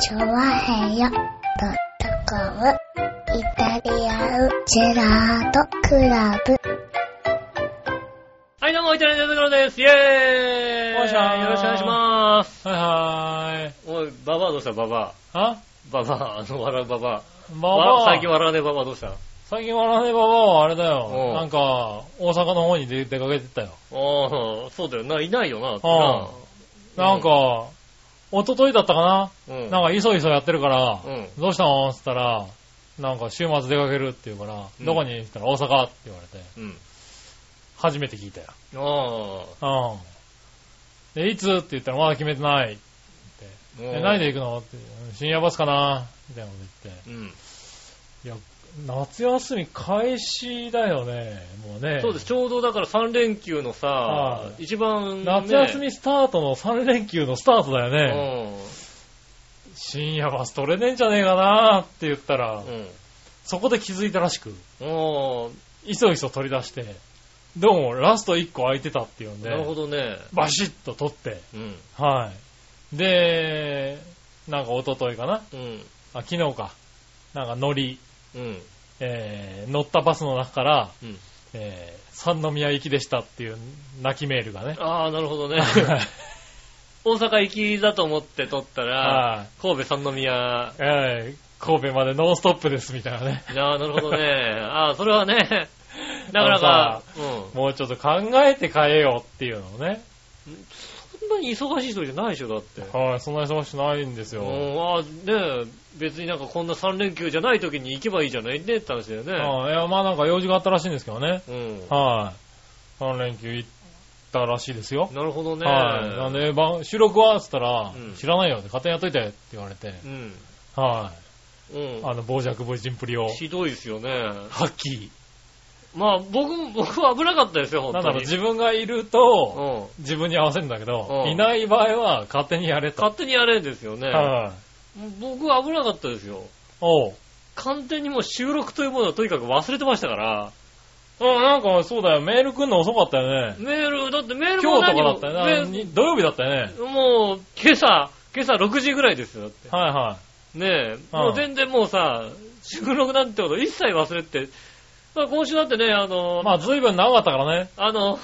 チョワヘヨドットコムイタリアンジェラートクラブ。はい、どうも、イタリアンジェラートです。イェーイおいしょーよろしくお願いします。はいはーい。おい、ババアどうしたババあア。ババア、あの、笑うババア。ババアわ最近笑わねえババアどうした最近笑わねえババアはあれだうよん。なんか、大阪の方に出出かけてったよ。ああ、そうだよな、いないよな、ってななんか、、一昨日だったかうん。ななんか、いそいそやってるからうん、どうしたのって言ったら、なんか、週末出かけるって言うからう、んどこにって言ったら、大阪って言われて、うん。初めて聞いたよ。ああ。うん。で、いつって言ったら、まだ決めてない。え、何で行くのって、うん深夜バスかなみたいなこと言って。うん。夏休み開始だよね、もうね。そうです、ちょうどだから3連休のさは、い一番ね。夏休みスタートの3連休のスタートだようね。ん。深夜バス取れねえんじゃねえかなって言ったら、うん。そこで気づいたらしく、あいそいそ取り出して、どうもラスト1個空いてたっていうんあ、で、なるほどね。バシッと取って、うん。はい。で、なんか一昨日かなうん。あ、昨日か。なんか乗り、うん。えー乗ったバスの中から、うんえー三宮行きでしたっていう泣きメールが ね。ああ、なるほどね。大阪行きだと思って撮ったら、 はい。神戸三宮、えー神戸までノンストップですみたいなね。ああ、なるほどね。ああ、それはね、なかなか、うん。もうちょっと考えて変えようっていうのをね。そんなに忙しい人じゃないでしょ、だって。はい、そんな忙しくないんですうよ。ん、ああ、ねえ別になんかこんな3連休じゃない時に行けばいいじゃないねって話だよね。はいいや、まあなんか用事があったらしいんですけどね。うん。はい。3連休行ったらしいですよ。なるほどね。はい。なんで、ば収録はっつったら、うん知らないよって、勝手にやっといてって言われて、うん。はうんい。。あの、傍若無人プリを、ひどいですよね。はっきり。まあ、僕も、僕は危なかったですよ、本当なんに。だろう、自分がいると、うん。自分に合わせるんだけど、うんいない場合は勝手にやれと。勝手にやれんですよね。はい。僕は危なかったですよ。おう。完全にもう収録というものはとにかく忘れてましたから、うん、なんかそうだよ、メール来んの遅かったよね。メール、だってメール今も日とか何だもったよね。メーに土曜日だったよね。ルもう、今朝、今朝6時ぐらいですよ、だって。はいはい。ねえ、もう全然もうさ、収録なんてこと一切忘れて、まあ、今週だってね、あの、まあ、随分長かったからね。あの、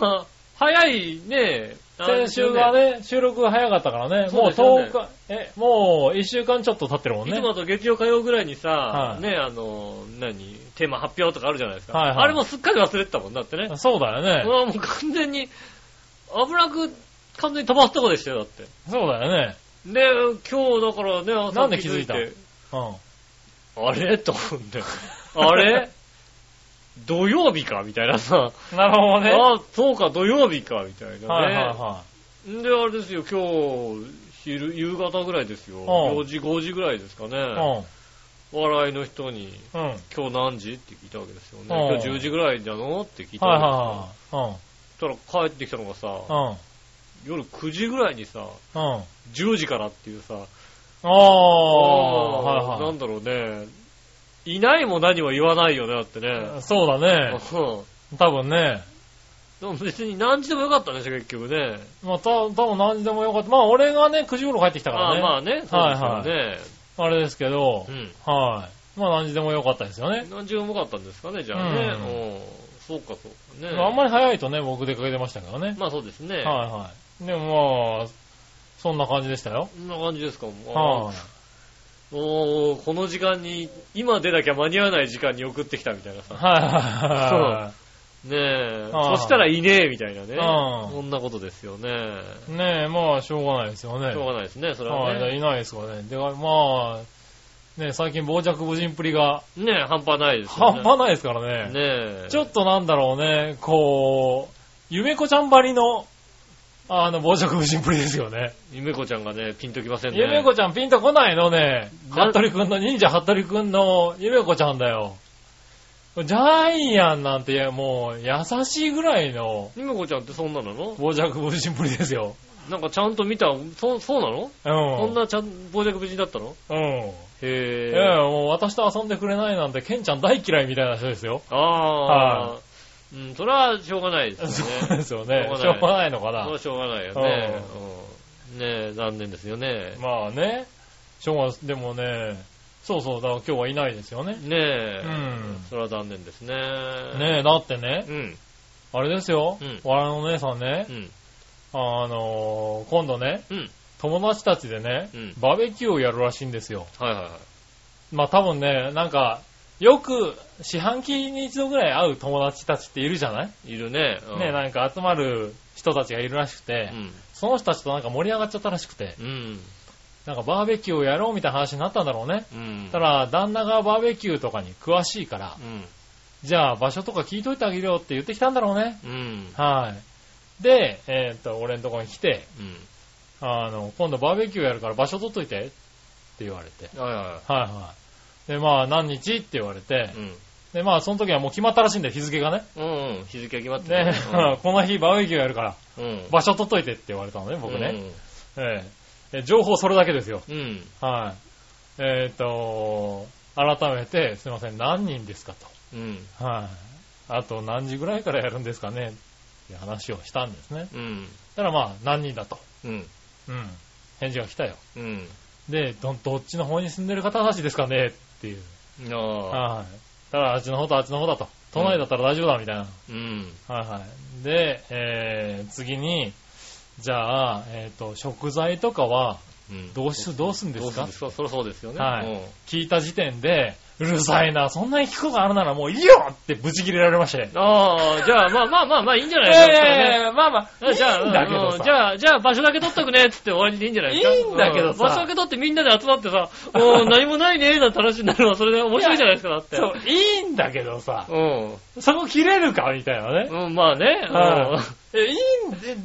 早いね、先週がね、収録が早かったからね。そうもうですよね10日、え、もう1週間ちょっと経ってるもんいねつも。だと月曜火曜ぐらいにさ、はいね、あの、何、テーマ発表とかあるじゃないですか。はいはいあれもすっかり忘れてたもんだってね。そうだようね。わもう完全に、危なく、完全に止まったとこでしたよ、だって。そうだよね。で、今日だからね、朝なんで気づいたてうあれと思って。あれ土曜日かみたいなさ。ん。なるほどね。はあ、そうか、土曜日かみたいなね。いはいはで、あれですよ、今日、昼、夕方ぐらいですよ。4時、5時ぐらいですかね。い。う笑いの人に、ん。うん。はい今日何時って聞いたわけですよね。うん今日10時ぐらいなのって聞いたはいわはい。うん。けですよ。そしたら帰ってきたのがさ、うん。夜9時ぐらいにさ、うん。 10時からっていうさ、ああ、あーはなんだろうね。いないも何も言わないよね、だっていねは。い。そうだね。うん多分ね。でも別に何時でもよかったね、結局ね。まあ、た多分何時でもよかった。まあ、俺がね、9時頃帰ってきたからああね。まあね、そうですあれですけよど、ね。はい。まあ、何時でもよかったですよねうん。。何時でもよかったんですかね、じゃあね。うんうんそうか、そうかね。あんまり早いとね、僕出かけてましたからね。まあそうですね。はいはい。でもまあ、そんな感じでしたよ。こんな感じですか、もうあはーおーこの時間に、今出なきゃ間に合わない時間に送ってきたみたいなさい。。はいはねえ。あーそしたらいねえ、みたいなね。あーそんなことですよね。いはい。ねえ、まあ、しょうがないですよね。しょうがないですね、それは、はいね。いないですからね。で、まあ、ねえ最近傍若無人っぷりがねえ、半端ないですよね。半端ないですからねね。え。ちょっとなんだろうね、こう、ゆめこちゃんばりの、あの、傍若無人っぷりですよね。ゆめこちゃんがね、ピンときませんね。ゆめこちゃんピンとこないのね。なはっとりくんの、忍者はっとりくんのゆめこちゃんだよ。ジャイアンなんていや、もう、優しいぐらいの、ゆめこちゃんってそんななの傍若無人ぶりですよ。なんかちゃんと見た、そ、そうなのうん。そんなちゃん、傍若無人だったのうん。いへやえ。もう私と遊んでくれないなんて、ケンちゃん大嫌いみたいな人ですよ。ああ。うん、それはしょうがないですそようね。ですよね。ししょょううががないのかそれなは。しょうがないよね。うんねえ、残念ですよね。まあね。正月、でもね、そうそう、だから今日はいないですよね。ねえ。うんそれは残念ですね。ねえ、だってね、うん。あれですようん、わらのお姉さんねう、ん。あのー、今度ね、うん。友達たちでねうん、バーベキューをやるらしいんですよ。はいはいはい。まあ多分ね、なんか、よく、四半期に一度ぐらい会う友達たちっているじゃないいるね。うんね、なんか集まる人たちがいるらしくて、その人たちとなんか盛り上がっちゃったらしくて、うん。うん。なんかバーベキューをやろうみたいな話になったんだろうね。うん。ただ、旦那がバーベキューとかに詳しいから、うん。じゃあ場所とか聞いといてあげるよって言ってきたんだろうね。うん。はい。で、えーっと、俺のとこに来て、うあの、今度バーベキューやるから場所取っといてって言われて。ん。はいははいはい。で、まあ、何日って言われてい。、うん。で、まあ、その時はもう決まったらしいんだよ、日付がね。うんうん。日付決まってね、 この日バーベキューやるから、うん。うん場所取っといてって言われたのね、僕ね。。えええ情報それだけですよ。うんうん。はい。えっ、と、改めて、すいません、何人ですかうん。と。はい。あと何時ぐらいからやるんですかねって話をしたんですね。うん。たらまあ、何人だと。うん。うん。返事が来たよ。うん。で、ど、どっちの方に住んでる方たちですかねっていう。ああ。はい。たらあっちの方とあっちの方だと。都内だったら大丈夫だみたいな。うん。はいはい。で、えー、次に、じゃあ、えっ、と、食材とかはうんどうし、どうすんでどうすするかんですかそりゃそうですよね。はいうん聞いた時点で、うるさいな、そんなに聞くことあるならもういいよってブチ切れられまして。ああ、じゃあ、まあまあまあまあ、いいんじゃないですか。ええまあまそれねあ、じゃあ、いいんだけどうんさ。じゃあ、じゃあ場所だけ取っとくねっつって終わりでいいんじゃないですかいいんだけどさう場所だけ取ってみんなで集まってさ、もう何もないねーなんて話になるのはそれで面白いじゃないですか、だって。そう、いいんだけどさ、うそこ切れるかみたいなね。ん。うん、まあね。はうい。え、いいんで、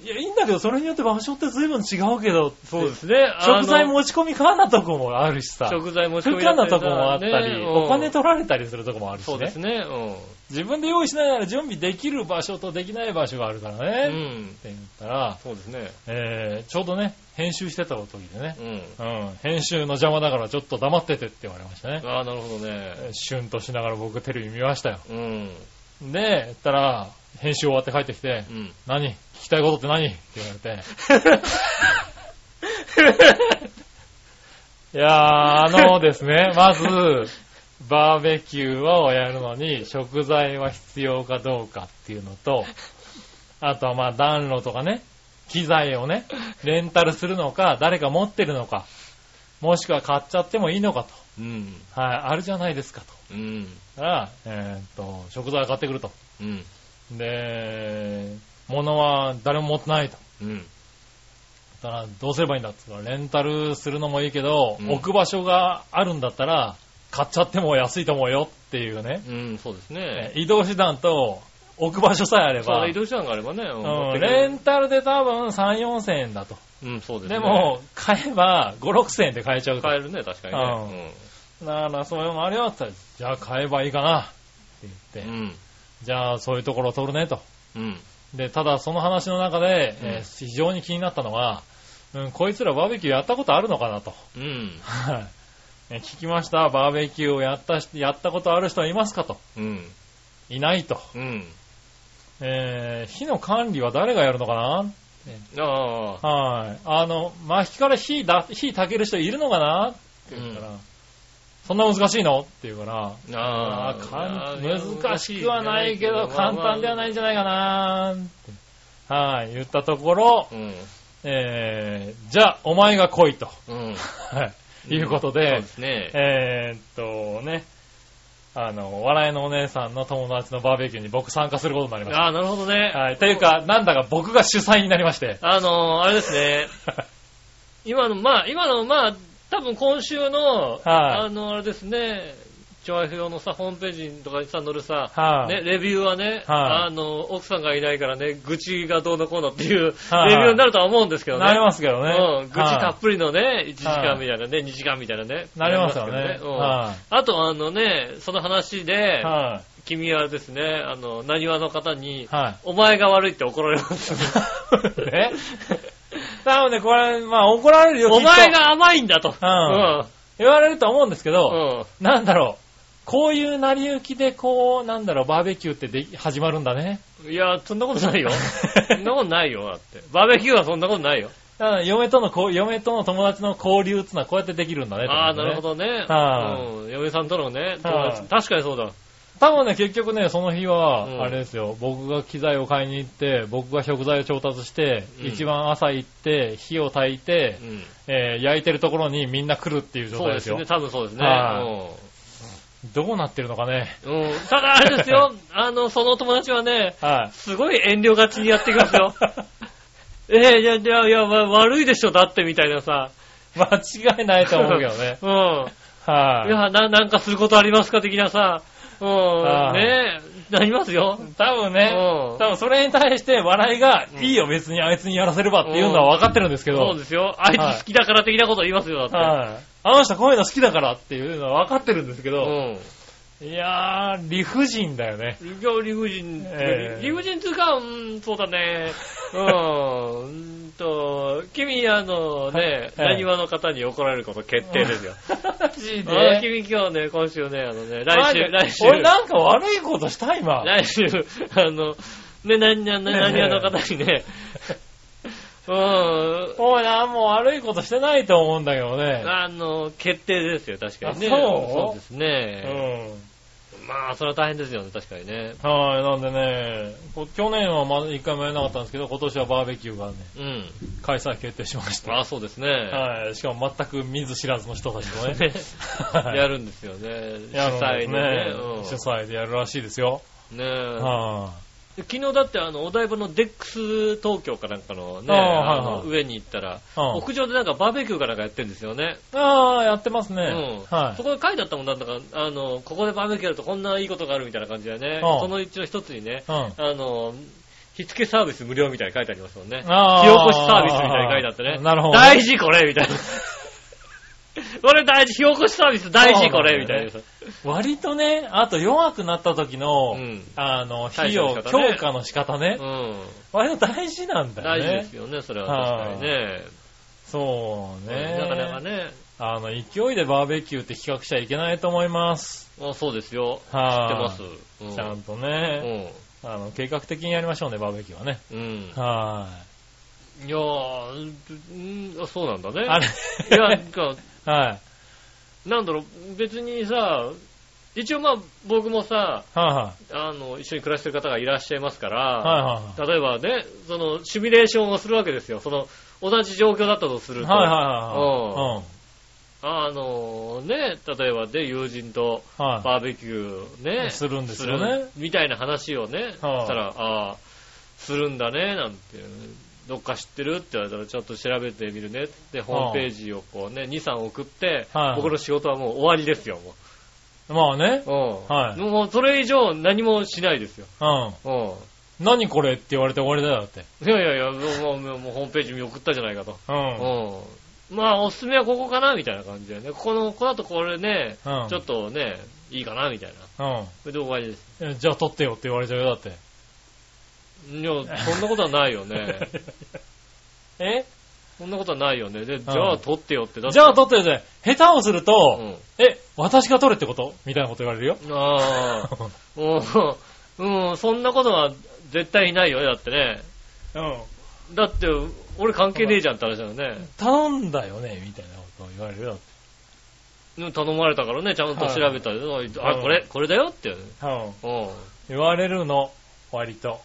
いや、いいんだけど、それによって場所って随分違うけど、んそうですね。 食材あの持ち込みかなとこもあるしさ、食材持ち込不み可だなりさとこもあったり、ねうんお金取られたりするとこもあるしそうでねす。ね。自分で用意しながら準備できる場所とできない場所があるからうん。うね。っん。て言ったら、そうですね。えーちょうどね、編集してた時でね、うん。うん、編集の邪魔だからちょっと黙っててって言われましたね。ああ、なるほどね。えーシュンとしながら僕テレビ見ましたよ。うん。 で、言ったら、編集終わって帰ってきてう、ん。何聞きたいことって何って言われて。いやー、あのですね、 まず、バーベキューをやるのに食材は必要かどうかっていうのと、あとはまあ暖炉とかね、機材をね、レンタルするのか、誰か持ってるのか、もしくは買っちゃってもいいのかうん。と。はい、あるじゃないですかと。うん。だから、えーっと、食材を買ってくると。うん。で、物は誰も持ってないと。うん。だから、どうすればいいんだって言ったら、レンタルするのもいいけど、うん置く場所があるんだったら、買っちゃっても安いと思うよっていうね。うん、そうですね。移動手段と、置く場所さえあれそうば、移動手段があればね。うん持ってうんくれレンタルで多分3、4千円だと。うん、そうですね。でも、買えば5、6千円で買えちゃうと。買えだるね、確かにね。から、それもあれよって言ったら、じゃあ買えばいいかなってう言って、ん。じゃあそういうところを取るねと。うん。で、ただその話の中で、うんえー非常に気になったのは、うん、こいつらバーベキューやったことあるのかなと。うん。はい。ね聞きました。バーベキューをやったし、やったことある人はいますかと。うん。いないと。うん。えー、火の管理は誰がやるのかなああ。はい。あの、薪から火だ、火焚ける人いるのかなって言ったら、そんな難しいのって言うかあら、ああーかん難しくはないけど、簡単ではないんじゃゃないかなって、はい、言ったところ、うん。えー、じゃあ、お前が来いと、うん。はい、いうことそうでで、すね。えーっとね、あの、笑いのお姉さんの友達のバーベキューに僕参加することになりましああ、なるほどね。た。はい。というか、なんだか僕が主催になりまして。あのー、あれですね。今の、まあ、今の、まあ、多分今週の、あの、あれですね、調和表のさ、ホームページとかにさ、載るさ、はいね、レビューはね、はいあの、奥さんがいないからね、愚痴がどうのこうのっていう、はいレビューになるとは思うんですけどね。なりますけどね。うん、愚痴たはっぷりのね、1時間みたいなね、2時間みたいなね。いなりますよね。なりますけどうんはあと、あのね、その話でい。、は君はですね、あの、何話の方に、い。 はい。お前が悪いって怒られます。 ね。なので、これ、まあ、怒られるよ、きっおと前が甘いんだと。うん言われると思うんですけうん。ど、うん。なんだろう。こういう成り行きで、こう、なんだろう、バーベキューってでき始まるんだね。 いや、そんなことないよ。そんなことないよ、だって。バーベキューはそんなことないよ。だから嫁とのこう、嫁との友達の交流ってのはこうやってできるんだね。ああ、な多分ねるほ。どね。はいうん。嫁さんとのね、友はい達確かにそうだ。多分ね、結局ね、その日は、うんあれですよ、僕が機材を買いに行って、僕が食材を調達して、うん一番朝行って、火を焚いてう、ん。えー焼いてるところにみんな来るっていう状そう態でですすよ。ね、多分そうですね。はうんどうなってるのかね。うん。ただ、あれです よ、あの、その友達はね、はい。すごい遠慮がちにやってきます よ。えー、いや、いや、いや、わ悪いでしょ、だって、みたいなさ。。間違いないと思うけどね うん。いはい。や、な、なんかすることありますか的なさ。うんあ。あねえ、なりますよ。多分うね、多ん。分それに対して笑いが、うんいいよ別にあいつにやらせればっていうのは分かってるんですけど、そうですよ。あいつ好きだから的なこと言いますよ、だっはい。あの人こういうの好きだからっていうのは分かってるんですけて。うど、ん。いやー、理不尽だ よね。理教理不尽、ええ理不尽つうか、うーん、そうだね。うん。うーんと、君、あのね、はい何話の方に怒られること決定ですよ。マジあ君今日ね、今週ね、あのね、来週、マジ来週、俺なんか悪いことした今。来週、あの、ね、何々、ねえ何話の方に ね、うん、おいな、もう悪いことしてないと思うんだけどね。あの、決定ですよ、確かにね。あそうそうですね。まあ、それは大変ですよね、確かにね。うん。はい、なんでね、こ去年はまだ一回もやらなかったんですけど、今年はバーベキューがね、うん。開催決定しました。まあ、そうですね。。はい、しかも全く見ず知らずの人たちとね やるんですよね。主やるん催でですねね。うん。主催でやるらしいですよ。ねはえ昨日だってあの、お台場のデックス東京かなんかのね、あああのはいはい上に行ったら、うん屋上でなんかバーベキューかなんかやってるんですよね。いああ、やってますね。うん。はそこで書いてあったもんなんだか、あの、ここでバーベキューやるとこんないいことがあるみたいな感じでね、ああそのうちの一つにね、い。うん。 あの、火付けサービス無料みたいに書いてありますもんね。火ああ起こしサービスみたいに書いてあってね。 なるほどね大事これみたいな。 これ大事、火起こしサービス大事これみた いなさ。割とね、あと弱くなった時の、うんあの、対費処の仕用方ね強化の仕方ね、うん。割と大事なんだ大よね。事ですよね、それは確かにね。そうね。なかなかね、あの、勢いでバーベキューって企画しちゃいけないと思います。あそうですよ。知ってはまいす。うんちゃんとね、あの、計画的にやりましょうね、バーベキューはね。うん。うん。はいやーうん、あそうなんだね。い。あ れいや、なんか、はい。なんだろう、別にさ、一応まあ、僕もさ、はあの、一緒に暮らしてる方がいらっしゃいますから、いはい。はいはい。例えばね、その、シミュレーションをするわけですよ。その、同じ状況だったとすると、はいはあのね、例えばで、友人といはい。うん。はバーベキューね、い。するんですよねる。みたいな話をね、はあしたら、ああ、するんだね、なんていう。どっか知ってるって言われたら、ちょっと調べてみるねって、ホームページをこうね、2、3送って、はい僕の仕事はもう終わりですよ、もう。まあね。うんはいもうそれ以上何もしないですよ。う。うん何これって言われて終わりだよだって。ん。いやいやいや、もうもうもうホームページ見送ったじゃないかと。う。うんん。まあ、おすすめはここかなみたいな感じだよね。ここの、ここだとこれね、うんちょっとね、いいかなみたいな。それで終わりで す。うん。じゃあ撮ってよって言われちゃうよだって。いや、そんなことはないよね。 えそんなことはないよね。で、じゃあ取ってよって。だってじゃあ撮ってよって。下手をするうと、ん。え、私が撮れってことみたいなこと言われるよ。ああ、うん、うん、そんなことは絶対ないよね、だってね。うん。だって、俺関係ねえじゃんって話だよね。頼んだよねみたいなことを言われるようん頼まれたからね、ちゃんと調べたら、あ、うんこれ、これだよって。だって。うん。うん。言われるの。割と。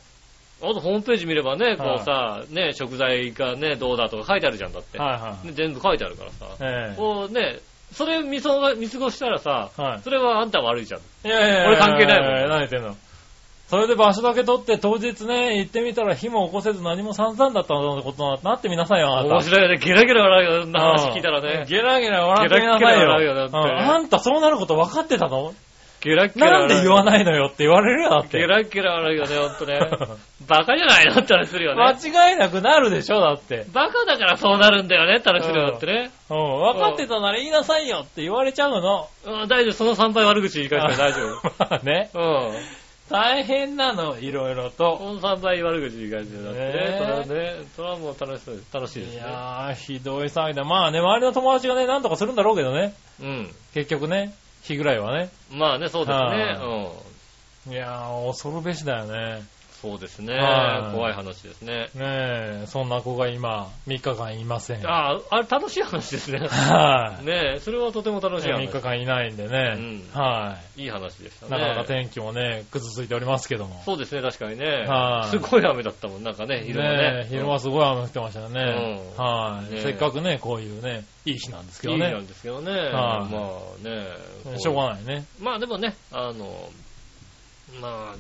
あとホームページ見ればね、こうさ、ね、食材がね、どうだとか書いてあるじゃんだって。はいはい。ね全部書いてあるからさ。えこうね、それ見そが見過ごしたらさ、え。はい。それはあんた悪いじゃん。いやいやいや俺関係ないもんやや何言ってんの。それで場所だけ取って当日ね、行ってみたら火も起こせず何も散々だったのことになってみなさいよ、あなた。面白いよね、ゲラゲラ笑うよ、そんな話うん聞いたらね。ゲラゲラ笑ってみなさいゲラゲラよ。笑うよだってうんあんたそうなること分かってたのゲラゲラなんで言わいないのよって言われるよ、だって。ゲラゲラ笑うよね、ほんとね。 バカじゃないのって話するよね。間違いなくなるでしょ、だって。バカだからそうなるんだよねって話するよだってね。うん、分かってたなら言いなさいよって言われちゃうの。うん、大丈夫、その3倍悪口言い返したら大丈夫。 まあね。うん。大変なの、いろいろと。この3倍悪口言い返してるだってねね。それはね、それはもう楽しそうです。楽しいでいすね。やー、ひどい騒ぎだ。まあね、周りの友達がね、なんとかするんだろうけどね。うん。結局ね、日ぐらいはね。まあね、そうですね。はうん。いやー、恐るべしだよね。そうですね。はい怖い話ですね。ねえ、そんな子が今、3日間いません。あはあ、あれ楽しい話です ね。い。ねえ、それはとても楽しい話3。日間いないんでね。うはいい話でしたい。ね。なかなか天気もね、ぐずついておりますけども。そうですね、確かにねは。いすごい雨だったもん、なんかね、昼間ねね。え昼間すごい雨降ってましたよね。うんはねい。えせっかくね、こういうね、いい日なんですけいどいねな。んですけどね。はいまあね。こしょうがないね。まあでもね、あの、まあ、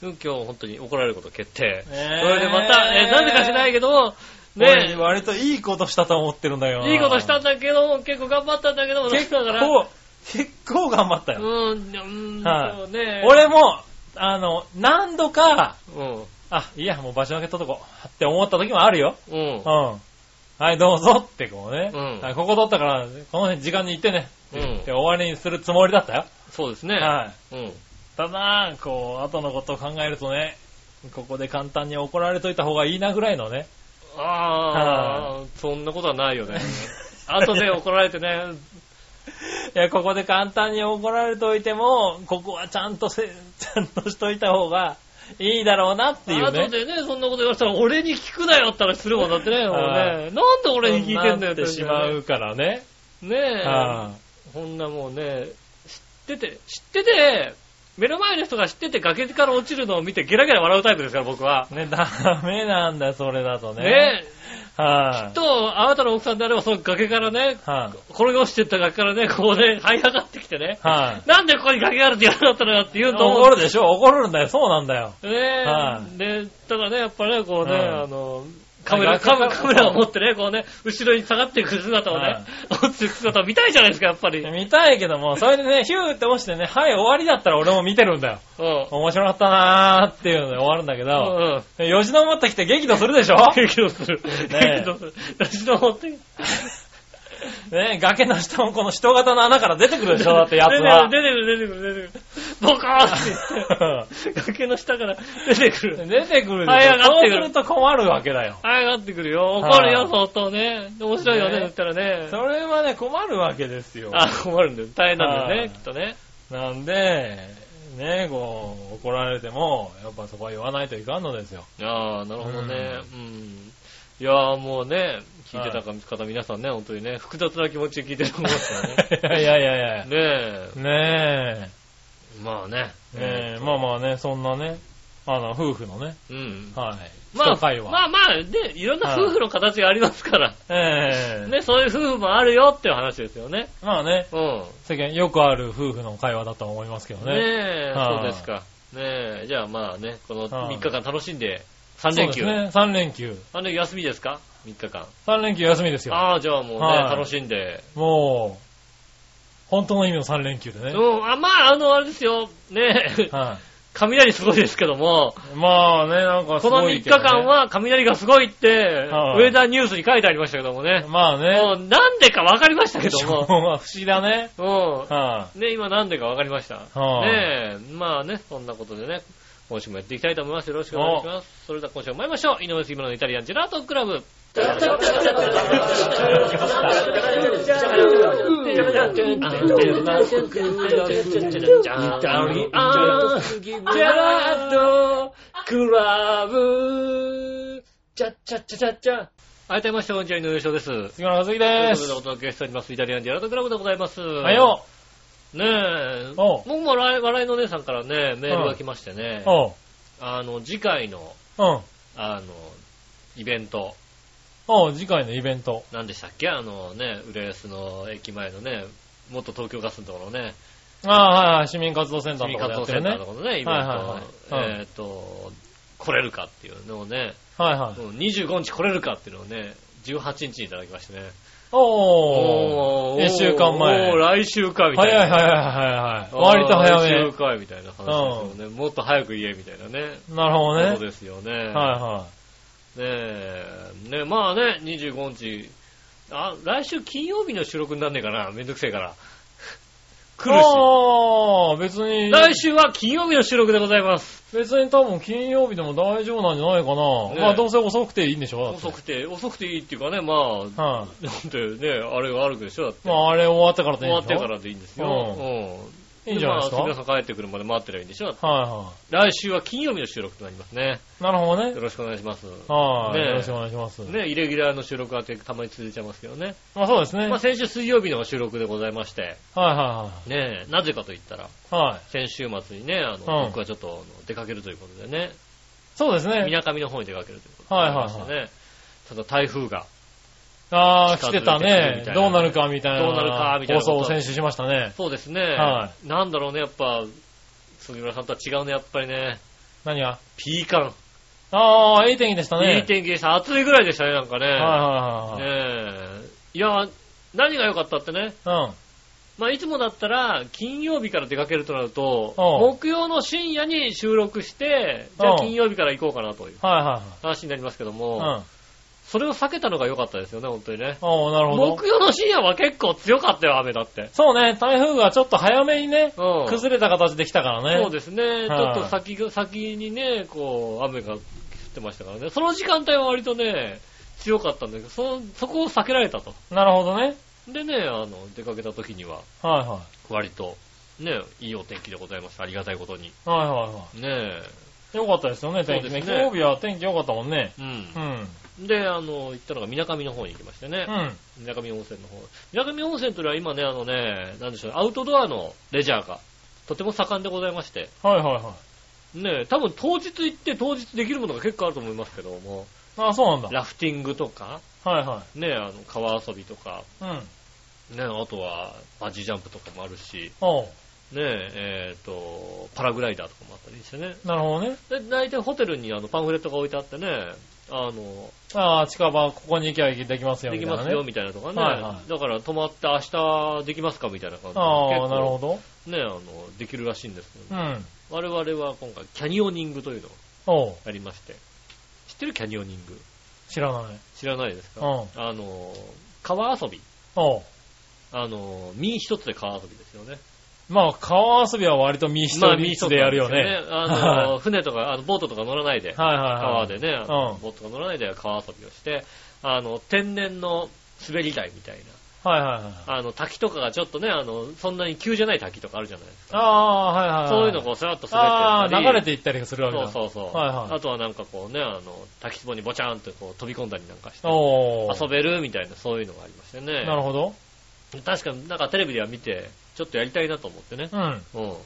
うん、今日本当に怒られること決定。そそれでまた、えなぜかしないけど、ねね、割といいことしたと思ってるんだよな。いいことしたんだけど、結構頑張ったんだけど、結だから、う構、結構頑張ったよ。ん、うん、はいそうね。、俺も、あの、何度か、うん、あ、いや、もう場所分けとっとこうって思った時もあるよ。うんう、ん。はい、どうぞってこうね。うんはいここ取ったから、この辺時間に行ってね。うんで、終わりにするつもりだったよ。そうですね。はい。うん。ただ、こう、後のことを考えるとね、ここで簡単に怒られといた方がいいなぐらいのね。ああ、そんなことはないよね。後で怒られてね、いや、ここで簡単に怒られといても、ここはちゃんとせ、 ちゃんとしといた方がいいだろうなっていうね。後でね、そんなこと言われたら、俺に聞くなよったらするもんだってね、もうはね。なんで俺に聞いてんだよなってしまう。からね。ねえ。はこんなもうね、知ってて、知ってて、目の前の人が知ってて崖から落ちるのを見てゲラゲラ笑うタイプですから、僕は。いね、ダメなんだよ、それだとね。ねえ。はい、と、あなたの奥さんであれば、その崖からね、はい、転げ落ちてった崖からね、こうね、這い上がってきてね。はい、なんでここに崖があるって言わなかったのよって言うと思う怒るでしょ怒るんだよ。そうなんだよ。ねえ、はいで、ただね、やっぱね、こうね、うんあの、カメラ、カメラカメラを持ってね、こうね、後ろに下がっていく姿をね、落ちていく姿を見たいじゃないですか、やっぱり。うん。見たいけども、それでね、ヒューって押してね、はい、終わりだったら俺も見てるんだよ。面白かったなーっていうので終わるんだけど、うん。吉野持ってきて 激怒するでしょ激怒する。え激怒する。私の持って、ね崖の下もこの人型の穴から出てくるでしょだってやつは。出てくる、出てくる、出てくる、出てくる。ボコーンって。崖の下から出てくる。 出てくるではいしょ上がっそてうくするると困るわけだよ。あいがってくるよ。怒るはよ、い相当ね。面白いよね、ねだったらね。 それはね、困るわけですよ。あ、困るんだよ。大変なんだよはねい、きっとね。なんで、ね、こう、怒られても、やっぱそこは言わないといかんのですよ。ああ、なるほどね。うん。いやーもうね、聞いてた方、皆さんね、本当にね、複雑な気持ちで聞いてると思いますからね。 いやいやいやいや。ねえ、ねまあね。え。ねえ、まあまあね、そんなね、あの、夫婦のね、うん。はい。まあ、一会話。まあまあ、ね、いろんな夫婦の形がありますから、ええね、そういう夫婦もあるよっていう話ですよね。まあね、うん。世間よくある夫婦の会話だとは思いますけどねね。え、はいそうですか。ねえ、じゃあまあね、このはい3日間楽しんで、3そう連です休。ね。3連休。 3連休休みですか ?3 日間。 3連休休みですよ。ああ、じゃあもうね、はい楽しんで。もう、本当の意味の3連休でね。うん、あ、まあ、あの、あれですよ。ねえ、は雷すごいですけども、い。まあね、なんかすこのご3い日けどね間、は雷がすごいって、はいウェザーニュースに書いてありましたけどもね。まあもね、うなんでかわかりましたけど不 も。思議だね。うん。はね、今なんでかわかりました。はいねえ、まあね、そんなことでね、今週もやっていきたいと思います。よろしくお願いします。それでは今週も参りましょう。井上杉村のイタリアンジェラートクラブ。ジェラートクラブ。チャッチャッチャチャッチャ。改めまして、こんにちは、井上翔です。い。杉村和樹といでうことすでお。届けしております、イタリアンジェラートクラブでございます。おははよねえ、おう僕も笑い笑いのお姉さんからね、メールが来ましてねう。、おう。あの、次回の、うん。あの、イベント、おう、次回のイベント。なんでしたっけあのね、浦安の駅前のね、元東京ガスのところのね、ああ、はいはい、市民活動センタ市ー民のとこ活動でやってセるンタねー。のところのね、イベント、はいはいはいうんえっ、と、来れるかっていうのをね、はいはい。うん25日来れるかっていうのをね、18日にいただきましてね。おーー、一週間前。おー来週かみたい早な。い早い早い早い。割と早来め週。かいみたいな話ですよね。もっと早く言えみたいなね。なるほどそね。うですよね。はいはねえ、ねえまあね、25日、あ、来週金曜日の収録になんねえかな、めんどくせえから。い。来るし。ああ、別に。来週は金曜日の収録でございます。別に多分金曜日でも大丈夫なんじゃないかな。ねえまあどうせ遅くていいんでしょだって遅くて、遅くていいっていうかね、まあ、はい、なんてね、あれがあるでしょ、だって。まああれ終わってからで終いいんわでっしょてからでいいんですよ。ううん。いいんじゃないですかまあ、杉浦さん帰ってくるまで待ってればいいんでしょは来週は金曜日の収録となりますね。い。なるほどねよ。ろしくお願いします。はい、ねえよろしくお願いします。ね、イレギュラーの収録はたまに続いちゃいますけどね。まあそうですね。はいまあ、はい先週水曜日の収録でございまして、はねえ、なぜかと言ったら、い。はい。先週末にね、あの、うん僕はちょっとあの出かけるということでね、そうですみね。なかみの方に出かけるということで、はいね。ただ台風が、ああ、来て近たねづいてくるみたい。などうなるかみたいな。どうなるかみたいな放送を選手しましたね。そうですね、はなんだろうね、やっぱ、杉村さんとは違うね、やっぱりね、何がピーカああ、いい天気でしたン、いねい。天気でした。暑いぐらいでしたね、なんかね。はいはいはいねえ。いや、何が良かったってね、はい。まあ、いつもだったら、金曜日から出かけるとなると、うん木曜の深夜に収録して、じゃうあん金曜日から行こうかなといううん。はいは話になりますけどいも、はい。うん。それを避けたのが良かったですよね、本当にね。おーなるほど。木曜の深夜は結構強かったよ、雨だって。そうね、台風がちょっと早めにね、うん。崩れた形で来たからね。そうですね、ちょはっいと先が、先にね、こう、雨が降ってましたからね。その時間帯は割とね、強かったんだけど、そ、そこを避けられたと。なるほどね。でね、あの、出かけた時には、はいは割と、ね、いいお天気でございました。ありがたいことに。い。はいはいはねえ。い。よかったですよね、天気ね。そうですね金曜日は天気良かったもんね。うんう。ん。で、あの、行ったのが水上の方に行きましてねう。ん。水上温泉の方。水上温泉というのは今ね、あのね、なんでしょう、アウトドアのレジャーがとても盛んでございまして、はいはいはい。ね、多分当日行って当日できるものが結構あると思いますけども、あ、そうなんだ。ラフティングとか、はいはね、あの、川遊びとか、い。うん。ね、あとはバジージャンプとかもあるし、おうね、えっ、と、パラグライダーとかもあったりしてね。なるほどね。で、大体ホテルにあのパンフレットが置いてあってね、あの、ああ、近場、ここに行きゃできますよ、でみたきいな、ね。ますよみたいなとかね、はいはだから泊まって明日できますかみたいな感じで、ああ、なるほどど。ねあの、できるらしいんですけうど、ん。我々は今回キャニオニングというのがおうありまして、知ってるキャニオニング知らない。知らないですうか、ん。あの、川遊び。おうあの、身一つで川遊びですよね。まあ、川遊びは割と身一人身一一つつでやるよね。なんですよあ の、船とか、あの、ボートとか乗らないで、はいはいはい。川でね、あのうんボートとか乗らないで川遊びをして、あの、天然の滑り台みたいな。はいはいはい。あの、滝とかがちょっとね、あの、そんなに急じゃない滝とかあるじゃないですか。ああ、はいはいはい。そういうのをこう、さーっと滑あってったあ、り。流れていったりするわけそだ。うそうそう。はいはいあとはなんかこうね、あの、滝壺にぼちゃんとこう飛び込んだりなんかして、おー遊べるみたいな、そういうのがありましてね。なるほど。確かになんかテレビでは見て、ちょっとやりたいなと思ってねう。ん。はいうん。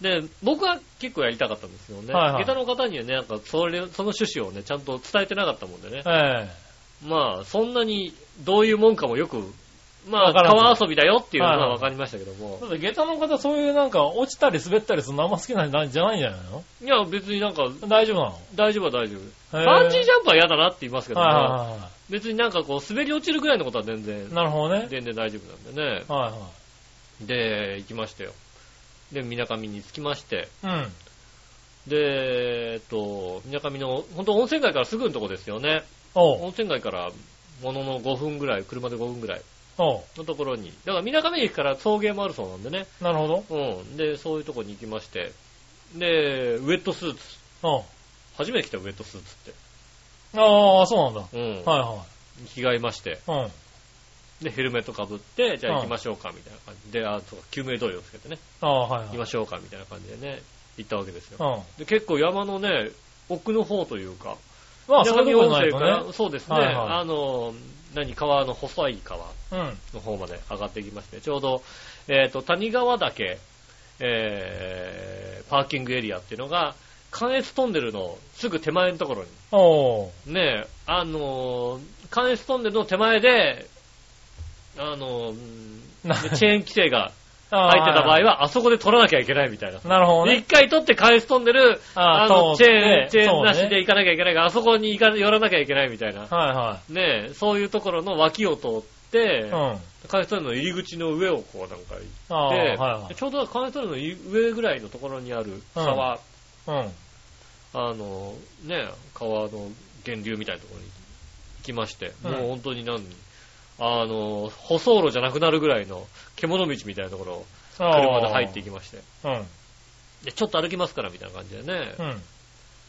で、僕は結構やりたかったんですよね。はいはい下駄の方にはね、なんかそれ、その趣旨をね、ちゃんと伝えてなかったもんでね。えまあ、そんなにどういうもんかもよく、まあ、わからん川遊びだよっていうのはいははい分かりましたけどもえ。だ。って下駄の方、そういうなんか、落ちたり滑ったりするのあんま好きなんじゃないんじゃないのいや、別になんか、大丈夫なの大丈夫は大丈夫。へえバンジージャンプは嫌だなって言いますけどはいも、はいは別になんかこう、滑り落ちるぐらいのことは全然い。、なるほどね。全然大丈夫なんでね。はいで、行きましたよ。で、みなかみに着きまして、はい。うん。で、えっと、みなかみの、本当温泉街からすぐのとこですよね。お温う。泉街から、ものの5分ぐらい、車で5分ぐらいおのところに、だからみなかみ駅から送迎もあるそうなんでね。う。なるほど。うん。で、そういうとこに行きまして、で、ウェットスーツ。おう。初めて着たウェットスーツっああ、そうなんだ。て。うん。は着替えまして、いはい。うん。で、ヘルメットかぶって、じゃあ行きましょうか、みたいな感じで、あと、救命胴衣をつけてね、ああ、はい行はい。きましょうか、みたいな感じでね、行ったわけですうよ。ん。で、結構山のね、奥の方というか、まあ、そういうことにな水い上と温泉ね。そうですね、はいはいあの、何、川の細い川うん。の方まで上がっていきまして、ちょうど、えっ、と、谷川岳、えー、パーキングエリアっていうのが、関越トンネルのすぐ手前のところに、おう。ねえ、あのー、関越トンネルの手前で、あのー、 うんなでチェーン規制があ入ってた場合はは、あそこで取らなきゃいけないみたいな。い。なるほど一ね。回取って関越トンネル、ああの、通チっェーてン、チェーそンうなねしで行かなきゃいけないから、あそこに行か、寄らなきゃいけないみたいな。はねえ、そういうところの脇を通っていはい。う、ん。関越トンネルの入り口の上をこうなんか行ああ、はいって、はいちょうど関越トンネルの上ぐらいのところにある川、。うん。あの、ね、川の源流みたいなところに行きまして、うんもう本当に何、あの、舗装路じゃなくなるぐらいの獣道みたいなところを車で入っていききまして、うん。で、ちょっと歩きますからみたいな感じでねう、ん。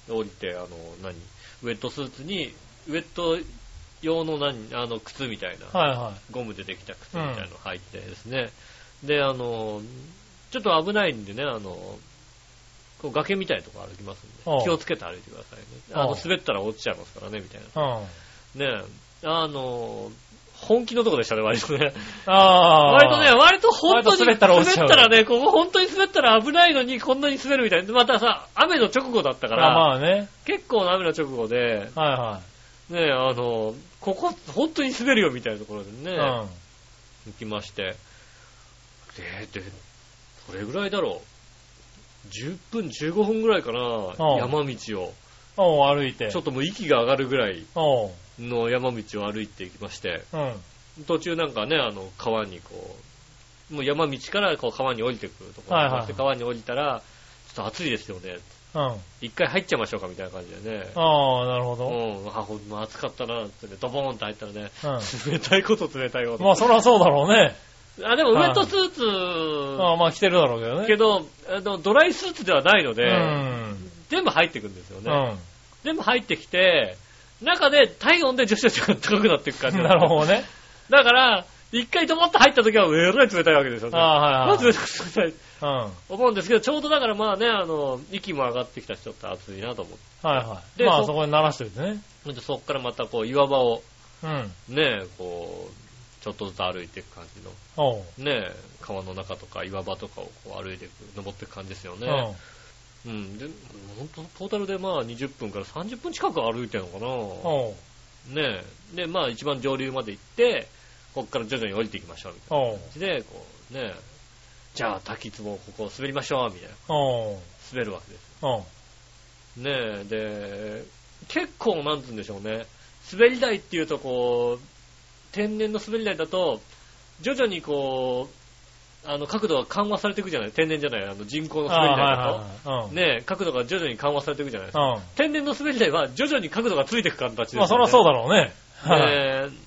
で降りて、あの、何、ウェットスーツに、ウェット用の何、あの、靴みたいな、はいはい。ゴムでできた靴みたいなのを履いてですね、で、あの、ちちょっと危ないんでね、あの、こう崖みたいなとこ歩きますんでああ、気をつけて歩いてくださいね。あああの、滑ったら落ちちゃいますからね、みたいな。うん。あねえ、あの、本気のとこでしたね、割とね。あ。割とね、、割と本当に割と滑ったら落ちちゃ滑うったらね、ここ本当に滑ったら危ないのにこんなに滑るみたいな。またさ、雨の直後だったから、あまあね。結構な雨の直後で、はいはねえ、あの、ここ本当に滑るよみたいなところでね、い。行きまして。で、で、どれぐらいだろう。10分、15分ぐらいかな、ん山道を。うん。おう、歩いて。ちょっと。ともう息が上がるぐらいおう。の山道を歩いていきまして。うん。途中なんかね、あの、川にこう、もう山道からこう川に降りてくるところはいはいそして川に降りたら、ちょっと暑いですよね。うん。一回入っちゃいましょうかみたいな感じでね。ああ、なるほうど。ん、あ、ほんと暑かったなってね、ドボーンと入ったらね、う 冷たいこと冷たいこん。まと。あ、そりゃそうだろうね。あ、でもウはいェットスーツ、ああ、まあ、来てるだろうけどね。けど、あのドライスーツではないので、うん。全部入ってくんですようね。ん。全部入ってきて、中で体温で女子たちが高くなっていく感じ。 なるほどね。 だから、一回ドボッと入った時は、えらい冷たいわけですよね。ああ、まはいずはい。冷たく冷たい。うん。は思うんですけど、ちょうどだからまあね、あの、息も上がってきたし、ちょっと暑いなと思って。いはい。でまあ、そそこに慣らしておいてね。ほんでそっからまたこう、岩場をうん。ね、こう、ちょっとずつ歩いていく感じの、おう。ね、川の中とか岩場とかをこう歩いていく、登っていく感じですようね。ん。うん。で、ほんと、トータルでまあ20分から30分近く歩いてるのおう。かな。ね。で、まあ一番上流まで行って、こっから徐々に降りていきましょう、みたいおう。な感じで、こう、ね、じゃあ滝壺をここを滑りましょう、みたいな。おう。滑るわけです。おう。ねえ、で、結構なんつうんでしょうね、滑り台っていうとこう、天然の滑り台だと、徐々にこう、あの、角度が緩和されていくじゃない天然じゃないあの、人工の滑り台だああはいはいはい。うと。ん。ねえ、角度が徐々に緩和されていくじゃないですうか。天然の滑り台は徐々に角度がついていく形ですん。よね。まあ、そりゃそうだろうね。はい。ね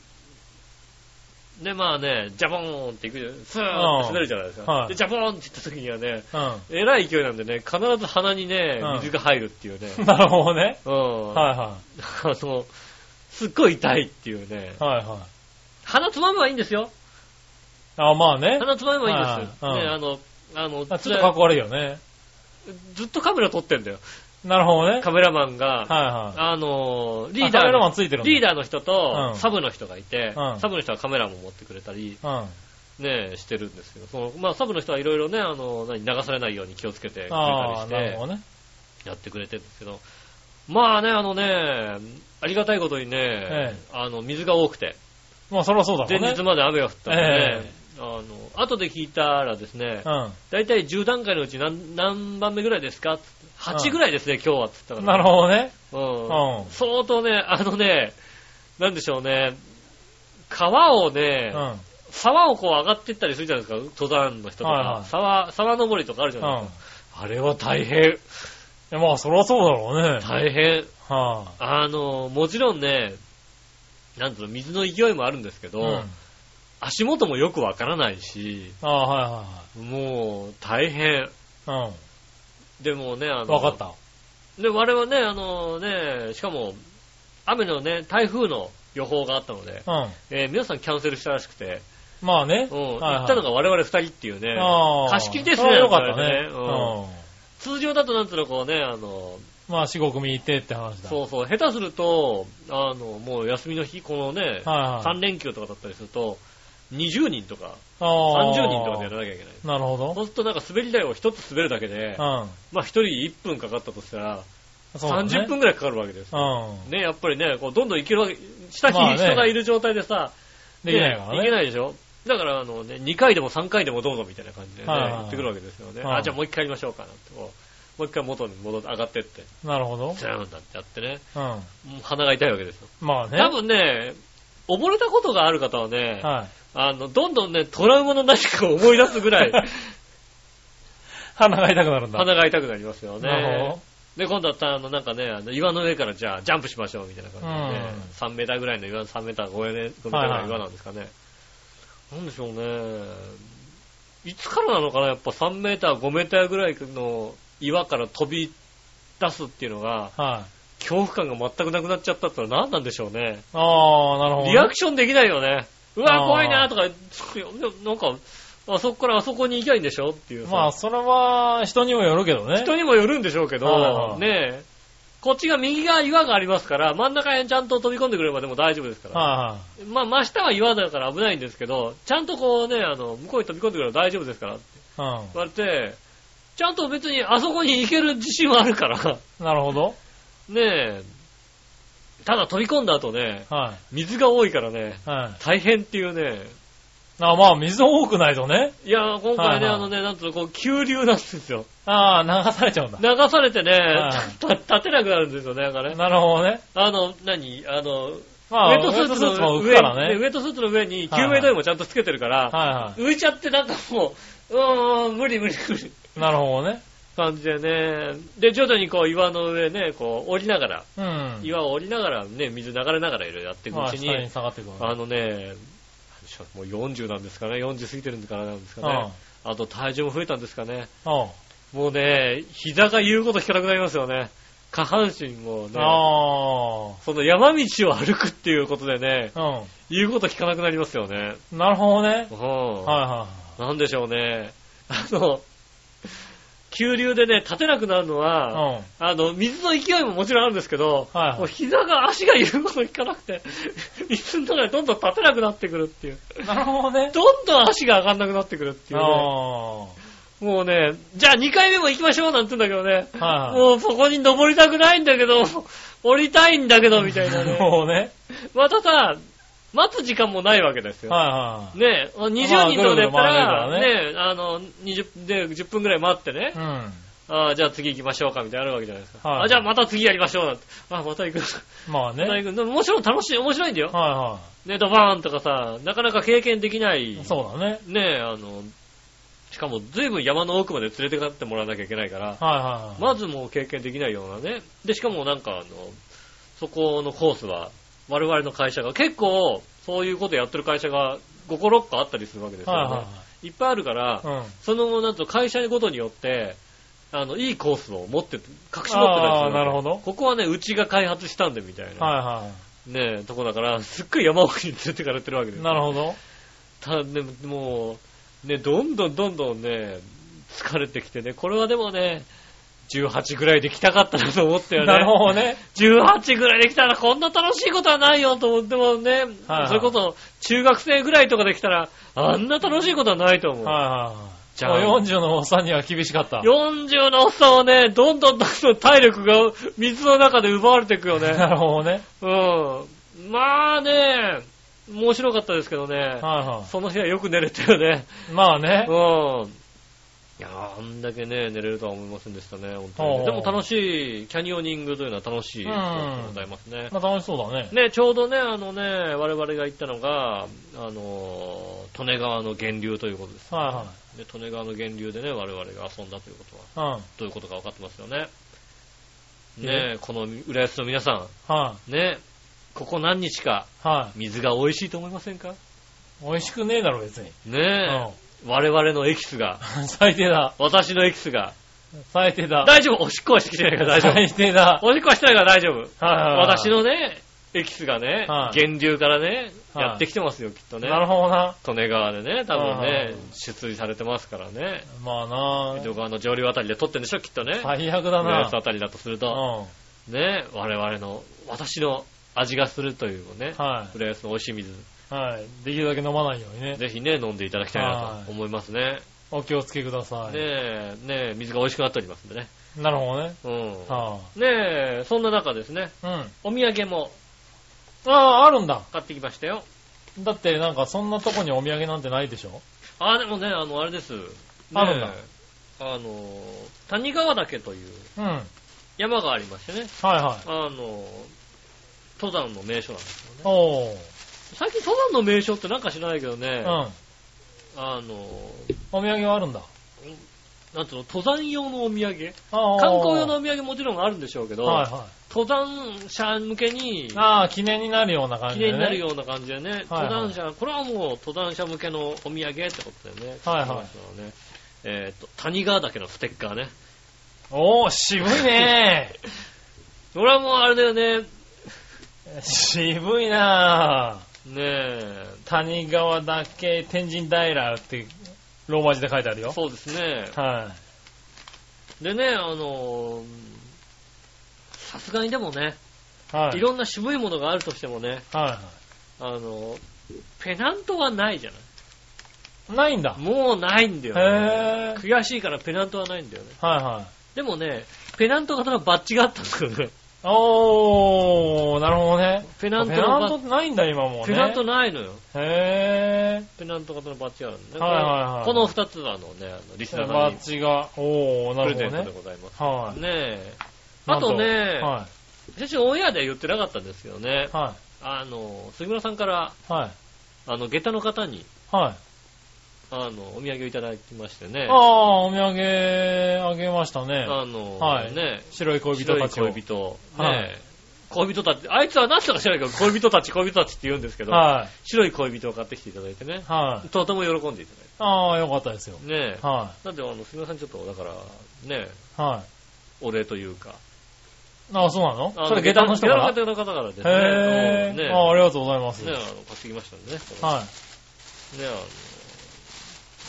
えで、まあね、ジャボーンっていくじゃないスーッて滑るじゃないですはか。いで、ジャボーンっていった時にはね、うえらい勢いなんでね、必ず鼻にね、水が入るって いうね。ん。なるほどね。うん。はいはあの、すっごい痛いっていうねい。。はいはい。鼻つまめばいいんですよ。ああ、まあね。鼻つまめばいいんですよ。はいね、うんあの、あの、あちょっとかっこ悪いよね。ずっとカメラ撮ってんだよ。なるほどね。カメラマンが、はいはい。あの、リーあカダメーラマンの、ついてるリーダダーの人とうんサブの人がいてう、んサブの人はカメラも持ってくれたり、ー。うん。ね、してるんですけど、その、まあサブの人はいろいろね、あの、何流されないように気をつけてくれあたあ、なりるしほどね。て、やってくれてるんですけど、まあね、あのね、ありがたいことにねえ、あの、水が多くて、まあ、そりゃそうだろ前うね。日まで雨が降ったんでね、えあの、後で聞いたらですね、大体10段階のうち何何番目ぐらいですかってう ?8 んぐらいですね、今日はって言うったかん。なるら。ほどね。うんうん相当ね、あのね、なんでしょうね、川をうねん。、はい沢をこう上がっていったりするじゃないですか、登山の人とか、はいはい沢、沢登りとかあるじゃないですか。あれは大変、いや。まあ、そりゃそうだろうね。はい。大変。あの、もちろんね、なんつうの、水の勢いもあるんですけど、うん。足元もよくわからないし、ああ、はもう、大変。いはいはい。でもね、あうん。の、わかった。で、我々はね、あのね、しかも、雨のね、台風の予報があったので、うん。えー皆さんキャンセルしたらしくて、まあね。うんはいはい行ったのが我々二人っていうね、ああ。貸し切りですそれね、はよかったね。なんて言われてねうんう通常だとなんつうのこうね、あの、ん。まあ、四国見に行ってって話だ。そうそう、下手すると、あの、もう休みの日、このね、はいはい。 3連休とかだったりすると、20人とか、あ30あ人とかでやらなきゃいけない。なるほど。そうするとなんか滑り台を一つ滑るだけで、うまあ一人1分かかったとしたら、ん。そうだね30分くらいかかるわけですよ。うん。ね、やっぱりね、こうどんどん行けるわけ、下まあにね人がいる状態でさ、できないからいけね。ないでしょだから、あのね、2回でも3回でもどうぞみたいな感じでね、はいはいはい行ってくるわけですよね。はいあ、じゃあもう1回やりましょうかなんて、こう、もう1回元に戻って、上がってって、なるほど。スランだってやってね、うん。もう鼻が痛いわけですよ。まあね。多分ね、溺れたことがある方はね、はい。あの、どんどんね、トラウマの何かを思い出すぐ らい、鼻が痛くなるんだ。鼻が痛くなりますよなるね。で、今度はあの、なんかね、あの岩の上からじゃあジャンプしましょうみたいな感じでね、うん3メーターぐらいの岩、3メーター5メーターぐらいの岩なんですかね。なんでしょうね。いつからなのかなやっぱ3メーター、5メーターぐらいの岩から飛び出すっていうのが、ほど。はい。恐怖感が全くなくなっちゃったってのは何なんでしょうね。ああ、なるほどね。リアクションできないよね。うわ、あー怖いなとか、なんか、あそこからあそこに行きゃいいんでしょっていうさ。まあ、それは人にもよるけどね。人にもよるんでしょうけはいどは、いねえ。こっちが右側岩がありますから、真ん中辺ちゃんと飛び込んでくればでも大丈夫ですから。はいはいまあ真下は岩だから危ないんですけど、ちゃんとこうね、あの、向こうに飛び込んでくれば大丈夫ですからってう言われて、ちゃんと別にあそこに行ける自信はあるから、 ん。なるほど。ねえ。ただ飛び込んだ後ね、は水が多いからね、い。はい。大変っていうね。あまあ、水多くないとね。いや、今回ね、はいはいあのね、なんつうの、こう、急流なんですよ。ああ、流されちゃうんだ。流されてね、はいた立てなくなるんですよね、なんかね。なるほどね。あの、何あの、まあ、ウウェッェットトススーーツツのも浮く上からウね。ェットスーツの上にはい救はい命胴衣もちゃんとつけてるから、は浮いちゃってなんかもう、うーん、無理無理無理。いはい。なるほどね。感じでね。で、徐々にこう岩の上ね、こう降りながら、うん。岩を降りながらね、水流れながらいろいろやっていくまうあ、ち下にに、下がっていくわあのね、もう40なんですかね、40過ぎてるんですからなんですけ。かね。あと体重も増えたんですかね。うん。うんもうね、膝が言うこと聞かなくなりますよね。下半身もね、あその山道を歩くっていうことでね、あ。言うこと聞かなくなりますよね。うん。なるほどねう。ん。はなんでしょうね。あの、急流でね、立てなくなるのいは、はい。あの、水の勢いももちろんあるんですけど、はいはいもう膝が、足が言うこと聞かなくて、 水の中でどんどん立てなくなってくるっていう。うん。なるほどね。どんどん足が上がんなくなってくるっていう、ね。あもうね、じゃあ2回目も行きましょうなんて言うんだけどね。あ。はいはい。もうそこに登りたくないんだけ ど、降りたいんだけど、みたいななるね。ほどね。またさ、待つ時間もないわけですよ。はねえ、20人とかでやったら、まあぐるぐる回れるからねねえ、あの、20で10分ぐらい待ってねい、はい。ああじゃあ次行きましょうかみたいなのあるわけじゃないですか。はいあじゃあまた次やりましょうなんて。あまた行く。うん。まあ ね。またはい行く。でももちろん楽しい、面白いんだよ。はね、ドバーンとかさ、なかなか経験できない。い。そうだね。ねえ、あの、しかも随分山の奥まで連れてかってもらわなきゃいけないから、はいはいはい。まずもう経験できないようなね。で、しかもなんかあの、そこのコースは、我々の会社が結構、そういうことやってる会社が5個6個あったりするわけですよね。はいっぱいあるからい、はい。うん。その後なんと会社ごとによって、あの、いいコースを持って、隠し持ってたりするあわあ、けなるほど。ここはね、うちが開発したんで、みたいな。はねえ、とこだから、すっごい山奥に連れてかれてるわけいではすい。よなるほど。たでももう、ね、どんどんどんどんね、疲れてきてね、これはでもね、18ぐらいで来たかったなと思ったよね。なるほどね。 18ぐらいできたらこんな楽しいことはないよと思ってもね、はいはいそれこそ中学生ぐらいとかできたら、あんな楽しいことはないと思う。はいはいはい。じゃあもう40のおっさんには厳しかった。 40のおっさんはね、どんどんどんどん体力が水の中で奪われていくよ ね。なるほどね。うん。まあね、面白かったですけどね。はいはその日はよく寝れたよね。い。まあねうん。。いやーあんだけね、寝れるとは思いませんでしたね、本当にね、おうでも楽しい、キャニオニングというのは楽しいスポーツでございますね。まあ楽しそうだね。ね、ちょうどね、あのね、我々が行ったのが、あのー、利根川の源流ということです。はで、利根川の源流でね、我々が遊んだということは。いはい。どういうことか分かってますよね。ねえ、この浦安の皆さうん。はん、ねえ、ここ何日かい。は水が美味しいと思いませんかい。美味しくねえだろ、別に。うねえ、ん。我々のエキスが、 最低だ。私のエキスが、最低だ。大丈夫、おしっこはしてきてないから大丈最低だ。夫。おしっこはしてないから大丈夫。はいはいはい。私。のね、エキスがね、はい源流からね、はいやってきてますよ、きっとね。なるほどな。利根川でね、多分はいはねい、出水されてますからね。ま江あ戸川の上流あたりで取ってんでしょ、きっとねな。。最悪だ浦な安。あたりだとするうと。ん。はね、我々の、私の味がするというね、い。浦安の美味しい水、はい。できるだけ飲まないようにね。ぜひね、飲んでいただきたいなはと思いますね。お気をつけくださねい。え、ねえ、水が美味しくなっておりますんでね。なるほどね。うん。はねえ、そんな中ですね、い。うん。お土産もああ、あるんだ。買ってきましたよ。だってなんかそんなとこにお土産なんてないでしょあ、でもね、あの、あれです。ねえあるんだあの、谷川岳といううん。はい山がありましてね、はい。あの、登山の名所なんですよね。おー。最近登山の名所ってなんか知らないけどうねん。、あの、お土産はあるんだ。なんつうの、登山用のお土産あー観光用のお土産もちろんあるんでしょうけど、はいは登山者向けにい。ああ、記念になるような綺感じで麗ね。になるような感じでね、はいはい登山者、これはもう登山者向けのお土産ってことだよね。はいはいそうですよねえっ、と、谷川岳のステッカーね。おー、渋い ねこれはもうあれだよね、ね渋いなぁ。え、谷川岳、天神平ってローマ字で書いてあるよ。そうですね。はでね、あのーさすがにでもね、い。はい。いろんな渋いものがあるとしてもね、はいはあのーペナントはないじゃない。い。ないんだ。もうないんだよへねー。悔しいからペナントはないんだよね。はいはい。でもね、ペナント型のバッジがあったんですよね。おー、なるほどね。ペペナントペのナバントっッてないんだ、今もうね。ジ。ペナントないのよ。へペナント型のバッジがあるんで、ね。はいはいはいこの二つはあのね、あのリスぇナー。ーさバんッにジが、おー、なプるレゼンほどトでね。ございます。はい。ねえ。あとね、は私オンエアでは言ってなかったんですけどねい。、はあの、杉村さんから、い。はい。あの、下駄の方に、はい。あの、お土産をいただきましてねあ。あ、お土産あげましたね。あの、はいね、白い恋人白たいちを。恋人。はいね恋人たち、あいつは何とか知らないけど、恋人たち、恋人たちって言うんですけど、はい。白い恋人を買ってきていただいてね、はい。とても喜んでいたああ、よかったですよ。だいて。ねはなんで、あの、杉村さんちょっと、だから、ね、い。はい。お礼というか。ああ、そうなのあのそれ下駄の人から下駄の方からですね。へねぇー。ああ、ありがとうございます。ね、あの、買ってきましたんでね。はね、あ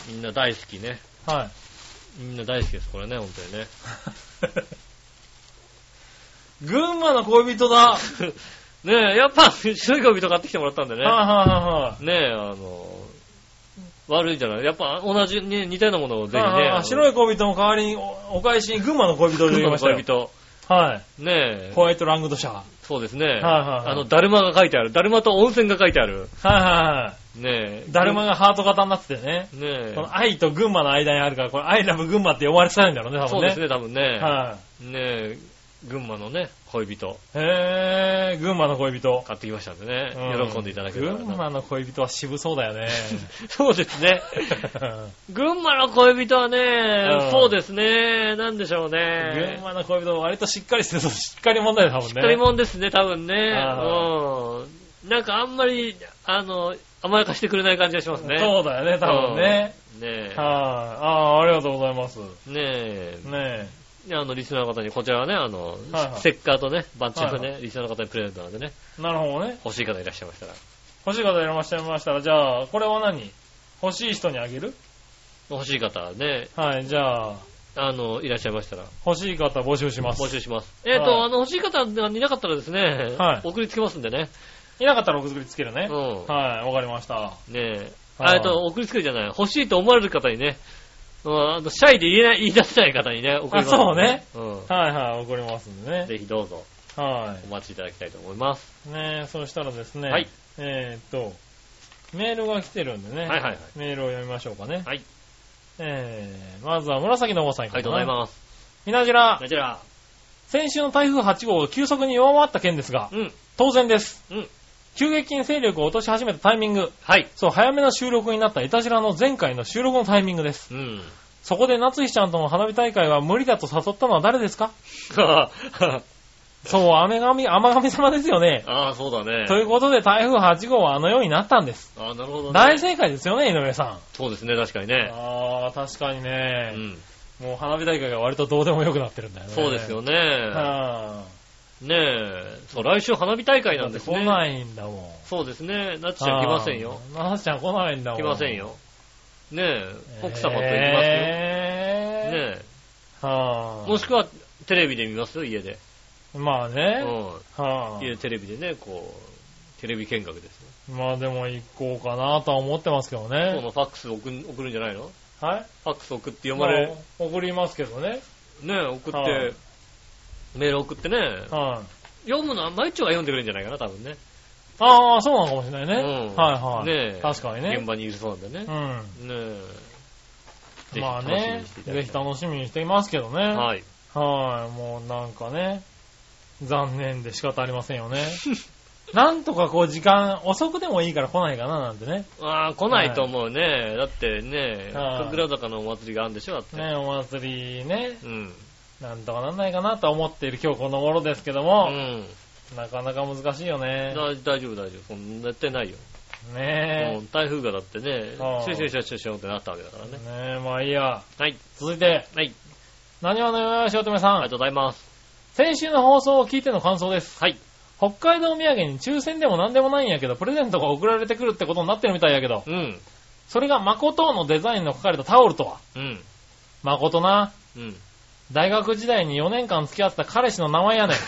の、みんな大好きね。い。はい。みんな大好きです、これね、本当にね。群馬の恋人だはねえ、やっぱ、白い恋人買ってきてもらったんでいね。はねえ、あの、悪いじゃない。やっぱ、同じ、ね、似たようなものをいぜはいひはいねはい。。白い恋人の代わりにおお返しに群馬の恋人をあの入れ白まいした恋よ。人。はい。ねえ、ホワイトラングドシャー。はいそうですね。はいはいあの、だるまが書いてある。だるまと温泉が書いてある。はいはねえ。い。だるまがハート型になっててね。ねえこ。の愛と群馬の間にあるから、これ、アイラブ群馬って呼ばれてたいんだろうね、多そうで分ね。すね、多分ね。はねえ、群馬のね、恋人、い。へー、群馬の恋人。買ってきましたんでね。う喜んでいただけたら群な馬の恋人は渋そうだ よね。そうです ね。群馬の恋人はねう、んそうですね。なんでしょう群ね。馬の恋人は割としっかりしてそう、しっかり問題だもんね。しっかりもんですね、多分ね。はうん。なんかあんまり、あの、甘やかしてくれない感じがしますね。そうだよね、多分ね。ねえはい。。ああー、ありがとうございます。ねねえ。であの、リスナーの方に、こちらはね、あの、はいはいステッカーとね、バッチがはいね、リスナーの方にプレゼントなんでね、え。なるほどね。欲しい方いらっしゃいましたら。欲しい方いらっしゃいましたら、じゃあ、これは何欲しい人にあげる欲しい方はね、はい、じゃあ、あの、いらっしゃいましたら、欲しい方募集します募。集します。えっと、はいあの、欲しい方がいなかったらですねは、い送りつけますんでね。いなかったらお送りつけるうね。ん。はい、わかりました。ねえ。はあいえっと、送りつけるじゃない。欲しいと思われる方にね、うんあのシャイで言えない、言い出せない方にね、送ります、あそうね。うはいはい、送りますんでん。ね。ぜひどうぞ、はお待ちいただきたいと思います。い。ねえ、そしたらですね、はい。えーっと、メールが来てるんでね、はいはいはい。メールを読みましょうかね。はい。えー、まずは紫のおばさんありがとうございます。す。みなじらこ、ちら。先週の台風8号、急速に弱まった件ですが、うん。当然です。うん。急激に勢力を落とし始めたタイミング、はい。そう、早めの収録になったイタジラの前回の収録のタイミングで す。うん。そこで夏日ちゃんとの花火大会は無理だと誘ったのは誰ですかそう、雨神、雨神様ですよね。ああ、そうだね。ということで台風8号はあのようになったんです。ああ、なるほどね。大正解ですよね、井上さん。そうですね、確かにね。ああ、確かにうね、ん。もう花火大会が割とどうでもよくなってるんだよね。そうですよね。はねえ。そう、来週花火大会い。だなっんてです来ね。ないんだもん。そうですね。なっちゃん来ませんよ。あー。なちゃん来ないんだもん。来ません。よ。ねえ、奥様と行きますよ。えー、ねはえ。あ。もしくは、テレビで見ますよ、家で。まあうね。ん。はあ。家でテレビでね、こう、テレビ見学ですよ。まあでも行こうかなとは思ってますけど今日ね。のファックス送ん送るんじゃないのはい。ファックス送って読まれ、ねあ送りますけどね。え、送っはて、メール送ってね、はい。読むのは毎日は読んでくれるんじゃないかな、多分ね。ああ、そうなのかもしれないね。うんはいはい。ねえ。確かにね。現場にいるそうなんでね。うねえ。ん。ぜひまあ楽しみねにしてい、ただぜきひたい。楽しみにしていますけどね。はい。はい。もうなんかね、残念で仕方ありませんよね。 なんとかこう時間、遅くでもいいから来ないかななんてね。ああ、来ないと思うね。だってね、はい神楽坂のお祭りがあるんでしょ、だって。ね、お祭りね、うん。なんとかなんないかなとは思っている今日この頃ですけどうも、ん。なかなか難しいよね。大大丈夫、大丈夫。そんなやってないよ。もねう台風がだってね、ああシュシュシュシュシュってなったわけだからえ。ねね。え、まあいいや。はい。続いて、はい。何話のよよしおとめさありがん。とうございます。先週の放送を聞いての感想です。はい。北海道土産に抽選でも何でもないんやけど、プレゼントが送られてくるってことになってるみたいやけど、うん。それが誠のデザインの書かれたタオルとは。うん。誠な、うん。大学時代に4年間付き合ってた彼氏の名前やねん。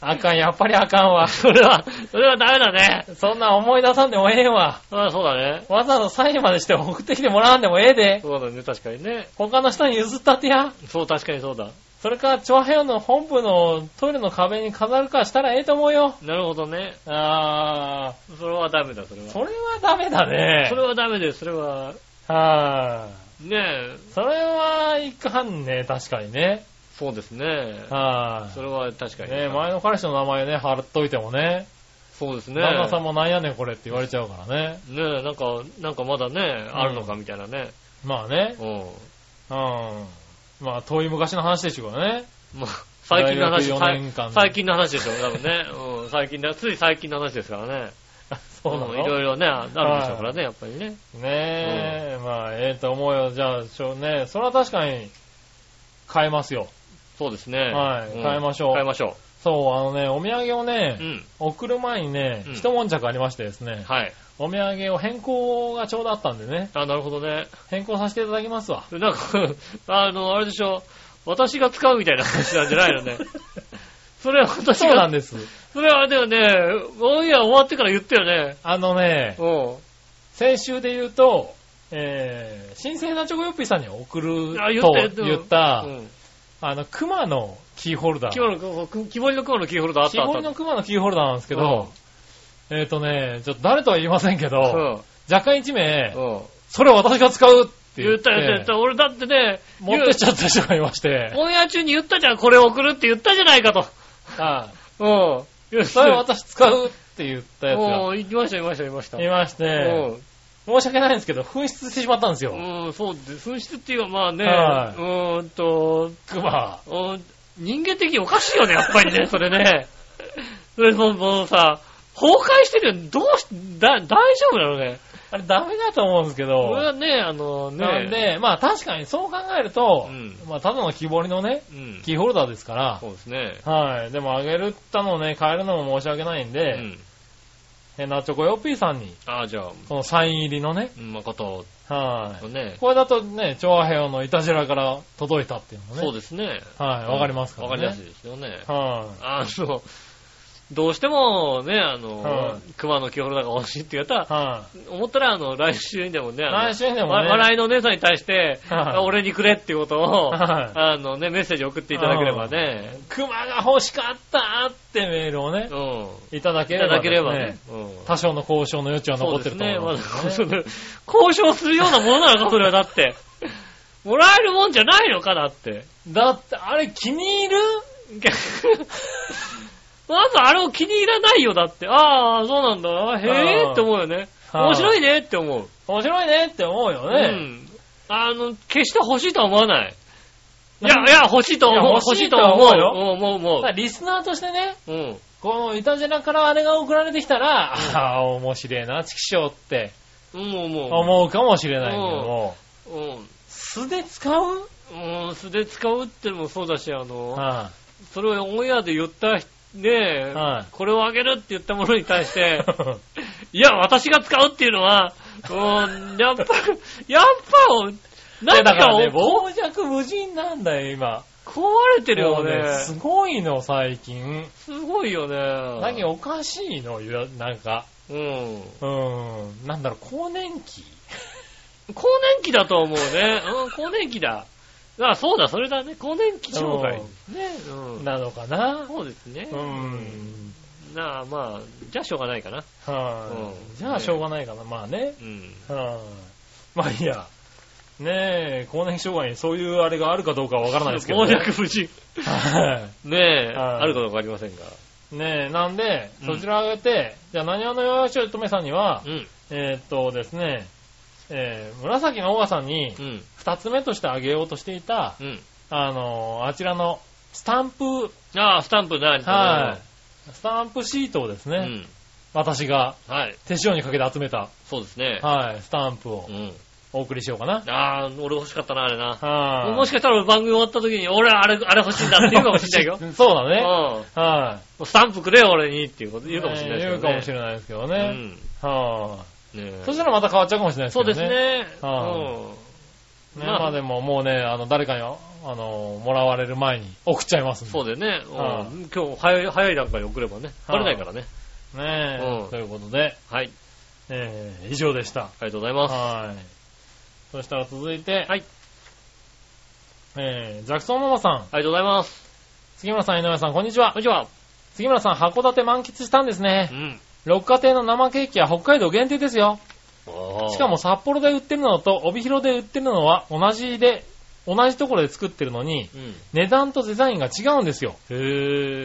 あかん、やっぱりあかんわ。それは、それはダメだね。そんな思い出さんでもええわ。あそうだね。わざわざサインまでして送ってきてもらわんでもええで。そうだね、確かにね。他の人に譲ったってや。そう、確かにそうだ。それか、チョアヘヨの本部のトイレの壁に飾るかしたらええと思うよ。なるほどね。あそれはダメだ、それは。ー、それはダメだね。それはダメです、それは。はねえ、い。それはいかんね、確かにね。そうですね。はそれは確かい。に。ね前の彼氏の名前ね、貼っといてもね、そうですね。旦那さんもなんやねんこれって言われちゃうからね。ねえ、なんか、なんかまだね、あるのかみたいなね。まあね、うん。うん。まあ、遠い昔の話でしょうからね。まあ、最近の話、大学四年最間最近の話でしょ、多分ね。うん、最近だ、つい最近の話ですからね。そうなのんいろいろね、あるでしょうからね、やっぱりね。ねえ、まあ、ええと思うよ。じゃあ、しょね、それは確かに、変えますよ。そうですね。はいうん変えましょう変えましょそう、あのね、お土産をう。うね、ん。送る前にねうん、一悶着ありましてですね、はい。お土産を変更がちょうどあったんでね、あ、なるほどね。変更させていただきますわ。なんか、 あの、あれでしょ、私が使うみたいな話なんじゃないの ね。それは私そうながん、です。それはあれだよね、オンエア終わってから言ったよね。あのね、う先週で言うと、えー、新鮮なチョコヨッピーさんに送るあ言ったと言った言ったん。う、ん。あの、熊のキーホルダー。木彫りの、木彫りの雲のキーホルダーあっ木たあった。彫りの熊のキーホルダーなんですけど、えっ、とね、ちょっと誰とは言いませんけど、若干1名、うん。うん。それ私が使うって言言っったて、よね、言った。俺だってね、持ってっちゃった人がいまして、オンエア中に言ったじゃん、これ送るって言ったじゃないかと。あうん。言っあそれ私使うって言ったやつがうん、いました、いました、いました。いまして、申し訳ないんですけど、紛失してしまったんですよ。うん、うん、そうです。紛失っていうか、まあね、はいうーんと、熊。うん人間的におかしいよね、やっぱりね、 それね。それもう、もうさ、崩壊してるよ。どうし、だ、大丈夫なのね。あれダメだと思うんですけこれど、はね、あのね。なんで、まあ確かにそう考えると、うんまあただの木彫りのね、うん。キーホルダーですから、そうですね。はい。でもあげるったのをね、変えるのも申し訳ないんうで、ん。えナチョコヨッピーさんに、ああ、じゃあ、そのサイン入りのね、うん誠はとねい。。これだとね、調和平和のいたじらから届いたっていうのもね。そうですね。はい、わかりますからわね。かりやすいですよね。はあの、どうしてもね、あはの、熊のキーホルダーが欲しいって言ったらい。、は思ったら、あの、来週にでもね、い。あの来週にでもわね。笑いのお姉さんに対して、はい俺にくれっていうことを、はいあのね、メッセージ送っていただければね、熊が欲しかったってメールをね、うん。いただけいれば、ただければね。。うん多少の交渉の余地は残ってると思いますそうですけねどまね。だ 交渉するようなものなのか、それはだって。もらえるもんじゃないのかだって。だって、あれ気に入る まずあれを気に入らないよ、だって。ああ、そうなんだ。へえって思うよね。うん面白いねって思う。面白いねって思うようね。ん。あの、決して欲しいとは思わない。いやな、んいや、欲しいと思。いうや欲しいとは思うよ。欲思う、思うただ。リスナーとしてね、うん。このいたじらからあれが送られてきたら、ああ、面白いな、チキショーってうん、思思うかもしれないけども、う。うん。素で使ううん、素で使うってのもそうだし、あの、はそれをオンエアで言った人、ねえ はい、これをあげるって言ったものに対して、 いいや、私が使うっていうのは、うん、やっぱ、やっぱ、いや何だかからをね、傍若無人なんだよ、今。壊れてるもようね。すごいの、最近。すごいよね。何おかしいの、いやなんか。うん。うーん。なんだろう、更年期更年期だと思う ね。うん、更年期だ。あ、そうだ、それだね。更年期障害。ね、うん。なのかなそうですね。うーん。なあ、まあ、じゃあしょうがないかな。はうんい。じゃあ、しょうがないかな。まあね。うん。はい。まあいいや。ねえ、更年期障害にそういうあれがあるかどうかはわからないですけど、傍若無人。はねえ、はいあるかどうかわかりませんが。い。ねえ、なんで、うんそちらをあげて、じゃあ、何をのよしおとめさんには、うん。えーっとですね、えー、紫のオガさんにう、ん。二つ目としてあげようとしていた、うん。あのーあちらの、スタンプ、ああ、スタンプなりはい。スタンプシートをですね、うん。私がはい。手塩にかけて集めた、そうですね。はい、スタンプをうん。お送りしようかな。ああ、俺欲しかったな、あれな。はい。もしかしたら俺番組終わった時に、俺あれ、あれ欲しいんだって言うかもしれないよ。よ。そう だうん ね。はもう。スタンプくれよ、俺にっていうことい。言うかもしれないですねけ言うどかねもしれないですけどね。はい。ねそしたらまた変わっちゃうかもしれないですそけうどでね。すね。うはん。ねまあまあでももうね、あの、誰かに、あの、もらわれる前に送っちゃいますんで。そうだよね。はうん今日早い、早い段階で送ればね、バレないからね。ねえ、うんということで、はい。えー、以上でした。ありがとうございます。はい。そしたら続いて、はい。えー、ジャクソンママさん、ありがとうございます。杉村さん、井上さん、こんにちは。こんにちは。杉村さん、函館満喫したんですねう。ん。六花亭の生ケーキは北海道限定ですよ。あーしかも、札幌で売ってるのと帯広で売ってるのは同じで、同じところで作ってるのに、うん。値段とデザインが違うんですよ。へぇ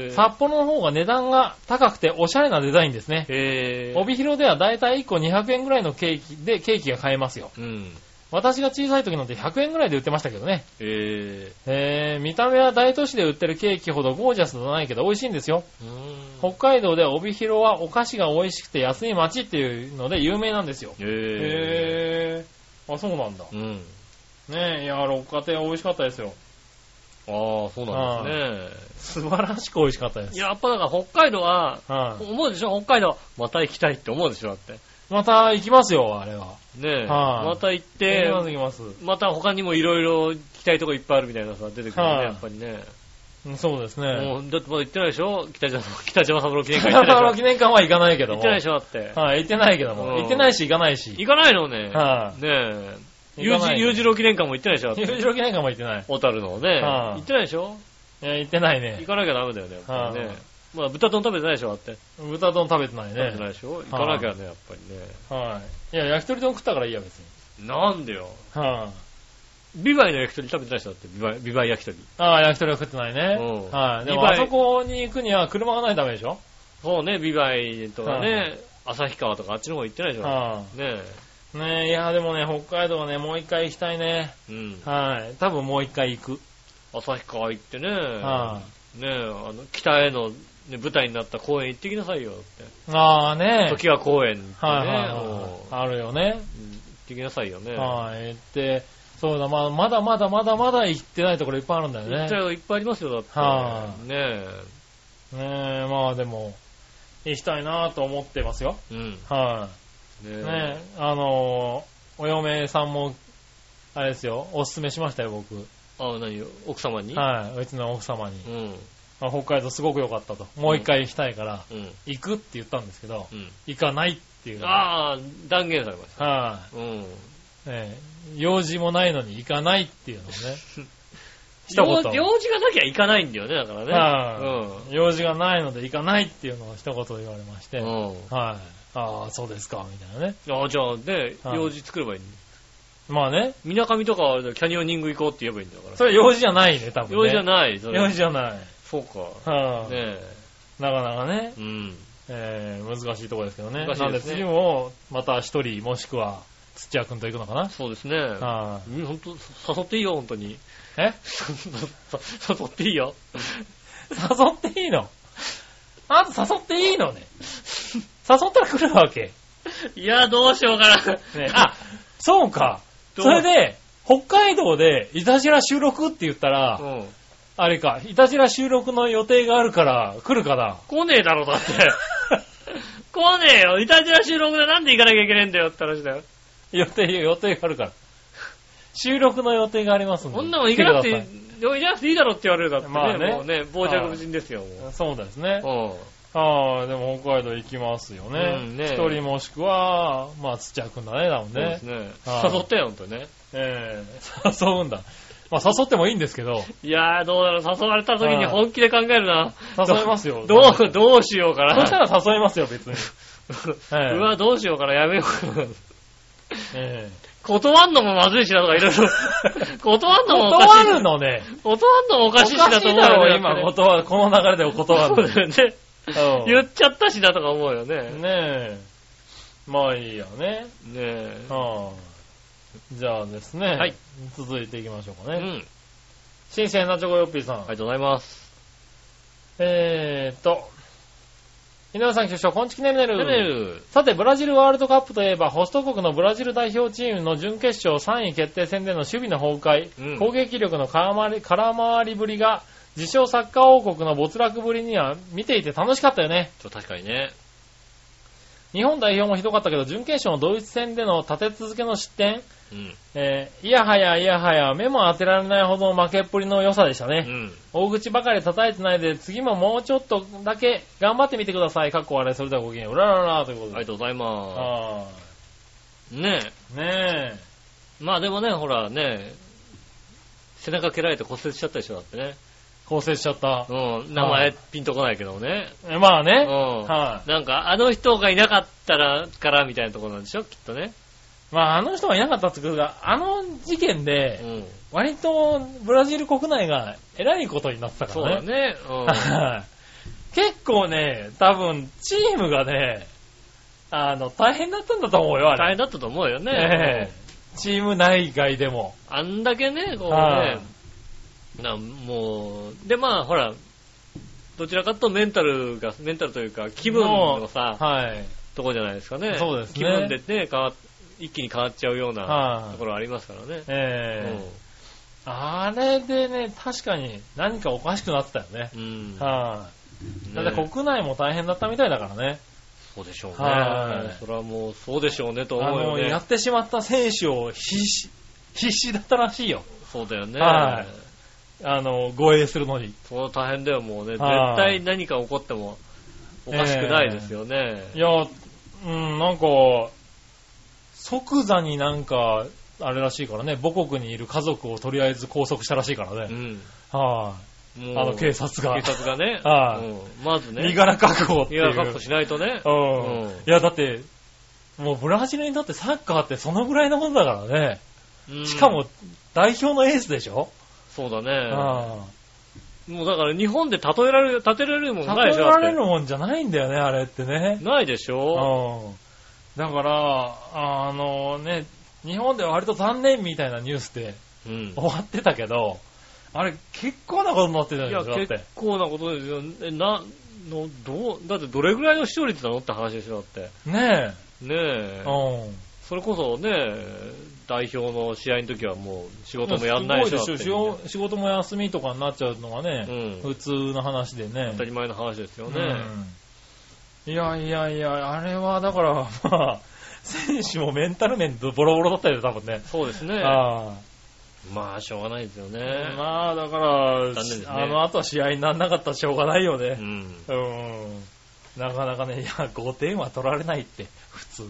ー。札幌の方が値段が高くておしゃれなデザインですね。へぇー。帯広ではだいたい1個200円ぐらいのケーキでケーキが買えますよ。うん。私が小さい時のって100円ぐらいで売ってましたけどね。へえー、見た目は大都市で売ってるケーキほどゴージャスじゃないけど美味しいんですよ。ぇー。う北ん。海道では帯広はお菓子が美味しくて安い街っていうので有名なんですよ。へへー。あ、そうなんだ。ぇー。うん。ねえ、いや、六花亭美味しかったですよ。ああ、そうなんですね。素晴らしく美味しかったです。やっぱだから北海道は、はい、思うでしょ北海道、また行きたいって思うでしょだって。また行きますよ、あれは。ねえ。はいまた行っえて、行きます行きまた他にもいろいろ行きたいとこいっぱいあるみたいなさ、出てくるよはね、いやっぱりね。ます。そうですね。もう、だってまだ行ってないでしょ北島、 北島三郎記念会行って 花なのいでし記念館は行かないけょ行どっも。てないでしょだって。はい、行ってないけどうんも。行ってないし、行かないし。行かないのね。はいねえ。ゆ行うかじ、ないゆうじろう記念館も行ってないでしょだっ有 て。事記念館も行ってない。小樽のね。は行いってないでしょいや、行ってな行いね。かなきゃダメだよね、やっぱりはねい。まあ、豚丼食べてないでしょだって。豚丼食べてない食べてないでね。しょ行かなきゃね、やっぱりね。はい。いや、焼き鳥丼食ったからいいや、別に。なんでよ。はい。ビバイの焼き鳥食べてないでしょだって、ビバイ、ビバイ焼き鳥。ああ、焼き鳥は食ってないねうん。はい。で二も、あ倍そこに行くには車がないとダメでしょそうね、ビバイとかはね、旭川とかあっちの方行ってないでしょねはえ。い。ねえ、いや、でもね、北海道はね、もう一回行きたいね。うん。はい。多分もう一回行く。旭川行ってね。はねえ、あの、北への、ね、舞台になった公園行ってきなさいよって。い。ああね。時は公園に行ってね、はいはいもはい。あるよね。ううん行ってきなさいよね。はい。行って、そうだ、まあまだまだまだまだ行ってないところいっぱいあるんだよね。行ったらいっぱいありますよ、だって。はいねえ。ねえ、まあでも、行きたいなと思ってますよ。うん。ねはえい。ねえ、あのーお嫁さんも、あれですよ、おすすめしましたよ、僕。あ、何よ奥様にはい。うちの奥様に。うん。まあ、北海道すごく良かったと。もう一回行きたいから、うん。行くって言ったんですけど、うん。行かないっていう。はい、ああ、断言されました。うん。ええ用事もないのに行かないっていうのをね。用一言。用事がなきゃ行かないんだよね、だからね。はい、用事がないので行かないっていうのを一言言われまして。うはい、ん。うん。ああ、そうですか、みたいなね。あじゃあね、はい用事作ればいいのまあね、みなかみとかはあれだよキャニオニング行こうって言えばいいんだから。それ用事じゃないね、多分ね。用事じゃない。ない、それ用事じゃない。そうか。はねあえ。なかなかね、うん。えー難しいところですけどね。難しいですねなんで次も、また一人、もしくは、土屋くんと行くのかな。そうですね。はうん本当誘っていいよ、本当に。 いえ誘っていいよ。誘っていいのあんた誘っていいのね。誘ったら来るわけ。いや、どうしようかな。ね、あ、そうか。どうそれで、北海道で、いたじら収録って言ったら、うん。あれか、いたじら収録の予定があるから、来るかな。来ねえだろ、だ って。来ねえよ。イタジラ収録でなんで行かなきゃいけねえんだよって話だよ。予定、予定があるから。収録の予定がありますんで。こんなもん行かなくて来くいい、行かなくていいだろって言われるだってね。まあねもうね、傍若無人ですよ、ださもいそうですね。う。うああ、でも北海道行きますようね。ん一、ね人もしくは、まあ土屋くんだね、だもんん。そうでねす。ね。はい誘ってよ、ほんとね。ええ 誘うんだ。まあ誘ってもいいんですけど、いやー、どうだろう。誘われた時にはい本気で考えるな。誘います よ。ど、そうどうしようかな。したら誘いますよ、別に。ええうわ、どうしようかな、やめようかな。え断んのもまずいしなとかいろいろ。 断んえのもおかしい。断るのね。断んのもおおかかししいいしなと思うだよろ、ね。今、やっ断る。この流れで断ぱねるそうだよね。の。言うっちゃったしなとか思うよね。ねんねえ。まあいいよね。え。はあ、じゃあですね、はい続いていきましょうかうね。ん。新鮮なチョコヨッピーさん。ありがとうございます。えーと、井上さん局長、こんちきねるねねる。る。さて、ブラジルワールドカップといえば、ホスト国のブラジル代表チームの準決勝3位決定戦での守備の崩壊、うん攻撃力の空回り空回りぶりが、自称サッカー王国の没落ぶりには見ていて楽しかったよね。ちょ、確かにね。日本代表もひどかったけど、準決勝のドイツ戦での立て続けの失点、うん。えーいやはやいやはや、目も当てられないほどの負けっぷりの良さでしたうね。ん。大口ばかり叩いてないで、次ももうちょっとだけ頑張ってみてください。かっこ笑い、それではごきげんよう。うららららということで。ありがとうございまあす。ねえ。ーねえ。まあでもね、ほらね、背中蹴られて骨折しちゃったでしょ、だってね。構成しちゃった。うん。名は前いピンとこないけどもね。えまあうね。ん。はなんか、あの人がいなかったら、からみたいなところなんでしょ、きっとね。まあ、あの人がいなかったってことが、あの事件うで、ん。割とブラジル国内が偉いことになってたかそうらだね。ね。うん。 はい 結構ね、多分、チームがね、あの、大変だったんだと思うよ、大あれ。変だったと思うよねええ。チーム内外でも。あんだけね、こうはね、なもう、で、まあ、ほら、どちらかというとメンタルが、メンタルというか、気分のさ、はい。とこじゃないですかね。そうですね気分でね、変わっ一気に変わっちゃうようなはいところありますからね。ええあれでね、確かに何かおかしくなってたよね。うん。うんはい、だねって国内も大変だったみたいだからね。そうでしょうね。はいそれはもう、そうでしょうねとあ思うよの、やねっ。てしまった選手を必死、必死だったらしいよ。そうだよね。はいあの、護衛するのに。その大変だよ、もうね。絶はい対何か起こってもおかしくないですよね。いや、うん、なんか、即座になんか、あれらしいからね、母国にいる家族をとりあえず拘束したらしいからうね。ん。はもい、うあ。の、警察が。警。察がねはいうんまずね。身柄確保って身いう。柄確保しないとね。うんうんいや、だって、もうブラジルにとってサッカーってそのぐらいのことだからね。うんしかも、代表のエースでしょ、そうだうね。んもうだから日本で例えられる、立てられるもんない例でしえょ。られるだっもんじゃないんだよね、あれってねて。ないでしょ。うんだから、あのね、日本では割と残念みたいなニュースでうん。終わってたけど、あれ結構なことになってたいじゃや、ないですか、だっ結て。構なことですよ。え、な、の、どう、だってどれぐらいの視聴率なのって話でしょ、だって。ねねええ。。うん。それこそね、代表の試合の時はもう仕事もやんないすしょ。ごいでしだょって。仕事も休みとかになっちゃうのがね、うん普通の話でね。当たり前の話ですよね。うんいやいやいや、あれはだから、 まあ、選手もメンタル面ボロボロだったよね、多分ね。そうですね。あまあ、しょうがないですよね。あまあ、だか残ら、念ですねあの後は試合にならなかったらしょうがないようん。ね。うん。なかなかね、いや、5点は取られないって、普通。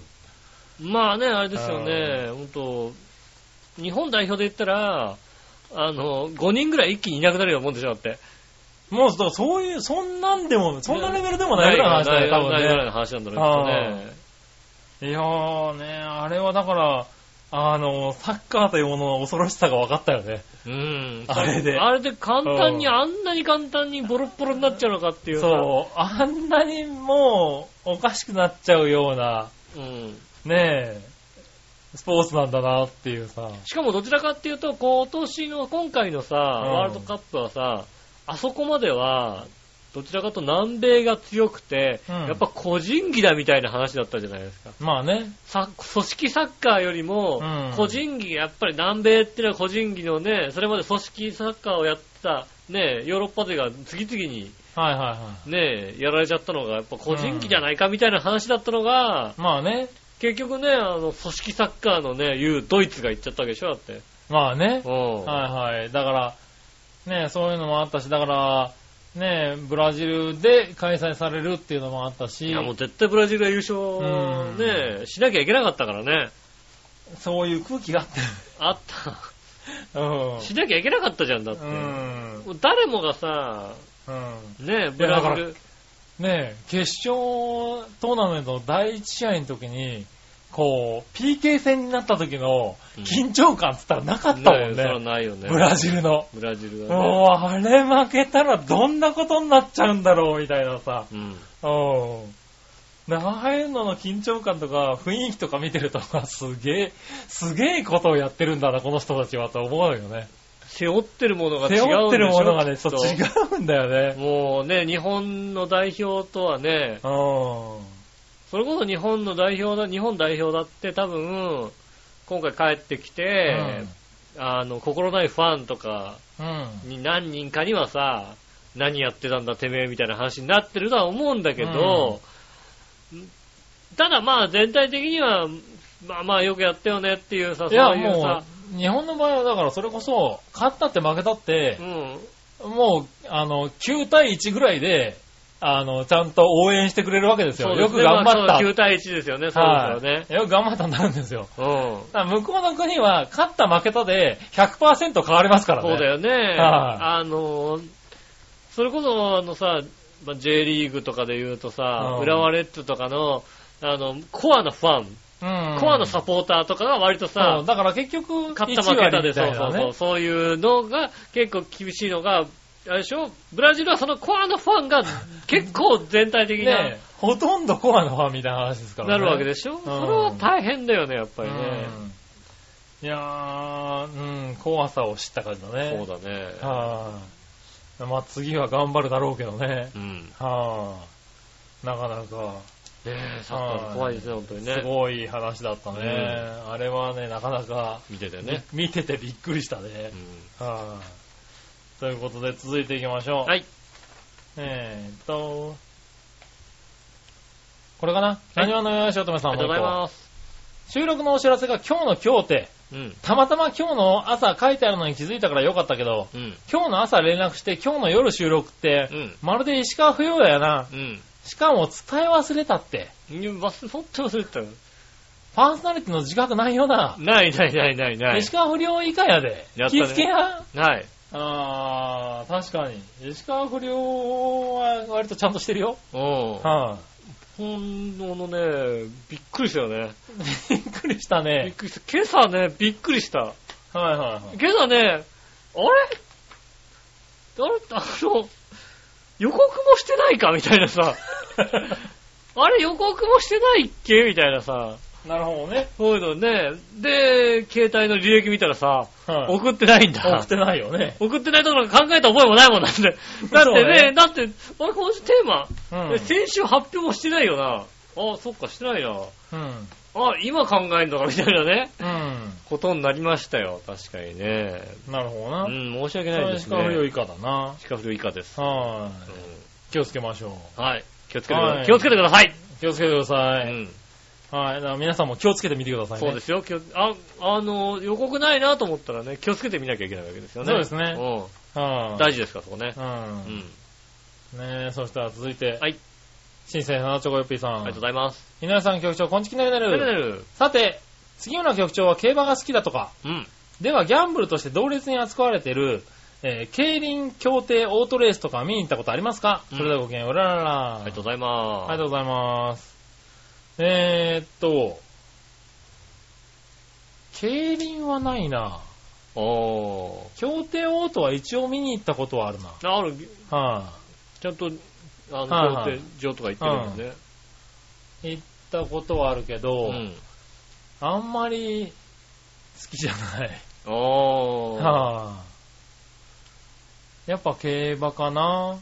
まあね、あれですよね、本当日本代表で言ったら、あの、5人ぐらい一気にいなくなるようなもんでしょ、だって。もう、だからそういう、そんなんでも、そんなレベルでもないぐらいの話だよ、ない多分ないぐらいね。の話なんだろうね、きっいやーね、あれはだから、あの、サッカーというものの恐ろしさが分かったよね。とね。うん。あれであれで簡単に、うんあんなに簡単にボロッボロになっちゃうのかっていうさそう、あんなにもう、おかしくなっちゃうような、うん。ねえ、スポーツなんだなっていうさ。しかもどちらかっていうと、今年の、今回のさ、んワールドカップはさ、あそこまでは、どちらかと南米が強くて、うんやっぱ個人技だみたいな話だったじゃないですか。まあね、さ組織サッカーよりもうん、個人技、やっぱり南米ってのは個人技のね、それまで組織サッカーをやってた、ね、ヨーロッパ勢が次々にはいはいはね、やられちゃったのが、やっぱ個人技じゃないかみたいな話だったのが、い。まあね、結局ね、あの、組織サッカーのね、いうドイツが行っちゃったわけでしょ、だって。まあねう、ん。はいはい。だから、ねえ、そういうのもあったし、だから、ねえ、ブラジルで開催されるっていうのもあったいし、や、もう絶対ブラジルが優勝うんね、しなきゃいけなかったからね。そういう空気があって。あった。うんしなきゃいけなかったじゃんだって。うん。もう誰もがさ、うん。ね、ブラジル。ねえ、決勝トーナメントの第一試合の時に、こう、PK 戦になった時のうん緊張感っつったらなかったもんそね。れはないよね。ブラジルの。ブラジルだね。もう、あれ負けたらどんなことになっちゃうんだろう、みたいなさ。うん。うん。でああいうのの緊張感とか雰囲気とか見てると、 あすげえ、すげえことをやってるんだな、この人たちはと思うよね。背負ってるものが違背うんでしょ負ってるものがね、きっそうと違うんだよね。もうね、日本の代表とはね、うん。それこそ日本の代表だ、日本代表だって多分、今回帰ってきて、あの、心ないファンとかうん。に何人かにはさ、何やってたんだてめえみたいな話になってるとは思うんだけど、ただまあ全体的には、まあまあよくやったよねっていうさ、いや、そういうもさ、う、日本の場合はだからそれこそ、勝ったって負けたってう、ん。もう、あの、9対1ぐらいで、あの、ちゃんと応援してくれるわけですよ。よく頑張まあった。そう9対1ですよね、そうはいでよく頑張ったになるんですよ。すよね。うん。だから向こうの国は、勝った負けたで100%変わりますからね。そうだよね。はあの、それこそ、あのさ、まあ J リーグとかで言うとさ、うん浦和レッズとかの、あの、コアなファン、うん。コアなサポーターとかが割とそさう、、だから 結局、勝った負けたで、 1割そみいうそうなそう、ね。そういうのが結構厳しいのが、あれでしょブラジルはそのコアのファンが結構全体的な、ねほとんどコアのファンみたいな話ですからね。なるわけでしょ、それは大変だよね、やっぱりね。うんいやー、うん、怖さを知った感じだね。そうだね。はい、まあ次は頑張るだろうけどね。うん。ねはい、なかなか、え、サッカー怖いですね、本当にね。すごい話だったね。あれはね、なかなか、見ててね。み見ててびっくりしたねう。んはい、ということで続いていきましょう。はい。えーっと、これかな何話のよしおとめさあんりがともうございまう一個。す。収録のお知らせが今日の今日って、うん。たまたま今日の朝書いてあるのに気づいたからよかったけど、うん。今日の朝連絡して今日の夜収録って、うんまるで石川不要だよな。うん。しかも伝え忘れたって。いや忘れ、本当に忘れてたよ。パーソナリティの自覚ないよな。ないないないないない石。川不良以下やで。やった気ね付けや。ない。あー、確かに。石川不良は割とちゃんとしてるよ。うん。はほんのね、びっくりしたよね。い。びっくりしたびっね。くりした。今朝ね、びっくりした。はいはいはい。今朝ね、あれあれあの、予告もしてないかみたいな さ。あれ予告もしてないっけみたいなさ。なるほどね。そういうのね。で、携帯の履歴見たらさ、はい送ってないんだ。送ってないよね。送ってないところが考えた覚えもないもんなんで。だってそうね、ねだって、あれ、今週テーマ、うんえ先週発表もしてないよな。あそっか、してないな。うん。あ今考えんのか、みたいなね、うん。ことになりましたよ。確かにね。なるほどうな。ん、申し訳なそいれではす石川不良ね。以下だな。近く以下です。うはい。ん気をつけましょう。はい。気をつけてくだはさい。い気をつけてください。気をつけてください。うんはい。だから皆さんも気をつけてみてくださいね。。そうですすよ。気をあ、あの、予告ないなと思ったらね、気をつけてみなきゃいけないわけですよね。そうですねうはん。い。大事ですから、そこね。うんう。ん。ねえ、そしたら続いて。はい。新鮮なチョコヨッピーあさりがとうんご。ざいます。稲田さん局長、こんちきなりなねるねる。るさて、杉村局長は競馬が好きだとか、うん。ではギャンブルとして同列に扱われている、えー競輪競艇オートレースとか見に行ったことありますか、うんそれではごきげんよう、うららら。ありがとうございます。ありがとうございます。えー、っと、競輪はないな。お競艇オートは一応見に行ったことはあるな。はい、ー。あある、ちゃんと、あはいの、は競い艇場とか行ってるんでね。行ったことはあるけうど、ん。あんまり好きじゃない。おー。はあ、やっぱ競馬かな。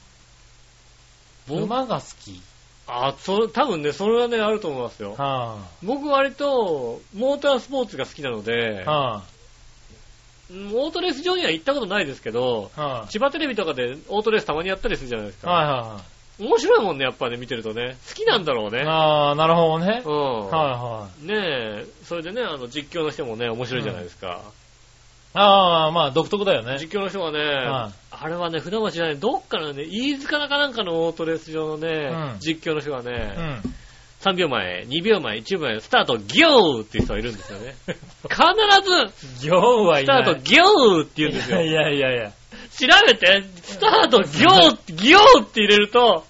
僕馬が好き。あ、それ、多分ね、それはね、あると思いますよ。は僕割と、モータースポーツが好きなのあ、で、はうんオートレース場には行ったことないですけど、あ、は千葉テレビとかでオートレースたまにやったりするじゃないですあ、か。はいはいはい。面白いもんね、やっぱね、見てるとね。好きなんだろうね。ああ、なるほどねう。ん。はいはい。ねえ、それでね、あの、実況の人もね、面白いじゃないですか。ああ、まあ独特だよね。実況の人がね、はいあれはね、船橋じゃない、どっかのね、飯塚かなんかのオートレース場のね、うん実況の人がね、うん。 3秒前、2秒前、1秒前、スタート、ギョーっていう人がいるんですよ ね。必ず、行はスいタなーい。ト、ギョーって言うんですよ。いやいやいや。調べて、スタート、ギョー、ギョーって入れると、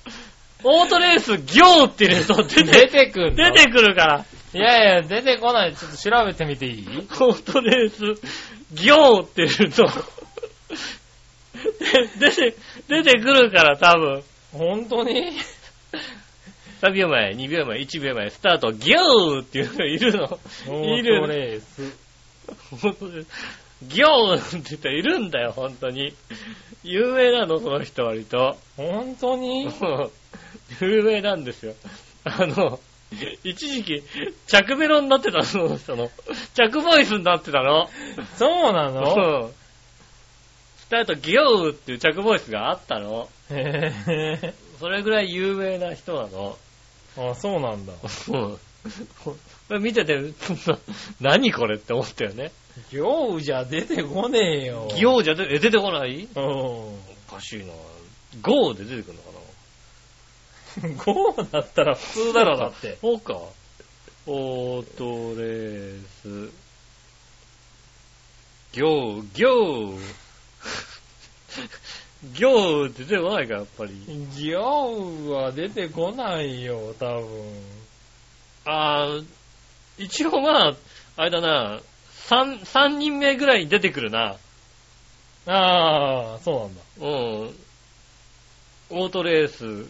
オートレース、ギョーって入れると出出て、てくん出のてくるから、いやいや、出てこない。ちょっと調べてみていいオートレース、ギョーって入れると、で出て、出てくるから、多分。本当に3秒前、2秒前、1秒前、スタート、ギョーっていうのがいるの。いオーる。トレース。本当ですギョーって言ったらいるんだよ、本当に。有名なの、その人割と。本当 にもう有名なんですよ。あの、一時期、着ベロになってたの、その人の。着ボイスになってたの。そうなうのんスタート、ギョーっていう着ボイスがあったの。へえ。それぐらい有名な人なの。あ、そうなんだ。うん見てて、そんな何これって思ったよね。行じゃ出てこねえよ。行じゃ出て出てこないうん。おかしいな。ゴーで出てくるのかな5だったら普通だろ、だって。そうか。オートレース。行、行。 行って出てこないか、やっぱり。行は出てこないよ、多分。あー、一応まあ、あれだな、三、三人目ぐらいに出てくるな。ああ、そうなんだ。うん。オートレース。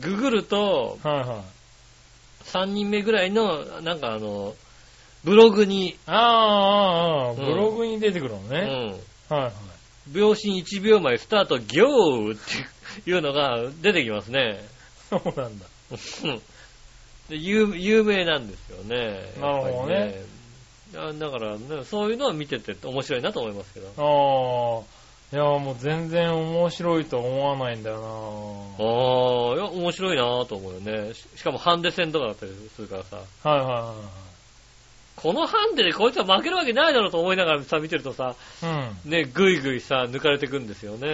ググると、はいはい。 3人目ぐらいの、なんかあの、ブログに、ああ、ああ、んブログに出てくるのうね。ん。はいはい。秒針1秒前スタート、行っていうのが出てきますね。 そうなんだ。うんで有有名なんですよね。なるほどねやっぱりね。あだから、ね、そういうのは見てて面白いなと思いますけど。ああ、いや、もう全然面白いと思わないんだよああ、いや、面白いなと思うよね。ししかもハンデ戦とかだったりするからさ、な。はいはこのハンデでこいつは負けるわけないだろうと思いながらさ、見てるとさ、いはい。うん。ね、ぐいぐいさ、抜かれてくんですよね。へ